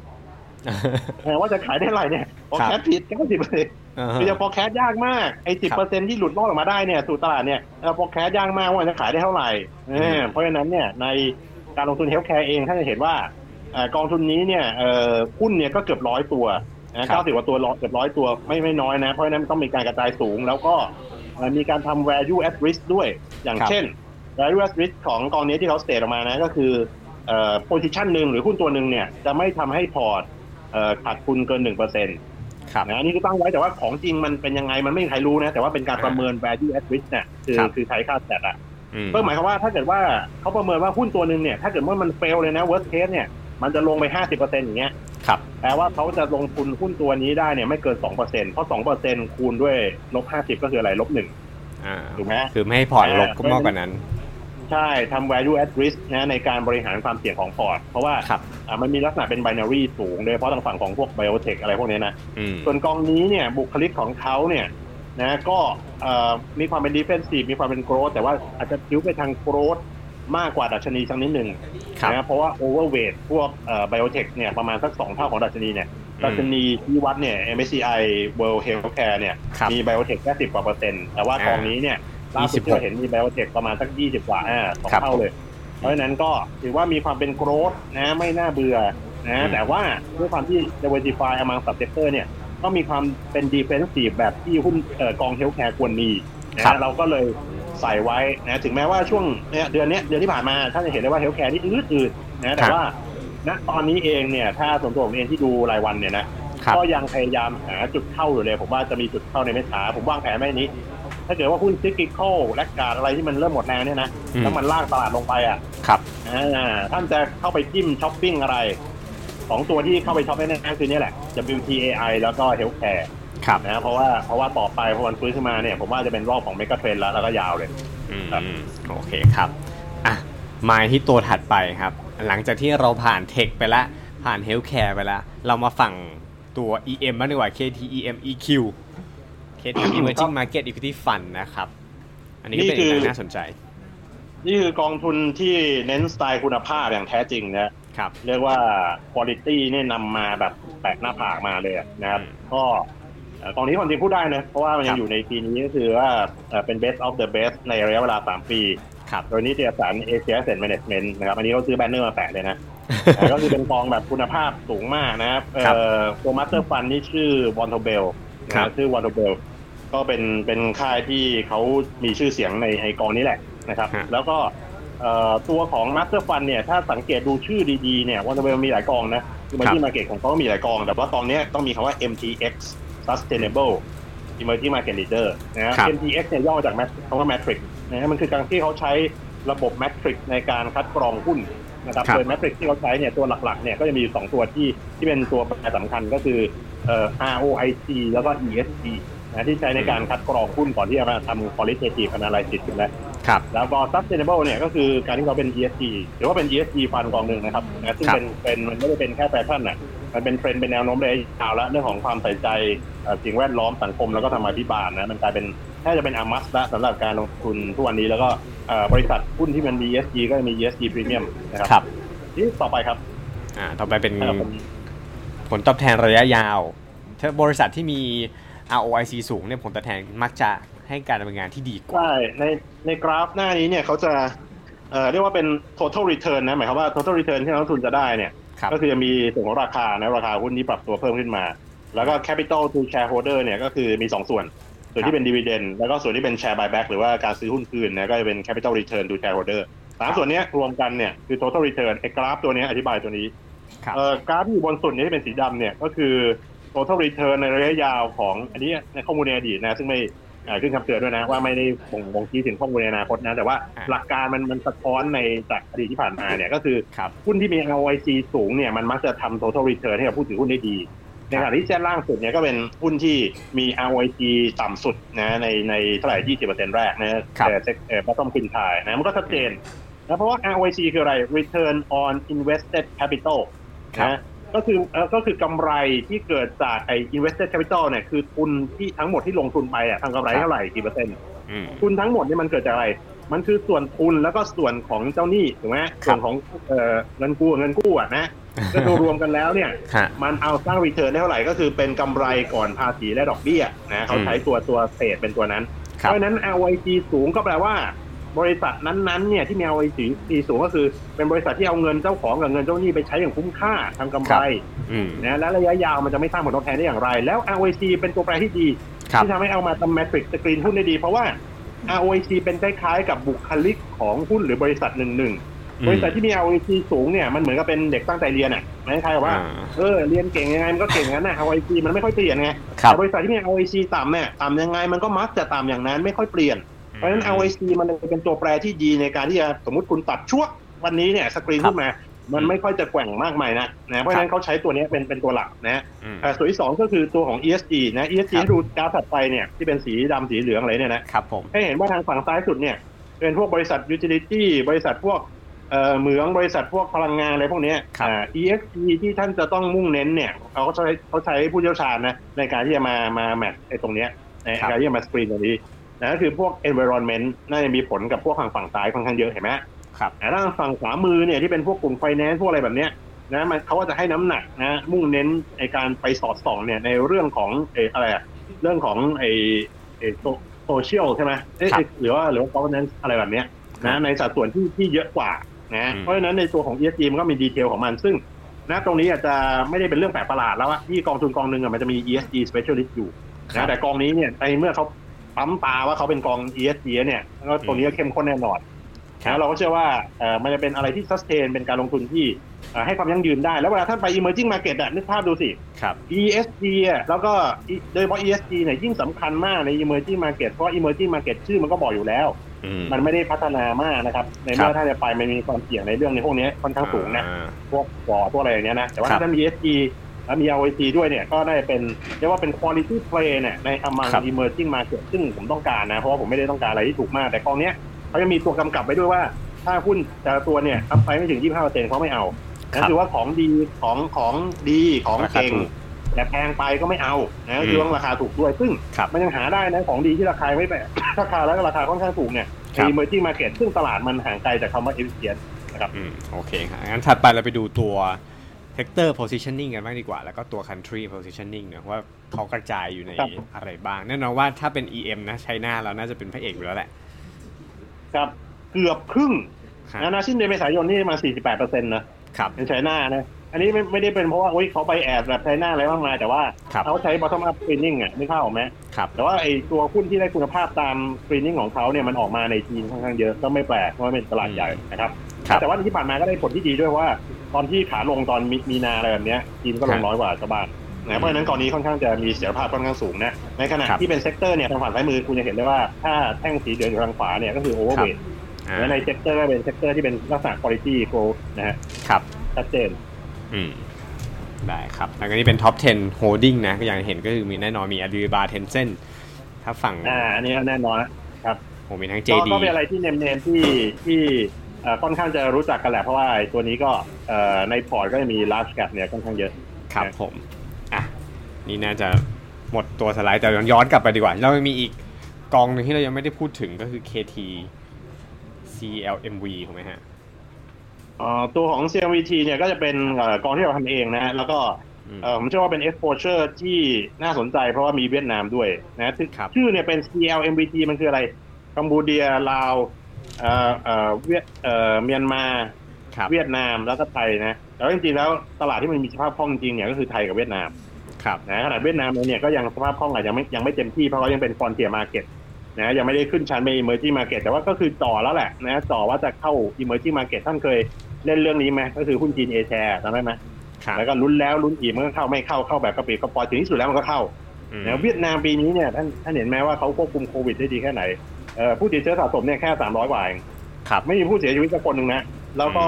Speaker 2: แปลว่าจะขายได้เท่าไหร่เนี่ย forecast ผิด90เปอร์เซ็นต์คือจะ forecast ยากมาก ไอ้
Speaker 1: ครั
Speaker 2: 10เปอร์เซ็นต์ที่หลุดรอดออกมาได้เนี่ย สู่ตลาดเนี่ยเรา forecast ยากมากว่าจะขายได้เท่าไหร่เออ
Speaker 1: ม
Speaker 2: เพราะฉะนั้นเนี่ย ในการลงทุน healthcare เองท่านจะเห็นว่าเอ่อกองทุนนี้เนี่ยเอ่อหุ้นเนี่ยก็เกือบร้อยตัวนะเก้าสิบกว่าตัวร้อยเกือบร้อยตัวไม่ไม่น้อยนะ เพราะฉะนั้นมันต้องมีการกระจายสูง แล้วก็เอ่อมีการทำ value at risk ด้วย อย่างเช่น value at risk ของกองนี้ที่เขาสเตทออกมานะก็คือ เอ่อ position หนึ่งหรือหุ้นตัวหนึ่งเนี่ยจะไม่ทำให้พอร์ตเอ่อขาดทุนเกินหนึ่งเปอร์เซ็นต์
Speaker 1: ครับ
Speaker 2: นะอันนี่คือตั้งไว้แต่ว่าของจริงมันเป็นยังไงมันไม่มีใครรู้นะ แต่ว่าเป็นการประเมิน value at risk เนี่ยคือ
Speaker 1: ครับ
Speaker 2: คือใช้ค่าแตดอะ
Speaker 1: อืม
Speaker 2: ก็หมายความว่าถ้าเกิดว่าเขาประเมินว่าหุ้นตัวหนึ่งเนี่ยถ้าเกิดว่ามัน fail เลยนะ worst case เนี่ยมันจะลงไป 50%อย่างเงี้ย
Speaker 1: ครับ
Speaker 2: แปลว่าเขาจะลงทุนหุ้นตัวนี้ได้เนี่ยไม่เกิน 2%เพราะ 2%คูณด้วยลบ50 ก็คืออะไรลบหนึ่ง
Speaker 1: อ่า
Speaker 2: ถูกไหม
Speaker 1: คือไม่ให้ผ่อนลบก็มากกว่านั้น
Speaker 2: ใช่ทำ value at risk นะในการบริหารความเสี่ยงของพอร์ตเพราะว่า
Speaker 1: ครับ
Speaker 2: อ่ะมันมีลักษณะเป็น binary สูงโดยเฉพาะทางฝั่งของพวกไบโอเทคอะไรพวกเนี้ยนะ
Speaker 1: อืม
Speaker 2: ส่วนกองนี้เนี่ยบุคลิกของเขาเนี่ยนะก็เอ่อมีความเป็น defensive มีความเป็น growth แต่ว่าอาจจะคิ้วไปทาง growth มากกว่าดัชนีชนิดหนึ่ง
Speaker 1: ครับ
Speaker 2: นะเพราะว่า overweight พวกไบโอเทคเนี่ยประมาณสักสองเท่าของดัชนีเนี่ยดัชนีที่วัดเนี่ย MSCI World Healthcare เนี่ย
Speaker 1: ครับ
Speaker 2: มีไบโอเทคแค่สิบกว่าเปอร์เซ็นต์แต่ว่ากองนี้เนี่ยล่าสุดที่เราเห็นมีไบโอเทคประมาณสักยี่สิบกว่าอ่าสอง
Speaker 1: ครับ
Speaker 2: เท่าเลย เพราะฉะนั้นก็ถือว่ามีความเป็น growth นะไม่น่าเบื่อ
Speaker 1: อืม
Speaker 2: นะแต่ว่าด้วยความที่ diversify among subsector เนี่ย ก็มีความเป็น defensive แบบที่หุ้นเอ่อกองเฮลท์แคร์ควรมีนะครับ เราก็เลยใส่ไว้นะถึงแม้ว่าช่วงเนี่ยเดือนเนี้ยเดือนที่ผ่านมาท่านจะเห็นได้ว่าเฮลท์แคร์นี่อืดอืดๆนะแต่ว่าณตอนนี้เองเนี่ยถ้าส่วนตัวผมเองที่ดูรายวันเนี่ยนะครับ ก็ยังพยายามหาจุดเข้าอยู่เลย ผมว่าจะมีจุดเข้าในเมษาผมวางแผนไว้อย่างนี้ ถ้าเกิดว่าหุ้นซิกิคอลและการอะไรที่มันเริ่มหมดแรงเนี่ยนะ
Speaker 1: อืม
Speaker 2: แล้วมันลากตลาดลงไปอ่ะ
Speaker 1: ครับ
Speaker 2: อ่าท่านจะเข้าไปจิ้มช้อปปิ้งอะไรสองตัวที่เข้าไปช็อปแน่ๆคือเนี่ยแหละ WTAI แล้วก็ Healthcare
Speaker 1: ครับ
Speaker 2: นะเพราะว่าเพราะว่าต่อไปพอมันฟื้นขึ้นมาเนี่ย ผมว่าจะเป็นรอบของเมกะเทรนแล้วแล้วก็ยาวเลย
Speaker 1: อืม
Speaker 2: ครับ
Speaker 1: โอเคครับ อ่ะ มาที่ตัวถัดไปครับ หลังจากที่เราผ่านเทคไปละ ผ่านเฮลท์แคร์ไปละ เรามาฝั่งตัว EM บ้างดีกว่า KTEM EQ KTEM Emerging Market Equity Fund นะครับ อันนี้ก็เป็นอีกหนึ่งน่าสนใจ
Speaker 2: นี่คือกองทุนที่เน้นสไตล์คุณภาพอย่างแท้จริงนะครับ เรียกว่า quality เนี่ยนำมาแบบแตกหน้าผากมาเลยนะครับ
Speaker 1: อืม
Speaker 2: ก็เอ่อกองนี้ความจริงพูดได้นะเพราะว่ามัน
Speaker 1: ค
Speaker 2: ยั
Speaker 1: รั
Speaker 2: ง
Speaker 1: บ
Speaker 2: อยู่ในปีนี้ก็คือว่าเอ่อเป็น best of the best ในระยะเวลา 3 ปี
Speaker 1: ครับ
Speaker 2: โดยนิตยสารเอเชียเซ็นแมเนจเมนต์นะครับ อันนี้เขาซื้อแบนเนอร์มาแปะเลยนะ ก็คือเป็นกองแบบคุณภาพสูงมากนะครับ
Speaker 1: ครับ
Speaker 2: เอ่อตัวมาสเตอร์ฟันนี่ชื่อวอนโทเบลนะ
Speaker 1: ครั
Speaker 2: ฮะ
Speaker 1: บ
Speaker 2: ชื่อวอนโทเบลก็เป็นเป็นค่ายที่เขามีชื่อเสียงในไอกองนี้แหละนะครับ
Speaker 1: ฮะ
Speaker 2: แล้วก็เอ่อตัวของมาสเตอร์ฟันเนี่ย ถ้าสังเกตดูชื่อดีๆเนี่ยวอนโทเบลมีหลายกองนะคือมันที่มาเก็ตของเขาก็มีหลายกอง แต่ว่ากองเนี้ยต้องมีคำว่า MTX Sustainable Emerging Market Leader นะฮะ
Speaker 1: ครับ
Speaker 2: MTX เนี่ยย่อมาจาก Mat- คำว่า Matrix นะฮะมันคือการที่เขาใช้ระบบ Matrix ในการคัดกรองหุ้นนะครับ
Speaker 1: ครับ
Speaker 2: โดย Matrix ที่เขาใช้เนี่ยตัวหลักๆเนี่ยก็จะมีอยู่สองตัวที่ที่เป็นตัวแปรสำคัญก็คือเอ่อ ROIC แล้วก็ ESG นะที่ใช้ในการคัดกรองหุ้นก่อนที่จะมาทำ qualitative analysis นะ
Speaker 1: ครับ
Speaker 2: แล้วก็ sustainable เนี่ยก็คือการที่เขาเป็น ESG หรือว่าเป็น ESG ฟันกองหนึ่งนะครับนะซึ่ง
Speaker 1: ครับ
Speaker 2: เป็นเป็นมันไม่ได้เป็นแค่แฟชั่นน่ะมันเป็นเทรนด์เป็นแนวโน้มระยะยาวแล้วเรื่องของความใส่ใจเอ่อสิ่งแวดล้อมสังคมแล้วก็ธรรมาภิบาลนะมันกลายเป็นแทบจะเป็นอามัสละสำหรับการลงทุนทุกวันนี้แล้วก็เอ่อบริษัทหุ้นที่มันมี ESG ก็จะมี ESG premium นะ
Speaker 1: ค
Speaker 2: ค
Speaker 1: รั
Speaker 2: รับ ที่ต่อไปครับ
Speaker 1: อ่าต่อไปเป็น
Speaker 2: ครับผม
Speaker 1: ผลตอบแทนระยะยาวถ้าบริษัทที่มี ROIC สูงเนี่ยผลตอบแทนมักจะให้การดำเนินงานที่ดีกว่า
Speaker 2: ใช่ในในกราฟหน้านี้เนี่ยเขาจะเอ่อเรียกว่าเป็น total return นะหมายความว่า total return ที่นักลงทุนจะได้เนี่ย
Speaker 1: ครับ
Speaker 2: ก็คือจะมีส่วนของราคานะราคาหุ้นที่ปรับตัวเพิ่มขึ้นมา แล้วก็ capital to shareholder เนี่ยก็คือมี 2 ส่วน ส่วนที่เป็น dividend แล้วก็ส่วนที่เป็น share buyback หรือว่าการซื้อหุ้นคืนนะก็จะเป็น capital return to shareholder สามส่วนเนี้ยรวมกันเนี่ยคือ total return ไอ้กราฟตัวเนี้ยอธิบายตัวนี้
Speaker 1: ครับ
Speaker 2: เอ่อกราฟที่อยู่บนสุดนี้ที่เป็นสีดำเนี่ยก็คือ total return ในระยะยาวของอันนี้ในข้อมูลในอดีตนะ ซึ่งไม่อ่าขึ้นคำเตือนด้วยนะ ว่าไม่ได้บ่งบ่งชี้ถึงข้อมูลในอนาคตนะ แต่ว่า
Speaker 1: อ่า
Speaker 2: หลักการมันมันสะท้อนในจากอดีตที่ผ่านมาเนี่ยก็คือ
Speaker 1: ครับ
Speaker 2: หุ้นที่มี ROIC สูงเนี่ยมันมักจะทำ total return ให้กับผู้ถือหุ้นได้ดี ในขณะที่เส้นล่างสุดเนี่ยก็เป็นหุ้นที่มี ROIC ต่ำสุดนะในในเท่าไหร่ 20%แรกนะครับ แต่เซ็กเอ่อ bottom quintile นะมันก็ชัดเจนนะเพราะว่า ROIC คืออะไร return on invested capital
Speaker 1: ครับ
Speaker 2: นะก็คือเอ่อก็คือกำไรที่เกิดจากไอ้ invested capital เนี่ยคือทุนที่ทั้งหมดที่ลงทุนไปอะทำกำไรเท่าไหร่กี่เปอร์เซ็นต์
Speaker 1: อืม
Speaker 2: ทุนทั้งหมดเนี่ยมันเกิดจากอะไร มันคือส่วนทุนแล้วก็ส่วนของเจ้าหนี้ถูกไหม
Speaker 1: ครั
Speaker 2: ส่
Speaker 1: บ
Speaker 2: วนของเอ่อเงินกู้เงินกู้อะ นะก็ดูรวมกันแล้วเนี่ย
Speaker 1: ฮะ
Speaker 2: มันเอาสร้างรีเทิร์นได้เท่าไหร่ก็คือเป็นกำไรก่อนภาษีและดอกเบี้ยนะเขาใช้ตัวตัวเศษเป็นตัวนั้น
Speaker 1: ครับ
Speaker 2: เพราะฉะนั้น ROIC สูงก็แปลว่า บริษัทนั้นๆเนี่ยที่มี ROIC สูงก็คือเป็นบริษัทที่เอาเงินเจ้าของกับเงินเจ้าหนี้ไปใช้อย่างคุ้มค่าทำกำไร
Speaker 1: อืม
Speaker 2: นะและระยะยาวมันจะไม่สร้างผลตอบแทนได้อย่างไร แล้ว ROIC เป็นตัวแปรที่ดี
Speaker 1: ครับ
Speaker 2: ที่ทำให้เอามาทำแมทริกสกรีนหุ้นได้ดี เพราะว่า ROIC เป็นคล้ายๆกับบุคลิกของหุ้นหรือบริษัทหนึ่งหนึ่งบริษัทที่มี ROIC สูงเนี่ยมันเหมือนกับเป็นเด็กตั้งใจเรียนอ่ะหมายคล้ายๆกับว่า
Speaker 1: อ่า
Speaker 2: เออเรียนเก่งยังไงมันก็เก่งงั้นนะ ROIC มันไม่ค่อยเปลี่ยนไง
Speaker 1: ครับ
Speaker 2: แต่บริษัทที่มี ROIC ต่ำเนี่ยต่ำยังไงมันก็มักจะต่ำอย่างนั้นไม่ค่อยเปลี่ยน เพราะฉะนั้น ROIC มันเลยเป็นตัวแปรที่ดีในการที่จะสมมติคุณตัดช่วงวันนี้เนี่ยสกรี
Speaker 1: ค
Speaker 2: น
Speaker 1: รับ
Speaker 2: ขึ้นมา มันไม่ค่อยจะแกว่งมากมายนะนะเพราะฉะนั้นเขาใช้ตัวเนี้ยเป็นเป็นตัวหลักนะ
Speaker 1: อืม
Speaker 2: อ่าส่วนที่สองก็คือตัวของ ESG นะ ESG
Speaker 1: ครับ
Speaker 2: ให้ดูกราฟถัดไปเนี่ยที่เป็นสีดำสีเหลืองอะไรเนี่ยนะครับ
Speaker 1: ผม
Speaker 2: ให้เห็นว่าทางฝั่งซ้ายสุดเนี่ยเป็นพวกบริษัทยูทิลิตี้บริษัทพวกเอ่อเหมืองบริษัทพวกพลังงานอะไรพวกเนี้ย
Speaker 1: ครับ
Speaker 2: อ่า ESG ที่ท่านจะต้องมุ่งเน้นเนี่ยเขาก็ใช้เขาใช้ผู้เชี่ยวชาญนะในการที่จะมามาแมทไอ้ตรงเนี้ยในการที่จะมาสกรีนตรงนี้นะก็คือพวก environment น่าจะมีผลกับพวกทางฝั่งซ้ายค่อนข้างเยอะเห็นไหม
Speaker 1: ครับ
Speaker 2: แต่ด้านฝั่งขวามือเนี่ยที่เป็นพวกกลุ่มไฟแนนซ์พวกอะไรแบบเนี้ยนะมันเขาก็จะให้น้ำหนักนะมุ่งเน้นในการไปสอดส่องเนี่ยในเรื่องของเอออะไรอะเรื่องของไอเอโซเชียลใช่ไหมเอ๊ะ
Speaker 1: ครับ
Speaker 2: หรือว่าหรือว่า governance อะไรแบบเนี้ย
Speaker 1: ครั
Speaker 2: นะ
Speaker 1: บ
Speaker 2: ในสัดส่วนที่ที่เยอะกว่านะ
Speaker 1: อืม
Speaker 2: เพราะฉะนั้นในตัวของ ESG มันก็มีดีเทลของมันซึ่งนะตรงนี้อาจจะไม่ได้เป็นเรื่องแปลกประหลาดแล้วอะที่กองทุนกองหนึ่งอะมันจะมี ESG specialist อยู่ นะแต่กองนี้เนี่ยในเมื่อเขาปั๊มตาว่าเขาเป็นกอง ESG เนี่ยก็ตรงนี้ก็เข้มข้นแน่นอน
Speaker 1: ครับ
Speaker 2: นะเราก็เชื่อว่าเอ่อมันจะเป็นอะไรที่สแตนเป็นการลงทุนที่เอ่อให้ความยั่งยืนได้ แล้วเวลาท่านไป emerging market อะนึกภาพดูสิ
Speaker 1: ครับ
Speaker 2: ESG อะแล้วก็อีโดยเฉพาะ ESG เนี่ยยิ่งสำคัญมากใน emerging market เพราะ emerging market ชื่อมันก็บอกอยู่แล้ว
Speaker 1: อื
Speaker 2: มันไม่ได้พัฒนามากนะครับ ใน
Speaker 1: ครั
Speaker 2: เมื่
Speaker 1: บ
Speaker 2: อท่านจะไปมันมีความเสี่ยงในเรื่องในพวกนี้ค่อนข้างสูงนะ
Speaker 1: อ่า
Speaker 2: พวกบอพวกอะไรอย่างเงี้ยนะ แต่ว่า
Speaker 1: ครับ
Speaker 2: ถ้ามี ESG แล้วมี ROIC ด้วยเนี่ย ก็ได้เป็นเรียกว่าเป็น quality play เนี่ยใน among
Speaker 1: ครับ
Speaker 2: emerging market ซึ่งผมต้องการนะ เพราะว่าผมไม่ได้ต้องการอะไรที่ถูกมาก แต่กองเนี้ยเขาจะมีตัวกำกับไว้ด้วยว่า ถ้าหุ้นแต่ละตัวเนี่ยอัพไปไม่ถึง 25%เขาไม่เอา
Speaker 1: ครับ
Speaker 2: นั่นคือว่าของดีของของดีของ
Speaker 1: ราคา
Speaker 2: เก่ง
Speaker 1: ถูก
Speaker 2: แต่แพงไปก็ไม่เอานะก็คือ
Speaker 1: ม
Speaker 2: ว่าราคาถูกด้วย ซึ่ง
Speaker 1: ครับ
Speaker 2: มันยังหาได้นะของ ดีที่ราคาไม่แปะ ราคาแล้วก็ราคาค่อนข้างสูงเนี่ยใน emerging market ซึ่งตลาดมันห่างไกลจากคำว่า efficient นะครับ
Speaker 1: อืมโอเคครับงั้นถัดไปเราไปดูตัว sector positioning กันบ้างดีกว่า แล้วก็ตัว country positioning เนอะว่าเขากระจายอยู่ใน
Speaker 2: ครับ
Speaker 1: อะไรบ้าง แน่นอนว่าถ้าเป็น EM นะไชน่าเราน่าจะเป็นพระเอกอยู่แล้วแหละ
Speaker 2: ครับ เกือบครึ่ง
Speaker 1: ครับ
Speaker 2: นะนะสิ้นเดือนเมษายนนี่มา 48เปอร์เซ็นต์นะครับ ในไชน่านะ อันนี้ไม่ไม่ได้เป็นเพราะว่าอุ๊ยเขาไปแอบแบบไชน่าอะไรมากมายแต่ว่า
Speaker 1: ครับ
Speaker 2: เขาใช้ bottom up screening อ่ะไม่เข้าพออกไหม
Speaker 1: ครับ
Speaker 2: แต่ว่าไอตัวหุ้นที่ได้คุณภาพตาม screening ของเขาเนี่ยมันออกมาในจีนค่อนข้างเยอะก็ไม่แปลกเพราะว่าเป็นตลาดใหญ่นะครับ
Speaker 1: ครับ
Speaker 2: แต่ว่าที่ผ่านมาก็ได้ผลที่ดีด้วยว่า ตอนที่ขาลงตอนมีมีนาอะไรแบบเนี้ยจีนก็ล
Speaker 1: ครั
Speaker 2: ง
Speaker 1: บ
Speaker 2: น้อยกว่าชาวบ้านนะเพราะฉะนั้นกรณีค่อนข้างจะมีเสถียรภาพค่อนข้างสูงนะในขณะ
Speaker 1: ครับ
Speaker 2: ที่เป็นเซกเตอร์เนี่ยทางฝั่งซ้ายมือคุณจะเห็นได้ว่าถ้าแท่งสีเหลืองอยู่ทางขวาเนี่ยก็คือโอเวอร์
Speaker 1: ครั
Speaker 2: เว
Speaker 1: บ
Speaker 2: ท
Speaker 1: อ่า
Speaker 2: และในเซกเตอร์ก็เป็นเซกเตอร์ที่เป็นลักษณะคุณภาพโกลนะฮะ
Speaker 1: ครับ
Speaker 2: ชัดเจน
Speaker 1: อืม ได้ครับแล้วก็นี่เป็นท็อป 10 holding นะก็อย่างเห็นก็คือมีแน่นอนมี Alibaba Tencent ถ้าฝั่ง
Speaker 2: อ่าอันนี้แน่นอนนะ
Speaker 1: โหมีทั้ง
Speaker 2: ก็
Speaker 1: JD
Speaker 2: ก็เป็นอะไรที่เนมๆที่ที่เอ่อค่อนข้างจะรู้จักกันแหละเพราะว่าไอ้ตัวนี้ก็เอ่อในพอร์ตก็จะมี large cap เนี่ยค่อนข้างเยอะ
Speaker 1: ครับผม อ่ะ นี่น่าจะหมดตัวสไลด์แต่ย้อนกลับไปดีกว่า เรายังมีอีกกองหนึ่งที่เรายังไม่ได้พูดถึงก็คือ KT CLMV ถูกไหมฮะ
Speaker 2: เอ่อตัวของ CMVT เนี่ยก็จะเป็นเอ่อกองที่เราทำเองนะฮะแล้วก็
Speaker 1: อืม
Speaker 2: เอ่อผมเชื่อว่าเป็น exposure ที่น่าสนใจเพราะว่ามีเวียดนามด้วยนะซึ่ง
Speaker 1: ครับ
Speaker 2: ชื่อเนี่ยเป็น CLMVT มันคืออะไรกัมพูเดียลาวเอ่อเอ่อเวียดเอ่อเมียนมา
Speaker 1: ครับ
Speaker 2: เวียดนามแล้วก็ไทยนะแล้วจริงๆแล้วตลาดที่มันมีสภาพคล่องจริงเนี่ยก็คือไทยกับเวียดนาม
Speaker 1: ครับ
Speaker 2: นะขนาดเวียดนามเองเนี่ยก็ยังสภาพคล่องอาจจะยังไม่ยังไม่เต็มที่เพราะเขายังเป็น frontier market นะยังไม่ได้ขึ้นชั้นเป็น emerging market แต่ว่าก็คือจ่อแล้วแหละนะจ่อว่าจะเข้า emerging market ท่านเคยเล่นเรื่องนี้ไหมก็คือหุ้นจีนเอแชร์จำได้ไหม
Speaker 1: ครับ
Speaker 2: แล้วก็ลุ้นแล้วลุ้นอีกมันก็เข้าไม่เข้าเข้าแบบกระปิดกระปอยถึงที่สุดแล้วมันก็เข้า
Speaker 1: อืม
Speaker 2: นะเวียดนามปีนี้เนี่ยท่านท่านเห็นไหมว่าเขาควบคุมโควิดได้ดีแค่ไหนเอ่อผู้ติดเชื้อสะสมเนี่ยแค่300กว่าเอง
Speaker 1: ครับ
Speaker 2: ไม่มีผู้เสียชีวิตสักคนหนึ่งนะ แล้วก็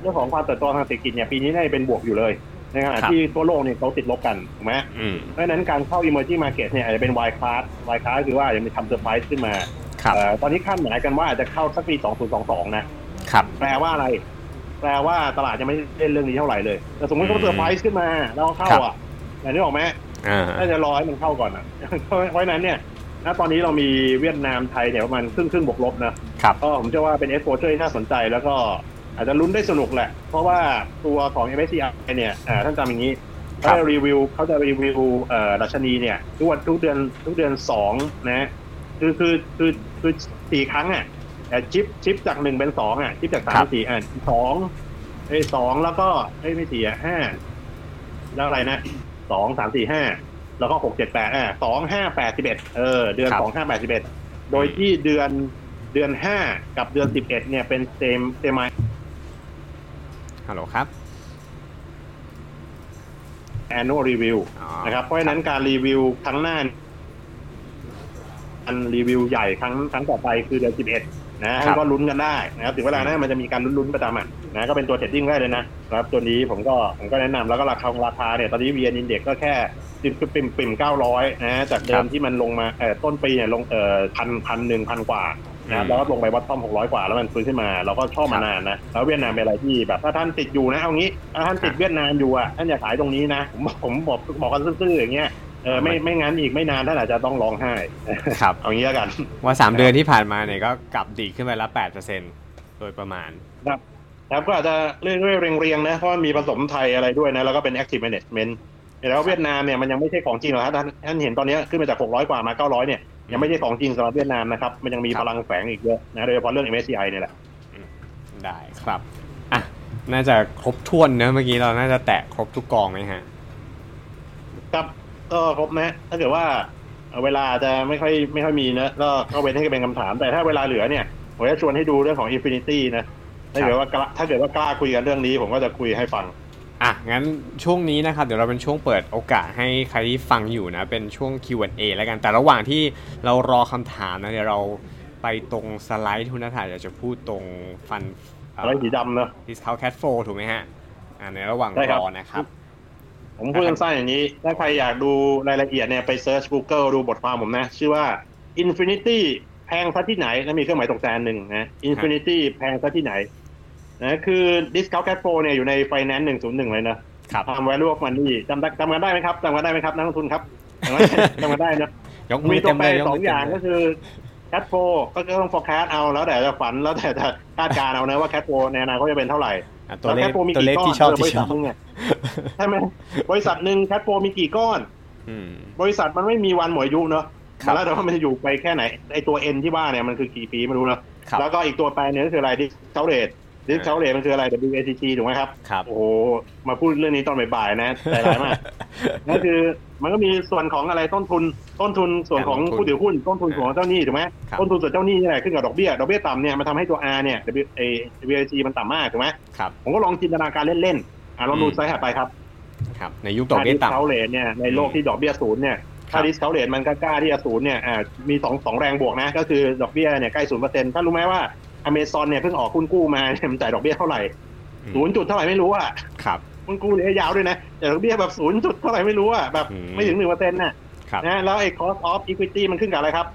Speaker 2: เรื่องของความเติบโตทางเศรษฐกิจเนี่ยปีนี้ได้เป็นบวกอยู่เลยในขณะ
Speaker 1: ครับ
Speaker 2: ที่ทั่วโลกเนี่ยเขาติดลบกันถูกไหม
Speaker 1: อืม
Speaker 2: เพราะฉะนั้นการเข้า emerging market เนี่ยอาจจะเป็น Y class Y class คือว่าอาจจะมีทำเซอร์ไพรส์ขึ้นมา
Speaker 1: ครับ
Speaker 2: เอ่อตอนนี้คาดหมายกันว่าอาจจะเข้าสักปี 2022 นะ
Speaker 1: ครับ
Speaker 2: แปลว่าอะไร แปลว่าตลาดยังไม่ได้เล่นเรื่องนี้เท่าไหร่เลย แต่สมมติเขาเซอร์ไพรส์ขึ้นมาแล้วเขาเข้าอ่ะแต่นี่ออกไหม
Speaker 1: อ่า
Speaker 2: น่าจะรอให้มันเข้าก่อนนะ เพราะฉะนั้นเนี่ยณตอนนี้เรามีเวียดนามไทยเนี่ยประมาณครึ่งครึ่งๆบวกลบนะครับ ก็ผมเชื่อว่าเป็นเอ็กโพเชอร์ที่น่าสนใจแล้วก็อาจจะลุ้นได้สนุกแหละ เพราะว่าตัวของ m s c i เนี่ยอ่าท่านจำอย่างนี้
Speaker 1: ครั
Speaker 2: เขา
Speaker 1: บ
Speaker 2: จะรีวิวเขาจะรีวิวเอ่อดัชนีเนี่ยทุกวันทุกเดือนทุกเดือนสองนะคือคือคือคือสี่ครั้งอ่ะแต่ชิปชิปจากหนึ่งเป็นสองอ่ะชิปจากสามเป็นสี่อ่ะสองเอ้ยสองแล้วก็เอ้ยไม่สี่อ่ะห้าแล้วอะไรนะ สองสามสี่ห้าแล้วก็หกเจ็ดแปดอ่าสองห้าแปดสิบเอ็ดเออเดือน
Speaker 1: ครับ
Speaker 2: สองห้าแปดสิบเอ็ดโดยที่เดือนเดือนห้ากับเดือนสิบเอ็ดเนี่ยเป็นเซมเซมาย
Speaker 1: ฮัลโหลครับ
Speaker 2: แอนน l รีวิว
Speaker 1: อ๋อ
Speaker 2: นะครับเพราะฉะนั้นการรีวิวครั้งหน้าอันรีวิวใหญ่ครั้งครั้งต่อไปคือเดือนสิบเอ็ดนะ
Speaker 1: ครั
Speaker 2: ให้
Speaker 1: บ
Speaker 2: ก็ลุ้นกันได้นะครับถึงเวลานั้นมันจะมีการลุ้นๆประจำอ่ะนะก็เป็นตัวเทรดดิ้งได้เลยนะครับตัวนี้ผมก็ผมก็แนะนำแล้วก็ราคาราคาเนี่ยตอนนี้ VN Index ก็แค่ ปิ่มปิ่มปิ่มเก้าร้อยนะฮะจากเดิมที่มันลงมาเอ่อต้นปีเนี่ยลงเอ่อพันพันหนึ่งพันกว่า
Speaker 1: อื
Speaker 2: นะ
Speaker 1: ม
Speaker 2: แล้วก็ลงไปวัดท่อมหกร้อยกว่าแล้วมันฟื้นขึ้นมาเราก็ชอบ
Speaker 1: ครั
Speaker 2: มา
Speaker 1: บ
Speaker 2: นานนะแล้วเวียดนามเป็นอะไรที่แบบถ้าท่านติดอยู่นะเอางี้ถ้าท่านติด
Speaker 1: ครับ
Speaker 2: เวียดนามอยู่อ่ะท่านอย่าขายตรงนี้นะผมผมบอกบอกกันซื่อๆอย่างเงี้ยเออไม่
Speaker 1: ทำไม
Speaker 2: ไม่งั้นอีกไม่นานท่านอาจจะต้องร้องไห้
Speaker 1: ครับ
Speaker 2: เอางี้แล้วกัน
Speaker 1: ว่าสามเดือนที่ผ่านมาเนี่ยก็กลับดีดขึ้นไปละแปดเปอร์เซ็นโดยประมาณ
Speaker 2: ครับก็อาจจะเรื่อยๆเรียงๆนะเพราะว่ามีผสมไทยอะไรด้วยนะแล้วก็เป็น active management แล้วเวียดนามเนี่ยมันยังไม่ใช่ของจริงหรอกครับท่านท่านเห็นตอนนี้ขึ้นมาจาก 600 กว่ามา 900 เนี่ยยังไม่ใช่ของจริงสำหรับเวียดนามนะครับ มันยังมี
Speaker 1: ครับ
Speaker 2: พลังแฝงอีกเยอะนะโดยเฉพาะเรื่อง MSCI เนี่ยแหละ
Speaker 1: ได้ครับ อ่ะ น่าจะครบถ้วนเนอะเมื่อกี้เราน่าจะแตะครบทุกกองไหมฮะ
Speaker 2: ครับก็ครบนะ ถ้าเกิดว่าเวลาจะไม่ค่อยไม่ค่อยมีนะก็ก็เว้นให้เป็นคำถาม แต่ถ้าเวลาเหลือเนี่ยผมจะชวนให้ดูเรื่องของ Infinity นะถ้าเกิดว่ากล้าถ้าเกิดว่ากล้าคุยกันเรื่องนี้ ผมก็จะคุยให้ฟัง
Speaker 1: อ่ะ งั้นช่วงนี้นะครับ เดี๋ยวเราเป็นช่วงเปิดโอกาสให้ใครที่ฟังอยู่นะ เป็นช่วง Q&A แล้วกัน แต่ระหว่างที่เรารอคำถามนะ เดี๋ยวเราไปตรงสไลด์ทุนทายอยากจะพูดตรงฟันเอ่อ
Speaker 2: อะไรสีดำเนอะ
Speaker 1: discount cash flow ถูกไหมฮะ อ่ะในระหว่าง
Speaker 2: ได้ค
Speaker 1: ร
Speaker 2: รับ
Speaker 1: อนะครับ
Speaker 2: ผมพูดสั้นๆอย่างนี้ ถ้าใครอยากดูรายละเอียดเนี่ยไปเซิร์ช Google ดูบทความผมนะ ชื่อว่า Infinity แพงซะที่ไหน แล้วมีเครื่องหมายตกใจอันหนึ่งนะ Infinity แพงซะที่ไหนนะคือ Discount Cash Flow เนี่ยอยู่ใน Finance 101 เลยนะครับ ทำ Value of Money จำได้จำกันได้ไหมครับจำกันได้ไหมครับนักลงทุนครับจำกันจำกันได้นะ
Speaker 1: ยกมื อ
Speaker 2: มีตั
Speaker 1: เต็
Speaker 2: ว
Speaker 1: ม
Speaker 2: แปร
Speaker 1: เลยยก
Speaker 2: สอ
Speaker 1: มือ
Speaker 2: งอ
Speaker 1: เต็
Speaker 2: ย่าม ง
Speaker 1: เล
Speaker 2: ก็
Speaker 1: ย
Speaker 2: คือแค t โฟก็ต้อง forecast เอาแล้วแต่จะฝันแล้วแต่จะคาดการณ์เอานะว่าแค t โฟในอนาคตจะเป็นเท่าไหร่
Speaker 1: อ่ะตัวเลข
Speaker 2: แคทโฟมี
Speaker 1: ตัวเล
Speaker 2: กี่
Speaker 1: ข
Speaker 2: ก้อน
Speaker 1: ที่ชอบ
Speaker 2: เบ
Speaker 1: ที่
Speaker 2: ริ
Speaker 1: ช
Speaker 2: ษั
Speaker 1: อ
Speaker 2: ท
Speaker 1: บ
Speaker 2: หนึงเนี่ยใช่ไหม บริษัทหนึ่งแคทโฟมีกี่ก้อน
Speaker 1: อืม
Speaker 2: บริษัทมันไม่มีวันหมดอายุเนอะ
Speaker 1: ครับ
Speaker 2: แล้วแต่ว่ามันจะอยู่ไปแค่ไหนไอตัว N ที่ว่าเนี่ยมันคือกี่ปีไม่รู้เนอะ
Speaker 1: ครับ
Speaker 2: แล้วก็อีกตัวแปรเนี่ยก็คืออะไรดิเชลเลตดิเชลเลตมันคืออะไร WACC ถูกไหมครับ
Speaker 1: ครับ
Speaker 2: โอ้โห มาพูดเรื่องนี้ตอนบ่ายๆนะใจร้ายมาก นั่นคือมันก็มีส่วนของอะไรต้นทุน ต้นทุนส่วนของ
Speaker 1: อ่าลงทุน
Speaker 2: ผู้ถือหุ้น ต้นทุนของเจ้าหนี้ถูกไหม
Speaker 1: ครับ
Speaker 2: ต้นทุนส่วนเจ้าหนี้นี่แหละขึ้นกับดอกเบี้ยดอกเบี้ยต่ำเนี่ยมันทำให้ตัว R เนี่ย W A W A G มันต่ำมากถูกไหม
Speaker 1: ครับ
Speaker 2: ผมก็ลองจินตนาการเล่นๆอ่ะลองดู
Speaker 1: อืม
Speaker 2: ไซส์ถัดไปครับ
Speaker 1: ครับ ในยุคดอกเบี้ยต่
Speaker 2: เเลเนี่ยในโลกที่ดอกเบี้ยศูนย์เนี่ย
Speaker 1: ครั
Speaker 2: ถ้า
Speaker 1: บ
Speaker 2: ดิสเคาเลตมันก็กล้าที่จะศูนย์เนี่ยอ่ามีสองสองแรงบวกนะ ก็คือดอกเบี้ยเนี่ยใกล้ศูนย์เปอร์เซ็นต์ถ้านรู้ไหมว่าอเมซอนเนี่ยเพิ่งออกหุ้นกู้มาเนี่ยมันจ่ายดอกเบี้ยเท่าไหร่
Speaker 1: อืม
Speaker 2: ศูนย์จุดเท่าไหร่ไม่รู้อ่ะ
Speaker 1: ำครับ
Speaker 2: มันกู้ระยะยาวด้วยนะ แต่ดอกเบี้ยแบบศูนย์จุดเท่าไหร่ไม่รู้อ่ะแบบ
Speaker 1: อืม
Speaker 2: ไม่ถึงหนึ่งเปอร์เซ็นต์น่ะ
Speaker 1: ครับ
Speaker 2: นะแล้วไอ้ cost of equity มันขึ้นกับอะไรครับ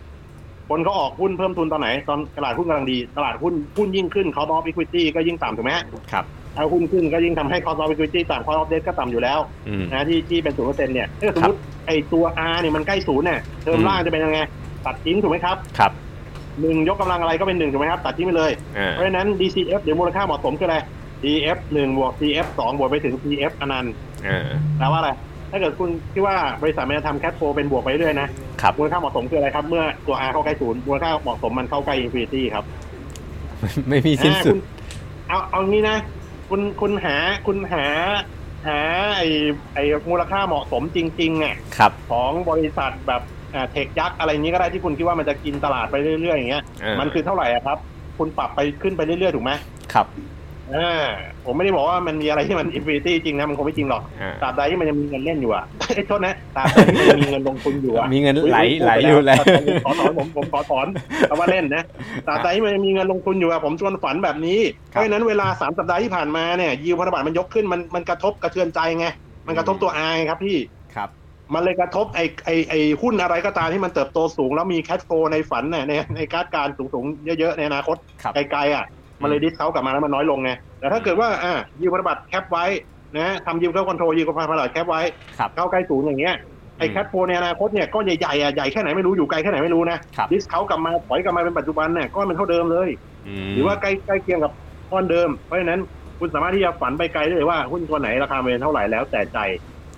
Speaker 2: คนเขาออกหุ้นเพิ่มทุนตอนไหน ตอนตลาดหุ้นกำลังดี ตลาดหุ้นหุ้นยิ่งขึ้น cost of equity ก็ยิ่งต่ำถูกไหมฮะ
Speaker 1: ครับ
Speaker 2: ถ้าหุ้นขึ้นก็ยิ่งทำให้ cost of equity ต่ำ cost of debt ก็ต่ำอยู่แล้ว
Speaker 1: อืม
Speaker 2: นะที่ที่เป็นศูนย์เปอร์เซ็นต์เนี่ยถ้าสมมติไอ้ตัว R เนี่ยมันใกล้ศูนย์เนี่ยเทอม
Speaker 1: อืม
Speaker 2: ล่างจะเป็นยังไง ตัดทิ้งถูกไหมครับ
Speaker 1: ครับ
Speaker 2: หนึ่งยกกำลังอะไรก็เป็นหนึ่งถูกไหมครับตัดทิ้งไปเลย
Speaker 1: อ่า
Speaker 2: เพราะฉะนั้น DCF หรือมูลค่าเหมาะสมคืออะไร DF 1บวก CF 2บวกไปถึง CF อนันต
Speaker 1: อ่า
Speaker 2: แปลว่าอะไร ถ้าเกิดคุณคิดว่าบริษัทมันจะทำแคชโฟเป็นบวกไปเรื่อยนะ
Speaker 1: ครับ
Speaker 2: มูลค่าเหมาะสมคืออะไรครับ เมื่อตัว R เข้าใกล้ศูนย์มูลค่าเหมาะสมมันเข้าใกล้อินฟินิตี้ครับ
Speaker 1: ไม่มีสิ้นสุด
Speaker 2: อ่าคุณเอาเอางี้นะ คุณคุณหาคุณหาหาไอไอมูลค่าเหมาะสมจริงๆอ่ะ
Speaker 1: ครับ
Speaker 2: ของบริษัทแบบเทคยักษ์อะไรอย่างนี้ก็ได้ที่คุณคิดว่ามันจะกินตลาดไปเรื่อยๆอย่างเงี้ย
Speaker 1: า
Speaker 2: มันคือเท่าไหร่อะครับ คุณปรับไปขึ้นไปเรื่อยๆถูกไหม
Speaker 1: ครับ
Speaker 2: อ่าผมไม่ได้บอกว่ามันมีอะไรที่มันอินฟินิตี้จริงนะมันคงไม่จริงหรอก
Speaker 1: อ่า
Speaker 2: ตราบใดที่มันยังมีเงินเล่นอยู่อ่ะ ไอ้ยโทษนะตราบใดที่มันยังมีเงินลงทุนอยู่อ่ะ
Speaker 1: มีเงินไหล
Speaker 2: อุ๊
Speaker 1: ไหลอยู่แล้ว
Speaker 2: ขอถอนผมผมขอถอนคำว่าเล่นนะตราบใดที่มันยังมีเงินลงทุนอยู่อ่ะผมชวนฝันแบบนี้
Speaker 1: ค
Speaker 2: เพ
Speaker 1: รับ
Speaker 2: ราะฉะนั้นเวลาสามสัปดาห์ที่ผ่านมาเนี่ยยิวพันธบัตรมันยกขึ้นมันมันกระทบกระเทือนใจไง มันกระทบ
Speaker 1: อืม
Speaker 2: ตัวอายครับพี่
Speaker 1: ครับ
Speaker 2: มันเลยกระทบไอ้ไอ้ไอ้หุ้นอะไรก็ตามที่มันเติบโตสูง แล้วมีแคชโฟในฝันเนี่ยในในการดการสูงๆเยอะๆในอนาคต
Speaker 1: ครับ
Speaker 2: ไกลๆอ่ะ มันเลยดิสเขากลับมาแล้วมันน้อยลงไง แต่ถ้าเกิดว่าอ่ะยิวพันธบัตรแคปไว้นะทำยิวเข้าคอนโทรยิวพันธบัตรแคปไว้
Speaker 1: ครับ
Speaker 2: เข้าใกล้ศูนย์อย่างเงี้ยไอ้
Speaker 1: อืม
Speaker 2: แคทโพในอนาคตเนี่ยก้อนใหญ่ๆอ่ะใหญ่แค่ไหนไม่รู้อยู่ไกลแค่ไหนไม่รู้นะครับ ดิสเขากลับมาถอยกลับมาเป็นปัจจุบันเนี่ยก้อนมันเท่าเดิมเลย
Speaker 1: ม
Speaker 2: หรือว่าใกล้ใกล้เคียงกับก้อนเดิม เพราะฉะนั้นคุณสามารถที่จะฝันไปไกลได้เลยว่าหุ้นตัวไหนราคาเป็นเท่าไหร่แล้วแต่ใจ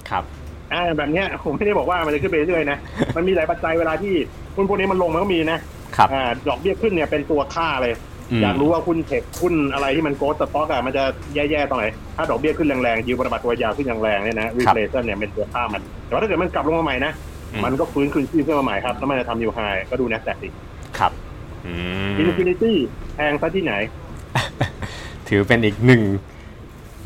Speaker 1: ครับ
Speaker 2: อ่าแบบเนี้ยผมไม่ได้บอกว่ามันจะขึ้นไปเรื่อยๆนะ มันมีหลายปัจจัยเวลาที่หุ้นพวกนี้มันลงมันก็มีนะครับอ่าดอกเบี้ยขึ้นเนี่ยเป็นตัวค่าเลย
Speaker 1: ม
Speaker 2: อยากรู้ว่าหุ้นเทคหุ้นอะไรที่มันโกดสต็อกอะมันจะแย่ๆตรงไหน ถ้าดอกเบี้ยขึ้นแรงๆยิวประบัติตัวยาวขึ้นแรงๆเนี่ยนะรีเพลชันเนี่ยเป็นตัวค่ามัน แต่ว่าถ้าเกิดมันกลับลงมาใหม่นะ มันก็ฟื้นคืนชีพขึ้นมาใหม่ครับ แล้วมันจะทำยูไฮก็ดู n นสแตกสิ
Speaker 1: ครับอืม
Speaker 2: อินฟินิตี้แพงซะที่ไหน
Speaker 1: ถือเป็นอีกหนึ่ง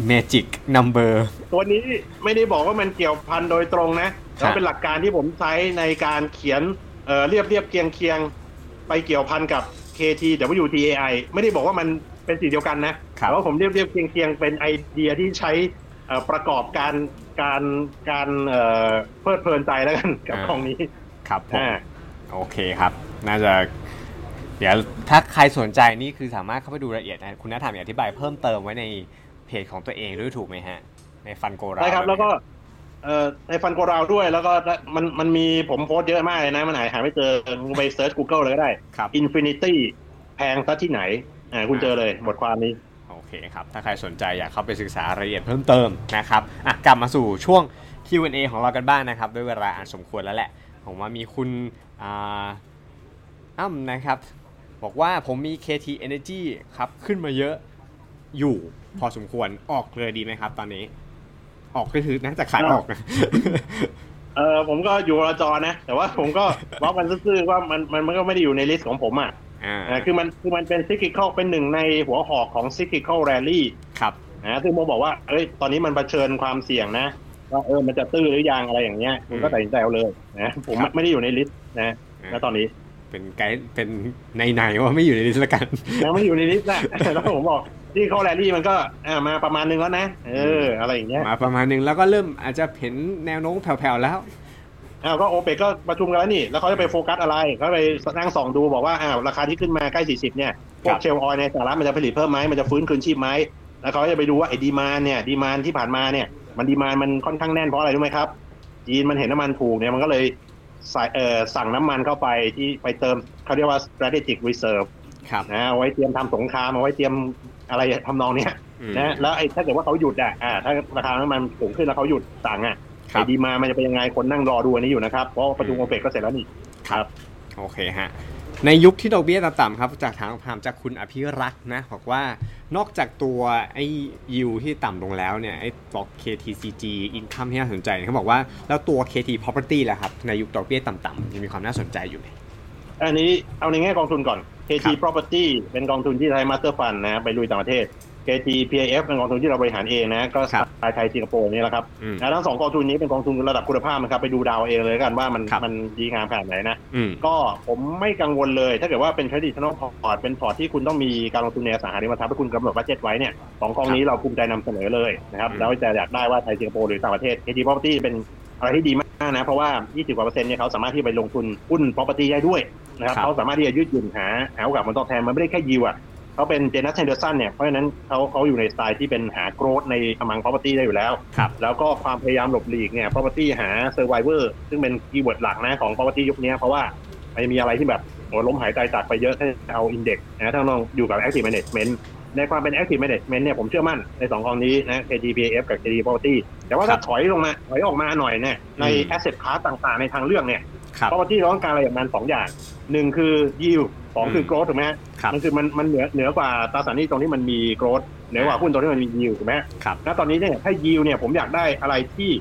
Speaker 1: เมจิกนัมเบอร์
Speaker 2: ตัวนี้ไม่ได้บอกว่ามันเกี่ยวพันโดยตรงนะแต่ว่าเป็นหลักการที่ผมใช้ในการเขียนเอ่อเรียบเรียบเคียงเคียงไปเกี่ยวพันกับ KTWTAI ไม่ได้บอกว่ามันเป็นสิ่งเดียวกันนะครับ แต่ว่าผมเรียบเรียบเคียงเคียงเป็นไอเดียที่ใช้เอ่อประกอบการการการเอ่อเพลิดเพลินใจแล้วกันกับของนี้
Speaker 1: ครับผม
Speaker 2: อ่า
Speaker 1: โอเคครับ น่าจะ เดี๋ยวถ้าใครสนใจนี่คือสามารถเข้าไปดูรายละเอียดนะคุณนัทถามอยากอธิบายเพิ่มเติมไว้ในเพจของตัวเองด้วยถูกไหมฮะ ในฟันโกรา
Speaker 2: ใช่ครับแล้วก็เอ่อในฟันโกราวด้วยแล้วก็มันมันมีผมโพสต์เยอะมากเลยนะ มันหาหาไม่เจอไปเซิร์ช Google เลยก็ได้
Speaker 1: ครับ
Speaker 2: Infinity แพงซะที่ไหนอ่าคุณเจอเลยบทความนี้
Speaker 1: โอเคครับ ถ้าใครสนใจอยากเข้าไปศึกษารายละเอียดเพิ่มเติมนะครับอ่ะกลับมาสู่ช่วง Q&A ของเรากันบ้างนะครับ ด้วยเวลาอันสมควรแล้วแหละ ผมว่ามีคุณอ่าอ้ำนะครับ บอกว่าผมมี KT Energy ครับ ขึ้นมาเยอะอยู่พอสมควรออกเลยดีไหมครับ ตอนนี้ ออกก็คือน่าจะขายออกนะ
Speaker 2: เออผมก็อยู่รอจอนะ แต่ว่า ผมก็บล็อกมันซื่อๆว่ามันมันมันก็ไม่ได้อยู่ในลิสต์ของผมอ่ะ
Speaker 1: อ่า
Speaker 2: อ่าคือมันคือมันเป็นซิกิคอลเป็นหนึ่งในหัวหอกของซิกิคอลแรลลี่
Speaker 1: ครับ
Speaker 2: นะซึ่งโมบอกว่าเอ้ย ตอนนี้มันเผชิญความเสี่ยงนะว่าเออ มันจะตื้อหรือยังอะไรอย่างเงี้ยคุณก็
Speaker 1: อืม
Speaker 2: ตัดสินใจเอาเลยนะ ผม
Speaker 1: ครับ
Speaker 2: ไม่ได้อยู่ในลิสต์นะ
Speaker 1: อ่า
Speaker 2: ณตอนนี้
Speaker 1: เป็นไกด์เป็นในในๆว่าไม่อยู่ในลิสต์ละกัน
Speaker 2: นะไม่ได้อยู่ในลิสต์ นะ แล้วผมบอกที่เขาแรลลี่มันก็อ่ามาประมาณนึงแล้วนะ เออ อะไรอย่างเงี้ย
Speaker 1: มาประมาณหนึงแล้วก็เริ่มอาจจะเห็นแนวโน้มแผ่วๆแล้ว
Speaker 2: อ้าวก็โอเปกก็ประชุมกันแล้วนี่ แล้วเขาจะไปโฟกัสอะไรเขาไปนั่งส่องดูบอกว่าอ้าวราคาที่ขึ้นมาใกล้ 40 เนี่ย พว
Speaker 1: ครั
Speaker 2: ก
Speaker 1: บ
Speaker 2: เชลล์ออยล์ในสหรัฐมันจะผลิตเพิ่มไหมมันจะฟื้นคืนชีพไหมแล้วเขาจะไปดูว่าไอ้ดีมานเนี่ยดีมานที่ผ่านมาเนี่ย มันดีมานมันค่อนข้างแน่นเพราะอะไรรู้ไหมครับ จีนมันเห็นน้ำมันถูกเนี่ยมันก็เลยใส่เอ่อสั่งน้ำมันเข้าไปที่ไปเติมเขาเรียกว่า strategic reserve
Speaker 1: ครับ
Speaker 2: นะเอาไว้เตรียมทำสงครามเอาไว้เตรียมอะไรทำนองเนี้ยนะแล้วไอ้ถ้าเกิดว่าเขาหยุดอ่ะอ่าถ้าราคาน้ำมันสูงขึ้นแล้วเขาหยุดสั่งอ่ะ
Speaker 1: ครับ
Speaker 2: ไอ้ดีมานมันจะเป็นยังไงคนนั่งรอดูอันนี้อยู่นะครับเพราะว่าประชุม
Speaker 1: อืม
Speaker 2: โอเปกก็เสร็จแล้วนี่
Speaker 1: ครับ โอเคฮะ ในยุคที่ดอกเบี้ยต่ำๆครับ จากทางพามจากคุณอภิรักษ์นะบอกว่านอกจากตัวไอ้ยูที่ต่ำลงแล้วเนี่ยไอ้ตัว KTCG income ที่น่าสนใจเนี่ยเขาบอกว่าแล้วตัว KT property ล่ะครับ ในยุคดอกเบี้ยต่ำๆยังมีความน่าสนใจอยู่ไหม
Speaker 2: อันนี้เอาในแง่กองทุนก่อน KT property เป็นกองทุนที่ไทยมาสเตอร์ฟันนะไปลุยต่างประเทศ KT PIF เป็นกองทุนที่เราบริหารเองนะก็สไตล์ไทยสิงคโปร์นี่แหละครับแล้วทั้งสองกองทุนนี้เป็นกองทุนระดับคุณภาพนะครับไปดูดาวเองเลยกันว่ามันมันดีงามขนาดไหนนะก็ผมไม่กังวลเลย ถ้าเกิดว่าเป็น traditional port เป็นพอร์ตที่คุณต้องมีการลงทุนในอสังหาริมทรัพย์ที่คุณกำหนดบัตเจ็ตไว้เนี่ยสองกองนี้เราภูมิใจนำเสนอเลยนะครับแล้วจะอยากได้ว่าไทยสิงคโปร์หรือต่างประเทศ KT property เป็นอะไรที่ดีมากนะเพราะว่า 20กว่าเปอร์เซ็นต์เนี่ยเขาสามารถที่ไปลงทุนหุ้น property ได้ด้วยนะครับเขาสามารถที่จะยืดหยุ่นหาหาโอกาสผลตอบแทนมันไม่ได้แค่ยิวอ่ะเขาเป็นเจนัสเซนเดอร์สันเนี่ย เพราะฉะนั้นเขาเขาอยู่ในสไตล์ที่เป็นหาโกรดในมัง property ได้อยู่แล้ว แล้วก็ความพยายามหลบหลีกเนี่ย property หา survivor ซึ่งเป็นคีย์เวิร์ดหลักนะของ property ยุคนี้เพราะว่ามันมีอะไรที่แบบล้มหายตายจากไปเยอะถ้าเอาอินเด็กซ์นะถ้าลองอยู่กับ active management ในความเป็น active management เนี่ยผมเชื่อมั่นในสองกองนี้นะ KDPF กับ KD property แต่ว่าถ้าถอยลงมาถอยออกมาหน่อยเนี่ยใน asset class ต่างๆ ในทางเลือกเนี่ย property เราต้องการอะไรอย่างมันสองอย่างหนึ่งคือ yield สองคือโกรดถูกไหมมันคือมันมันเหนือเหนือกว่าตราสารนี้ตรงที่มันมีโกรดเหนือกว่าหุ้นตรงที่มันมียิวถูกไหมครับณตอนนี้เนี่ยถ้ายิวเนี่ยผมอยากได้อะไรที่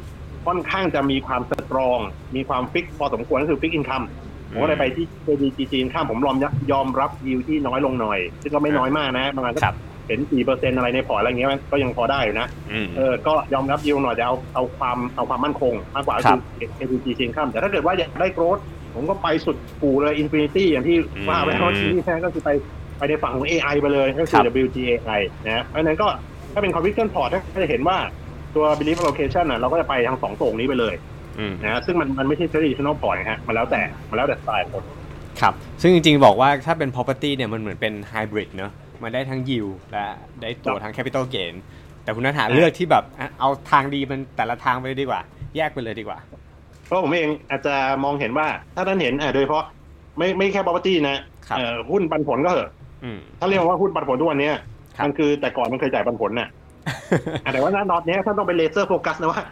Speaker 2: ค่อนข้างจะมีความสตรอง มีความฟิกพอสมควรก็คือฟิกอินคัมผมก็เลยไปที่ KDGC ข้ามผมยอมยอมรับยิวที่น้อยลงหน่อย ซึ่งก็ไม่น้อยมากนะประมาณสักเห็นสี่เปอร์เซ็นอะไรในพอร์ตอะไรเงี้ยมันก็ยังพอได้อยู่นะเออก็ยอมรับยิวหน่อยแต่เอาเอาความเอาความมั่นคงมากกว่าคือ KDGC ข้ามแต่ถ้าเกิดว่าอยากได้โกรดผมก็ไปสุดปูเลยอินฟินิตี้อย่างที่ว่าไปแล้วที่นี่ก็คือไปไปในฝั่งของ AI ไปเลยก็คือ WGAI นะเพราะนั้นก็ถ้าเป็น conviction port ก็จะเห็นว่าตัว belief allocation อ่ะเราก็จะไปทางสองโถงนี้ไปเลยนะซึ่งมันมันไม่ใช่ traditional port ฮะมันแล้วแต่มันแล้วแต่สไตล์คน
Speaker 1: ครับ ซึ่งจริงๆบอกว่าถ้าเป็น property เนี่ยมันเหมือนเป็น hybrid เนอะมันได้ทั้ง yield และได้ตัวทั้ง capital gain แต่คุณนัทหาเลือกที่แบบเอาทางดีมันแต่ละทางไปดีกว่า แยกไปเลยดีกว่า
Speaker 2: เพราะผมเองอาจจะมองเห็นว่าถ้าท่านเห็นโดยเฉพาะไม่ไม่แค่ property นะหุ้นปันผลก็เหอะถ้าเรียกว่าหุ้นปันผลทุกวันนี้มันคือแต่ก่อนมันเคยจ่ายปันผลน่ะแต่ว่าน้าน็อตเนี้ยท่านต้องเป็นเลเซอร์โฟกัสนะว่า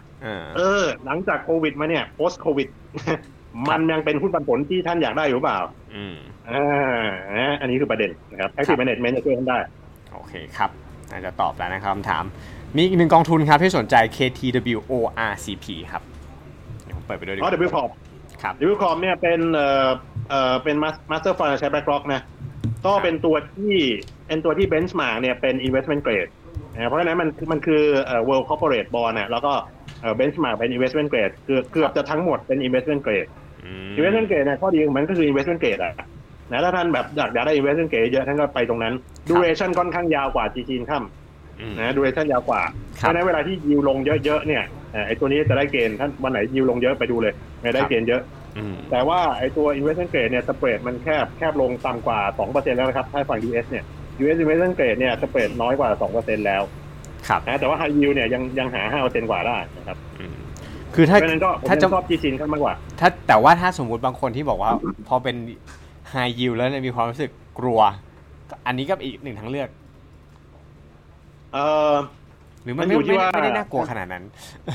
Speaker 2: เออ หลังจากโควิดมาเนี่ย post โควิด มันยังเป็นหุ้นปันผลที่ท่านอยากได้หรือเปล่าอ่าอันนี้คือประเด็นนะครับ active management จะช่วยท่านได้
Speaker 1: โอเคครับอาจจะตอบแล้วนะครับคำถาม มีอีกหนึ่งกองทุนครับที่สนใจ KTWORCP ครับ
Speaker 2: ปิดไปด้วยอ๋อ W Corp ครับ W Corp เนี่ยเป็นเอ่อเอ่อเป็นมาสเตอร์ฟันใช้ BlackRock นะก็เป็นตัวที่เป็นตัวที่เบนช์มาร์กเนี่ยเป็น investment grade นะเพราะฉะนั้นมันมันคือเอ่อ World Corporate Bond นะแล้วก็เอ่อเบนช์มาร์กเป็น investment grade เกือบเกือบจะทั้งหมดเป็น investment grade investment grade เนี่ยข้อดีของมันก็คือ investment grade อะนะถ้าท่านแบบอยากได้ investment grade เยอะท่านก็ไปตรงนั้น duration ค่อนข้างยาวกว่าจีจีนข้ามนะดูเรชั่นยาวกว่าเพราะนั้นเวลาที่ยิวลงเยอะๆเนี่ยไอ้ตัวนี้จะได้เกณฑ์ท่านวันไหนยิวลงเยอะไปดูเลยไม่ได้เกณฑ์เยอะแต่ว่าไอ้ตัว investment grade เนี่ยสเปรดมันแคบแคบลงต่ำกว่า 2%แล้วนะครับถ้าฝั่ง US เนี่ย US investment grade เนี่ยสเปรดน้อยกว่า 2%แล้ว
Speaker 1: ครับ
Speaker 2: นะแต่ว่า high yield เนี่ยยังยังหา 5%กว่าได้นะครับ
Speaker 1: คือถ้า
Speaker 2: ถ้าจะชอบจีซินข้ามากกว่า
Speaker 1: ถ้าแต่ว่าถ้าสมมุติบางคนที่บอกว่าพอเป็น high yield แล้วเนี่ยมีความรู้สึกกลัว อันนี้ก็อีกหนึ่งทางเลือก
Speaker 2: เออ
Speaker 1: หรือมันอยู่ที่ว่าไม่ได้น่ากลัวขนาดนั้น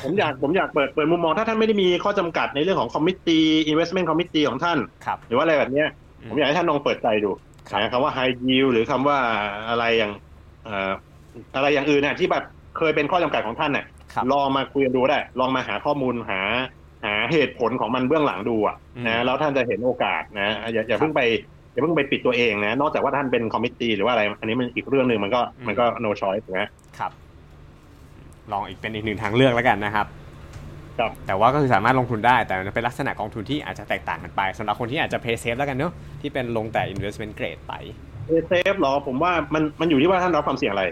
Speaker 2: ผมอยากผมอยากเปิดเปิดมุมมองถ้าท่านไม่ได้มีข้อจำกัดในเรื่องของคอมมิตตี้อินเวสท์เมนต์คอมมิตตี้ของท่าน หรือว่าอะไรแบบเนี้ยผมอยากให้ท่านลองเปิดใจดูคำว่าไฮยิวหรือคำว่าอะไรอย่างอะไรอย่างอื่นเนี่ยที่แบบเคยเป็นข้อจำกัดของท่านเนี่ยลองมาคุยกันดูได้ ลองมาหาข้อมูลหาหาเหตุผลของมันเบื้องหลังดูอ่ะนะแล้วท่านจะเห็นโอกาสนะอย่าอย่าเพิ่งไปอย่าเพิ่งไปปิดตัวเองนะ นอกจากว่าท่านเป็นคอมมิตตี้หรือว่าอะไร อันนี้มันอีกเรื่องหนึ่งมันก็มันก็โนชอยถูกไหม
Speaker 1: ครับ ลองอีกเป็นอีกหนึ่งทางเลือกแล้วกันนะครับ
Speaker 2: ครับ
Speaker 1: แต่ว่าก็คือสามารถลงทุนได้ แต่มันเป็นลักษณะกองทุนที่อาจจะแตกต่างกันไป สำหรับคนที่อาจจะเพย์เซฟแล้วกันเนาะที่เป็นลงแต่ investment grade ไป
Speaker 2: เพย์เซฟหรอผมว่ามันมันอยู่ที่ว่าท่านรับความเสี่ยงอะไร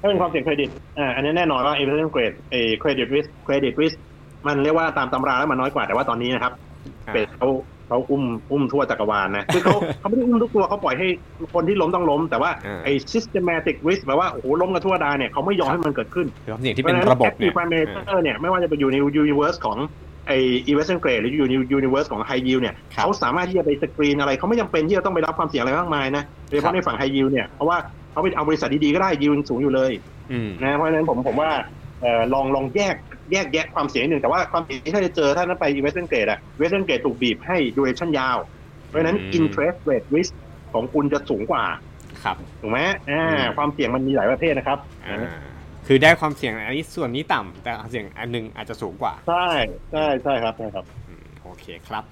Speaker 2: ถ้าเป็นความเสี่ยงเครดิตอ่าอันนี้แน่นอนว่า investment grade เอเครดิตริสเครดิตริสมันเรียกว่าตามตำราแล้วมันน้อยกว่าแต่ว่าตอนนี้นะครับเป็ดเขาขาอุ้มอุ้มทั่วจักรวาลนะคือเขาเขาไม่ได้อุ้มทุกตัวเขาปล่อยให้คนที่ล้มต้องล้ม แต่ว่าไอ้ systematic risk แปลว่าโอ้โหล้มกันทั่วดาเนี่ยเขาไม่ยอมให้มันเกิดขึ้น
Speaker 1: ความเสี่ยงที่เป็นระบบ
Speaker 2: เนี่ย parameter เนี่ยไม่ว่าจะไปอยู่ใน universe ของไอ้ investment grade หรืออยู่ใน universe ของ high yield เนี่ยเขาสามารถที่จะไปสกรีนอะไรเขาไม่จำเป็นที่จะต้องไปรับความเสี่ยงอะไรมากมายนะโดยเฉพาะในฝั่ง high yield เนี่ยเพราะว่าเขาไปเอาบริษัทดีๆก็ได้ยิวสูงอยู่เลยนะเพราะฉะนั้นผมผมว่าลองลองแยกแยกแยะความเสี่ยงหนึ่งแต่ว่าความเสี่ยงที่ท่านจะเจอถ้านั้นไป investment grade อะ investment grade ถูกบีบให้ duration ยาว เพราะฉะนั้น interest rate risk ของคุณจะสูงกว่า
Speaker 1: ครับ
Speaker 2: ถูกไหมอ่า
Speaker 1: อืม
Speaker 2: ความเสี่ยงมันมีหลายประเภทนะครับ
Speaker 1: อ่าคือได้ความเสี่ยงอันนี้ส่วนนี้ต่ำแต่เสี่ยงอันหนึงอาจจะสูงกว่า
Speaker 2: ใช่ใช่ใช่ครับใช่ครับ
Speaker 1: อืมโอเคครับ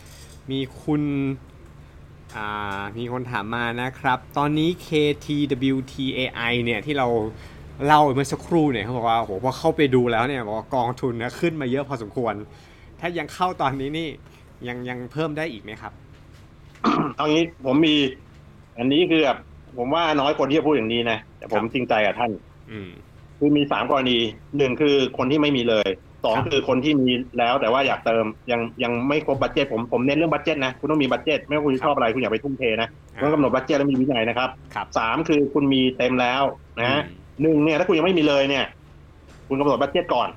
Speaker 1: มีคุณอ่ามีคนถามมานะครับ ตอนนี้ KTWTAI เนี่ยที่เราเล่าเมื่อสักครู่เนี่ยเขาบอกว่าโหพอเข้าไปดูแล้วเนี่ยบอกว่ากองทุนนะขึ้นมาเยอะพอสมควร ถ้ายังเข้าตอนนี้นี่ยังยังเพิ่มได้อีกไหมครับ
Speaker 2: เอางี้ผมมี อันนี้คือแบบผมว่าน้อยคนที่จะพูดอย่างนี้นะแต่ผม
Speaker 1: ครับ
Speaker 2: จริงใจกับท่าน
Speaker 1: อืม
Speaker 2: คือมีสามกรณีหนึ่งคือคนที่ไม่มีเลยสอง
Speaker 1: ครับ
Speaker 2: คือคนที่มีแล้วแต่ว่าอยากเติมยังยังไม่ครบบัตเจตผมผมเน้นเรื่องบัตเจตนะคุณต้องมีบัตเจตไม่ว่าคุณจะชอบอะไรคุณอย่าไปทุ่มเทนะคุณต้องกำหนดบัตเจตและมีวินัยนะครับ
Speaker 1: ครับ
Speaker 2: สามคือคุณมีเต็มแล้ว
Speaker 1: อืม
Speaker 2: นะหนึ่งเนี่ยถ้าคุณยังไม่มีเลยเนี่ย คุณกำหนดบัตเจตก่อน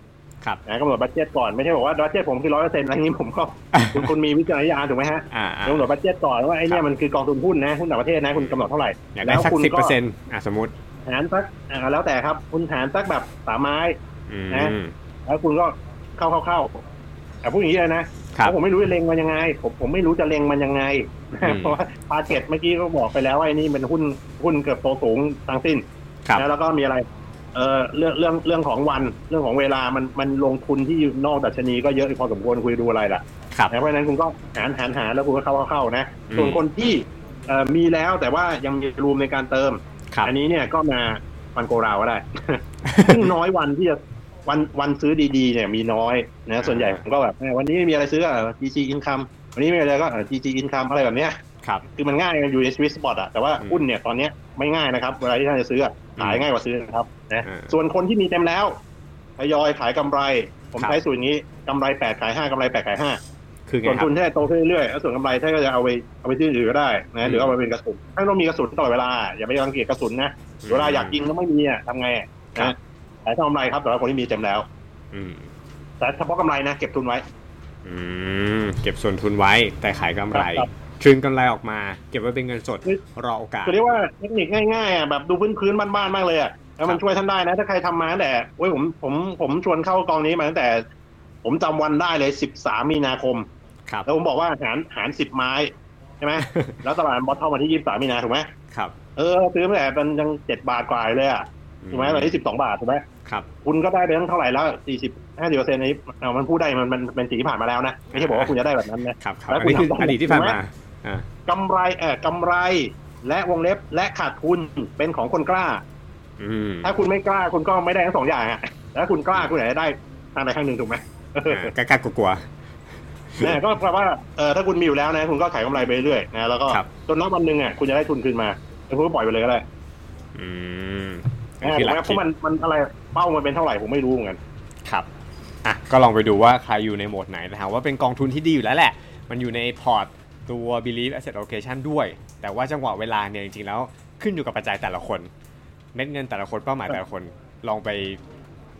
Speaker 1: ครับ
Speaker 2: นะกำหนดบัตเจตก่อนไม่ใช่บอกว่าบัตเจตผมคือร้อยเปอร์เซ็นต์อะไรอย่างนี้ผม ก็คุณคุณมีวิจารณญาณถูกไหมฮะ
Speaker 1: อ่าอ่าก
Speaker 2: ำหนดบัตเจตก่อนว่าไอ้เนี่ยมันคือกองทุนหุ้นนะหุ้นต่างประเทศนะคุณกำหนดเท่าไหร่
Speaker 1: อยากได้สัก
Speaker 2: แล้วคุณก็
Speaker 1: สิบเปอร์เซ็นต์อ่ะสมมติ
Speaker 2: หารสักอ่าแล้วแต่ครับ คุณหารสักแบบสามไม้
Speaker 1: อืม
Speaker 2: นะ แล้วคุณก็เข้าเข้าเข้าแต่พูดอย่างนี้เลยนะครับ เพราะผมไม่รู้จะเล็งมันยังไง ผมผมไม่รู้จะเล็งมันยังไง
Speaker 1: อืม
Speaker 2: เพราะว่าพาเก็ตเมื่อกี้ก็บอกไปแล้วว่าไอ้นี่เป็นหุ้นหุ้นเกือบโตสูงทั้งสิ้น
Speaker 1: ครับ
Speaker 2: นะแล้วก็มีอะไร เออเรื่องเรื่องเรื่องของวันเรื่องของเวลามันมันลงทุนที่อยู่นอกดัชนีก็เยอะพอสมควรคุยดูอะไรล่ะ
Speaker 1: ครับ
Speaker 2: นะเพราะฉะนั้นคุณก็หารหารหารแล้วคุณก็เข้าเข้าเข้านะ
Speaker 1: อืม
Speaker 2: ส่วนคนที่เอ่อมีแล้วแต่ว่ายังมีรูมในการเติม
Speaker 1: ครับ
Speaker 2: อันนี้เนี่ยก็มาวันโกราวก็ ได้ ซึ่งน้อยวันที่จะวันวันซื้อดีๆเนี่ยมีน้อยนะส่วนใหญ่ผมก็แบบเอ้ยวันนี้ไม่มีอะไรซื้ออ่ะ GG Income วันนี้ไม่มีอะไรก็เอ่อ GG Income อะไรแบบเนี้ย
Speaker 1: ครับ
Speaker 2: คือมันง่ายอยู่ในชีวิตสปอร์ตอ่ะแต่ว่า
Speaker 1: อืม
Speaker 2: หุ้นเนี่ยตอนเนี้ยไม่ง่ายนะครับเวลาที่ท่านจะซื้ออ่ะขายง่ายกว่าซื้อนะครับนะ
Speaker 1: เออ
Speaker 2: ส่วนคนที่มีเต็มแล้วทยอยขายกำไร ผม
Speaker 1: ครับ
Speaker 2: ใช้สูตรนี้กำไรแปดขายห้ากำไรแปดขายห้า
Speaker 1: คือไง
Speaker 2: ส่วน
Speaker 1: ครั
Speaker 2: ทุ
Speaker 1: บ
Speaker 2: นที่ได้โตขึ้นเรื่อยๆแล้วส่วนกำไรท่านก็จะเอาไปเอาไปที่อื่นก็ได้
Speaker 1: อืม
Speaker 2: นะหรือเอาไปเป็นกระสุนท่านต้องมีกระสุนตลอดเวลา อย่าไปรังเกียจกระสุนนะ
Speaker 1: อืม
Speaker 2: เวลาอยากยิงแล้วไม่มีอ่ะทำไงอ่ะ
Speaker 1: ครั
Speaker 2: นะ
Speaker 1: บ
Speaker 2: แต่ทำกำไรครับสำหรับคนที่มีเต็มแล้ว
Speaker 1: อืม
Speaker 2: แต่เฉพาะกำไรนะเก็บทุนไว้
Speaker 1: อืมเก็บส่วนทุนไว้แต่ขายกำไร
Speaker 2: ครับ
Speaker 1: คืนกำไรออกมา เก็บไว้เป็นเงินสด
Speaker 2: คือ
Speaker 1: รอโอกาส
Speaker 2: คือเรียกว่าเทคนิคง่ายๆอ่ะแบบดูพื้นพื้นๆบ้านๆมากเลยอ่ะแล้ว
Speaker 1: คน
Speaker 2: มั
Speaker 1: รับ
Speaker 2: ช่วยท่านได้นะถ้าใครทำมาตั้งแต่โอ้ยผมผมผมชวนเข้ากองนี้มาตั้งแต่ ผมจำวันได้เลย 13 มีนาคม
Speaker 1: ครับ
Speaker 2: แล้วผมบอกว่าหารหาร10 ไม้ใช่ไหม แล้วตลาดบอทเทอมวันที่ 23 มีนาถูกไหม
Speaker 1: ครับ
Speaker 2: เออซื้อมาตั้งแต่มันยัง7บาทกว่าอยู่เลยอ่ะ ถูกไหมตอนนี้สิบสองบาทถูกไหม
Speaker 1: ครับ
Speaker 2: คุณก็ได้ไปตั้งเท่าไหร่แล้วสี่สิบห้าสิบเปอร์เซ็นต์นี้เอามันพูดได้มันมันมันเป็นสีที่ผ่านมาแล้วนะ ไม่ใช่บอกว่าคุณจะได้แบบนั้นนะ
Speaker 1: ครับครับ
Speaker 2: แล้
Speaker 1: อั
Speaker 2: วน คุณ
Speaker 1: นี้คือ
Speaker 2: ทำได้
Speaker 1: อดีตที่ผ่าน
Speaker 2: ถูกไหม
Speaker 1: มาอ่าก
Speaker 2: ำไรเออกำไรและวงเล็บและขาดทุนเป็นของคนกล้า
Speaker 1: อืม
Speaker 2: ถ้าคุณไม่กล้าคุณก็ไม่ได้ทั้งสองอย่างอ่ะแล้วคุณกล้าคุณอาจจะได้ทางใดทางหนึ่งถูกไหม
Speaker 1: อ่ากล้ากลัว
Speaker 2: นะก็แปลว่าเออถ้าคุณมีอยู่แล้วนะคุณก็ขายกำไรไปเรื่อยๆนะแล้วก็
Speaker 1: ครับ
Speaker 2: จนนับวันหนึ่งอ่ะคุณจะได้ทุนคืนมาแล้วคุณก็ปล่อยไปเลยก็ได้
Speaker 1: ๆอืมอัน
Speaker 2: นะ
Speaker 1: นี้คือห
Speaker 2: ถูกไห
Speaker 1: ลัก
Speaker 2: มเพ
Speaker 1: คิด
Speaker 2: ราะมันมันอะไรเป้ามันเป็นเท่าไหร่ผมไม่รู้เหมือนกัน
Speaker 1: ครับอ่ะก็ลองไปดูว่าใครอยู่ในโหมดไหนนะฮะว่าเป็นกองทุนที่ดีอยู่แล้วแหละ มันอยู่ในพอร์ตตัว belief asset allocation ด้วย แต่ว่าจังหวะเวลาเนี่ยจริงๆแล้วขึ้นอยู่กับปัจจัยแต่ละคนเม็ดเงินแต่ละคนเป้าหมายแต่ละคนลองไป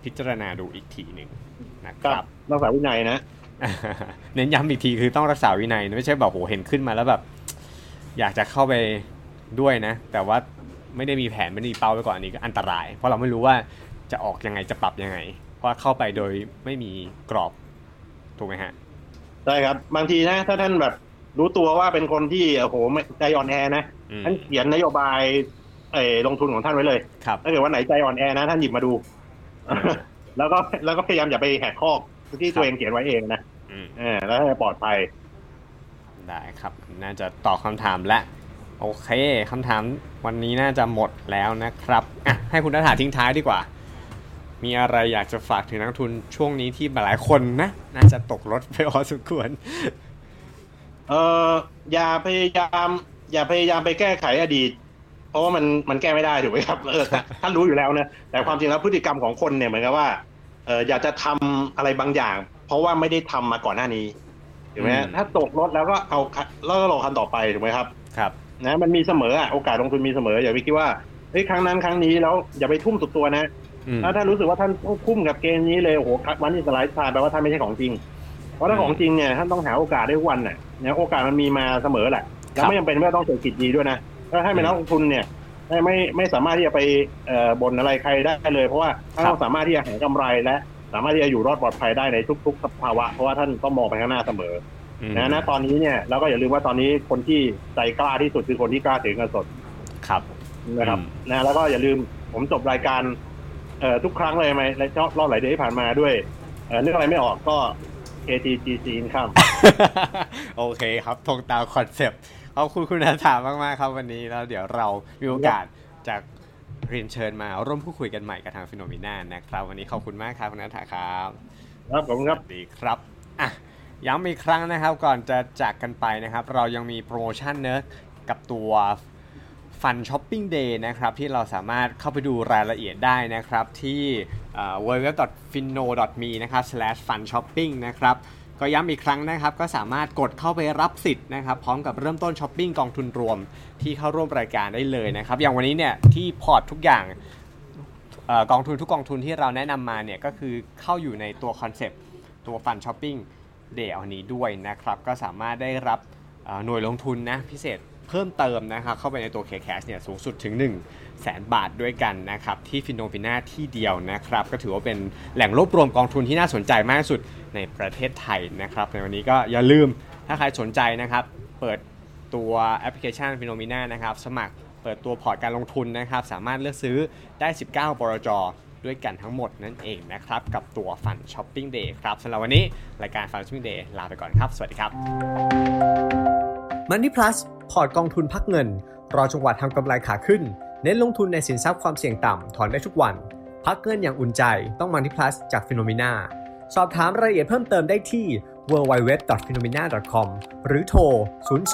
Speaker 1: พิจารณาดูอีกทีหนึ่งนะค
Speaker 2: ครั
Speaker 1: รับ
Speaker 2: บนอกจากวินัยนะ
Speaker 1: เน้นย้ำอีกทีคือต้องรักษาวินัยนะไม่ใช่แบบโหเห็นขึ้นมาแล้วแบบ อยากจะเข้าไปด้วยนะ แต่ว่าไม่ได้มีแผนไม่ได้มีเป้าไว้ก่อนอันนี้ก็อันตราย เพราะเราไม่รู้ว่าจะออกยังไงจะปรับยังไง เพราะว่าเข้าไปโดยไม่มีกรอบถูกไหมฮะ
Speaker 2: ใช่ครับ บางทีนะ ถ้าท่านแบบรู้ตัวว่าเป็นคนที่โอ้โหไม่ใจอ่อนแอนะ
Speaker 1: อืม
Speaker 2: ท่านเขียนนโยบายเออลงทุนของท่านไว้เลย
Speaker 1: ครับ
Speaker 2: ถ้าเกิดวันไหนใจอ่อนแอนะท่านหยิบมาดู
Speaker 1: อืม
Speaker 2: แล้วก็แล้วก็พยายามอย่าไปแหกข้อที่ตัวเองเขียนไว้เองนะ
Speaker 1: อืม
Speaker 2: เออแล้วให้ปลอดภัย
Speaker 1: ได้ครับ น่าจะตอบคำถามและ โอเคคำถามวันนี้น่าจะหมดแล้วนะครับอ่ะให้คุณนัฐาทิ้งท้ายดีกว่า มีอะไรอยากจะฝากถึงนักทุนช่วงนี้ที่หลายคนนะ น่าจะตกรถไปพอสมควร
Speaker 2: เอออย่าพยายาม อย่าพยายามไปแก้ไขอดีต เพราะว่ามันมันแก้ไม่ได้ถูกไหมครับ เออท่านท่านรู้อยู่แล้วนะแต่ความจริงแล้วพฤติกรรมของคนเนี่ยเหมือนกับว่าเอออยากจะทำอะไรบางอย่าง เพราะว่าไม่ได้ทำมาก่อนหน้านี้ถูกไหม
Speaker 1: อืม
Speaker 2: ถ้าตกรถแล้วก็เอาคันแล้วก็รอคันต่อไปถูกไหมครับ
Speaker 1: ครับ
Speaker 2: นะมันมีเสมออะโอกาสลงทุนมีเสมออย่าไปคิดว่าเฮ้ยครั้งนั้นครั้งนี้แล้วอย่าไปทุ่มสุดตัวนะ
Speaker 1: อืม
Speaker 2: ถ้าท่านรู้สึกว่าท่านต้องทุ่มกับเกมนี้เลยโอ้โหวันนี้สไลด์ผ่านแปลว่าท่านไม่ใช่ของจริง เพราะถ้า
Speaker 1: อืม
Speaker 2: ของจริงเนี่ยท่านต้องหาโอกาสได้ทุกวันน่ะนะโอกาสมันมีมาเสมอแหละ
Speaker 1: ครั
Speaker 2: แล้
Speaker 1: บ
Speaker 2: วไม่จำเป็นว่าต้องเศรษฐกิจดีด้วยนะถ้าให้เป็น
Speaker 1: อืม
Speaker 2: นักลงทุนเนี่ยไม่ไม่ไม่สามารถที่จะไปเอ่อบ่นอะไรใครได้เลย เพราะว่าท่าน
Speaker 1: ครับ
Speaker 2: ต้องสามารถที่จะหากำไรและ สามารถที่จะอยู่รอดปลอดภัยได้ในทุก ๆ สภาวะเพราะว่าท่านต้องมองไปข้างหน้าเสมอ นะนะตอนนี้เนี่ยเราก็อย่าลืมว่าตอนนี้คนที่ใจกล้าที่สุดคือคนที่กล้าถือเงินสด
Speaker 1: ครับ
Speaker 2: นะครับ
Speaker 1: อืม
Speaker 2: นะแล้วก็อย่าลืมผมจบรายการเอ่อทุกครั้งเลยไหมในรอบรอบหลายเดือนที่ผ่านมาด้วยเอ่อนึกอะไรไม่ออกก็ KTGC Income
Speaker 1: โอเคครับตรงตามคอนเซปต์ขอบคุณคุณอาถามากมากๆครับวันนี้แล้วเดี๋ยวเรามีโอกาสจะเรียนเชิญมาร่วมพูดคุยกันใหม่กับทางฟิโนมิน่านะครับ วันนี้ขอบคุณมากครับคุณอาถาครับ
Speaker 2: ครับผมครับ
Speaker 1: สวัสดีครับอ่ะย้ำอีกครั้งนะครับก่อนจะจากกันไปนะครับ เรายังมีโปรโมชั่นเนอะกับตัวฟันช้อปปิ้งเดย์นะครับ ที่เราสามารถเข้าไปดูรายละเอียดได้นะครับ ที่เอ่อ www.finno.me นะครับ slash fun shopping นะครับ ก็ย้ำอีกครั้งนะครับ ก็สามารถกดเข้าไปรับสิทธิ์นะครับ พร้อมกับเริ่มต้นช้อปปิ้งกองทุนรวมที่เข้าร่วมรายการได้เลยนะครับ อย่างวันนี้เนี่ยที่พอร์ตทุกอย่าง เออกองทุนทุกกองทุนที่เราแนะนำมาเนี่ยก็คือเข้าอยู่ในตัวคอนเซปต์ตัวฟันช้อปปิ้งเดย์อันนี้ด้วยนะครับ ก็สามารถได้รับเอ่อหน่วยลงทุนนะพิเศษเพิ่มเติมนะครับ เข้าไปในตัว KCash เนี่ยสูงสุดถึง 1 0 0 0 0แสนบาทด้วยกันนะครับ ที่ฟินโนฟิน่าที่เดียวนะครับ ก็ถือว่าเป็นแหล่งรวบรวมกองทุนที่น่าสนใจมากที่สุดในประเทศไทยนะครับ ในวันนี้ก็อย่าลืมถ้าใครสนใจนะครับ เปิด ตัวแอปพลิเคชัน p h e n o m e n a นะครับ สมัครเปิดตัวพอร์ตการลงทุนนะครับ สามารถเลือกซื้อได้ 19 บรจ ด้วยกันทั้งหมดนั่นเองนะครับ กับตัวฟันช้อปปิ้งเดย์ครับสำหรับวันนี้ รายการฟันช้อปปิ้งเดย์ลาไปก่อนครับ สวัสดีครับ Money Plus พอร์ตกองทุนพักเงิน รอจังหวะทำกำไรขาขึ้น เน้นลงทุนในสินทรัพย์ความเสี่ยงต่ำ ถอนได้ทุกวัน พักเงินอย่างอุ่นใจ ต้อง Money Plus จาก p h e n o m e n a สอบถามรายละเอียดเพิ่มเติมได้ที่ www.phenomena.com หรือโทร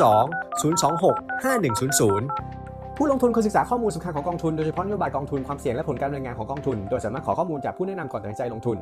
Speaker 1: 02 026 5100 ผู้ลงทุนควรศึกษาข้อมูลสำคัญของกองทุน โดยเฉพาะนโยบายกองทุนความเสี่ยงและผลการดำเนินงานของกองทุน โดยสามารถขอข้อมูลจากผู้แนะนำก่อนตัดสินใจลงทุน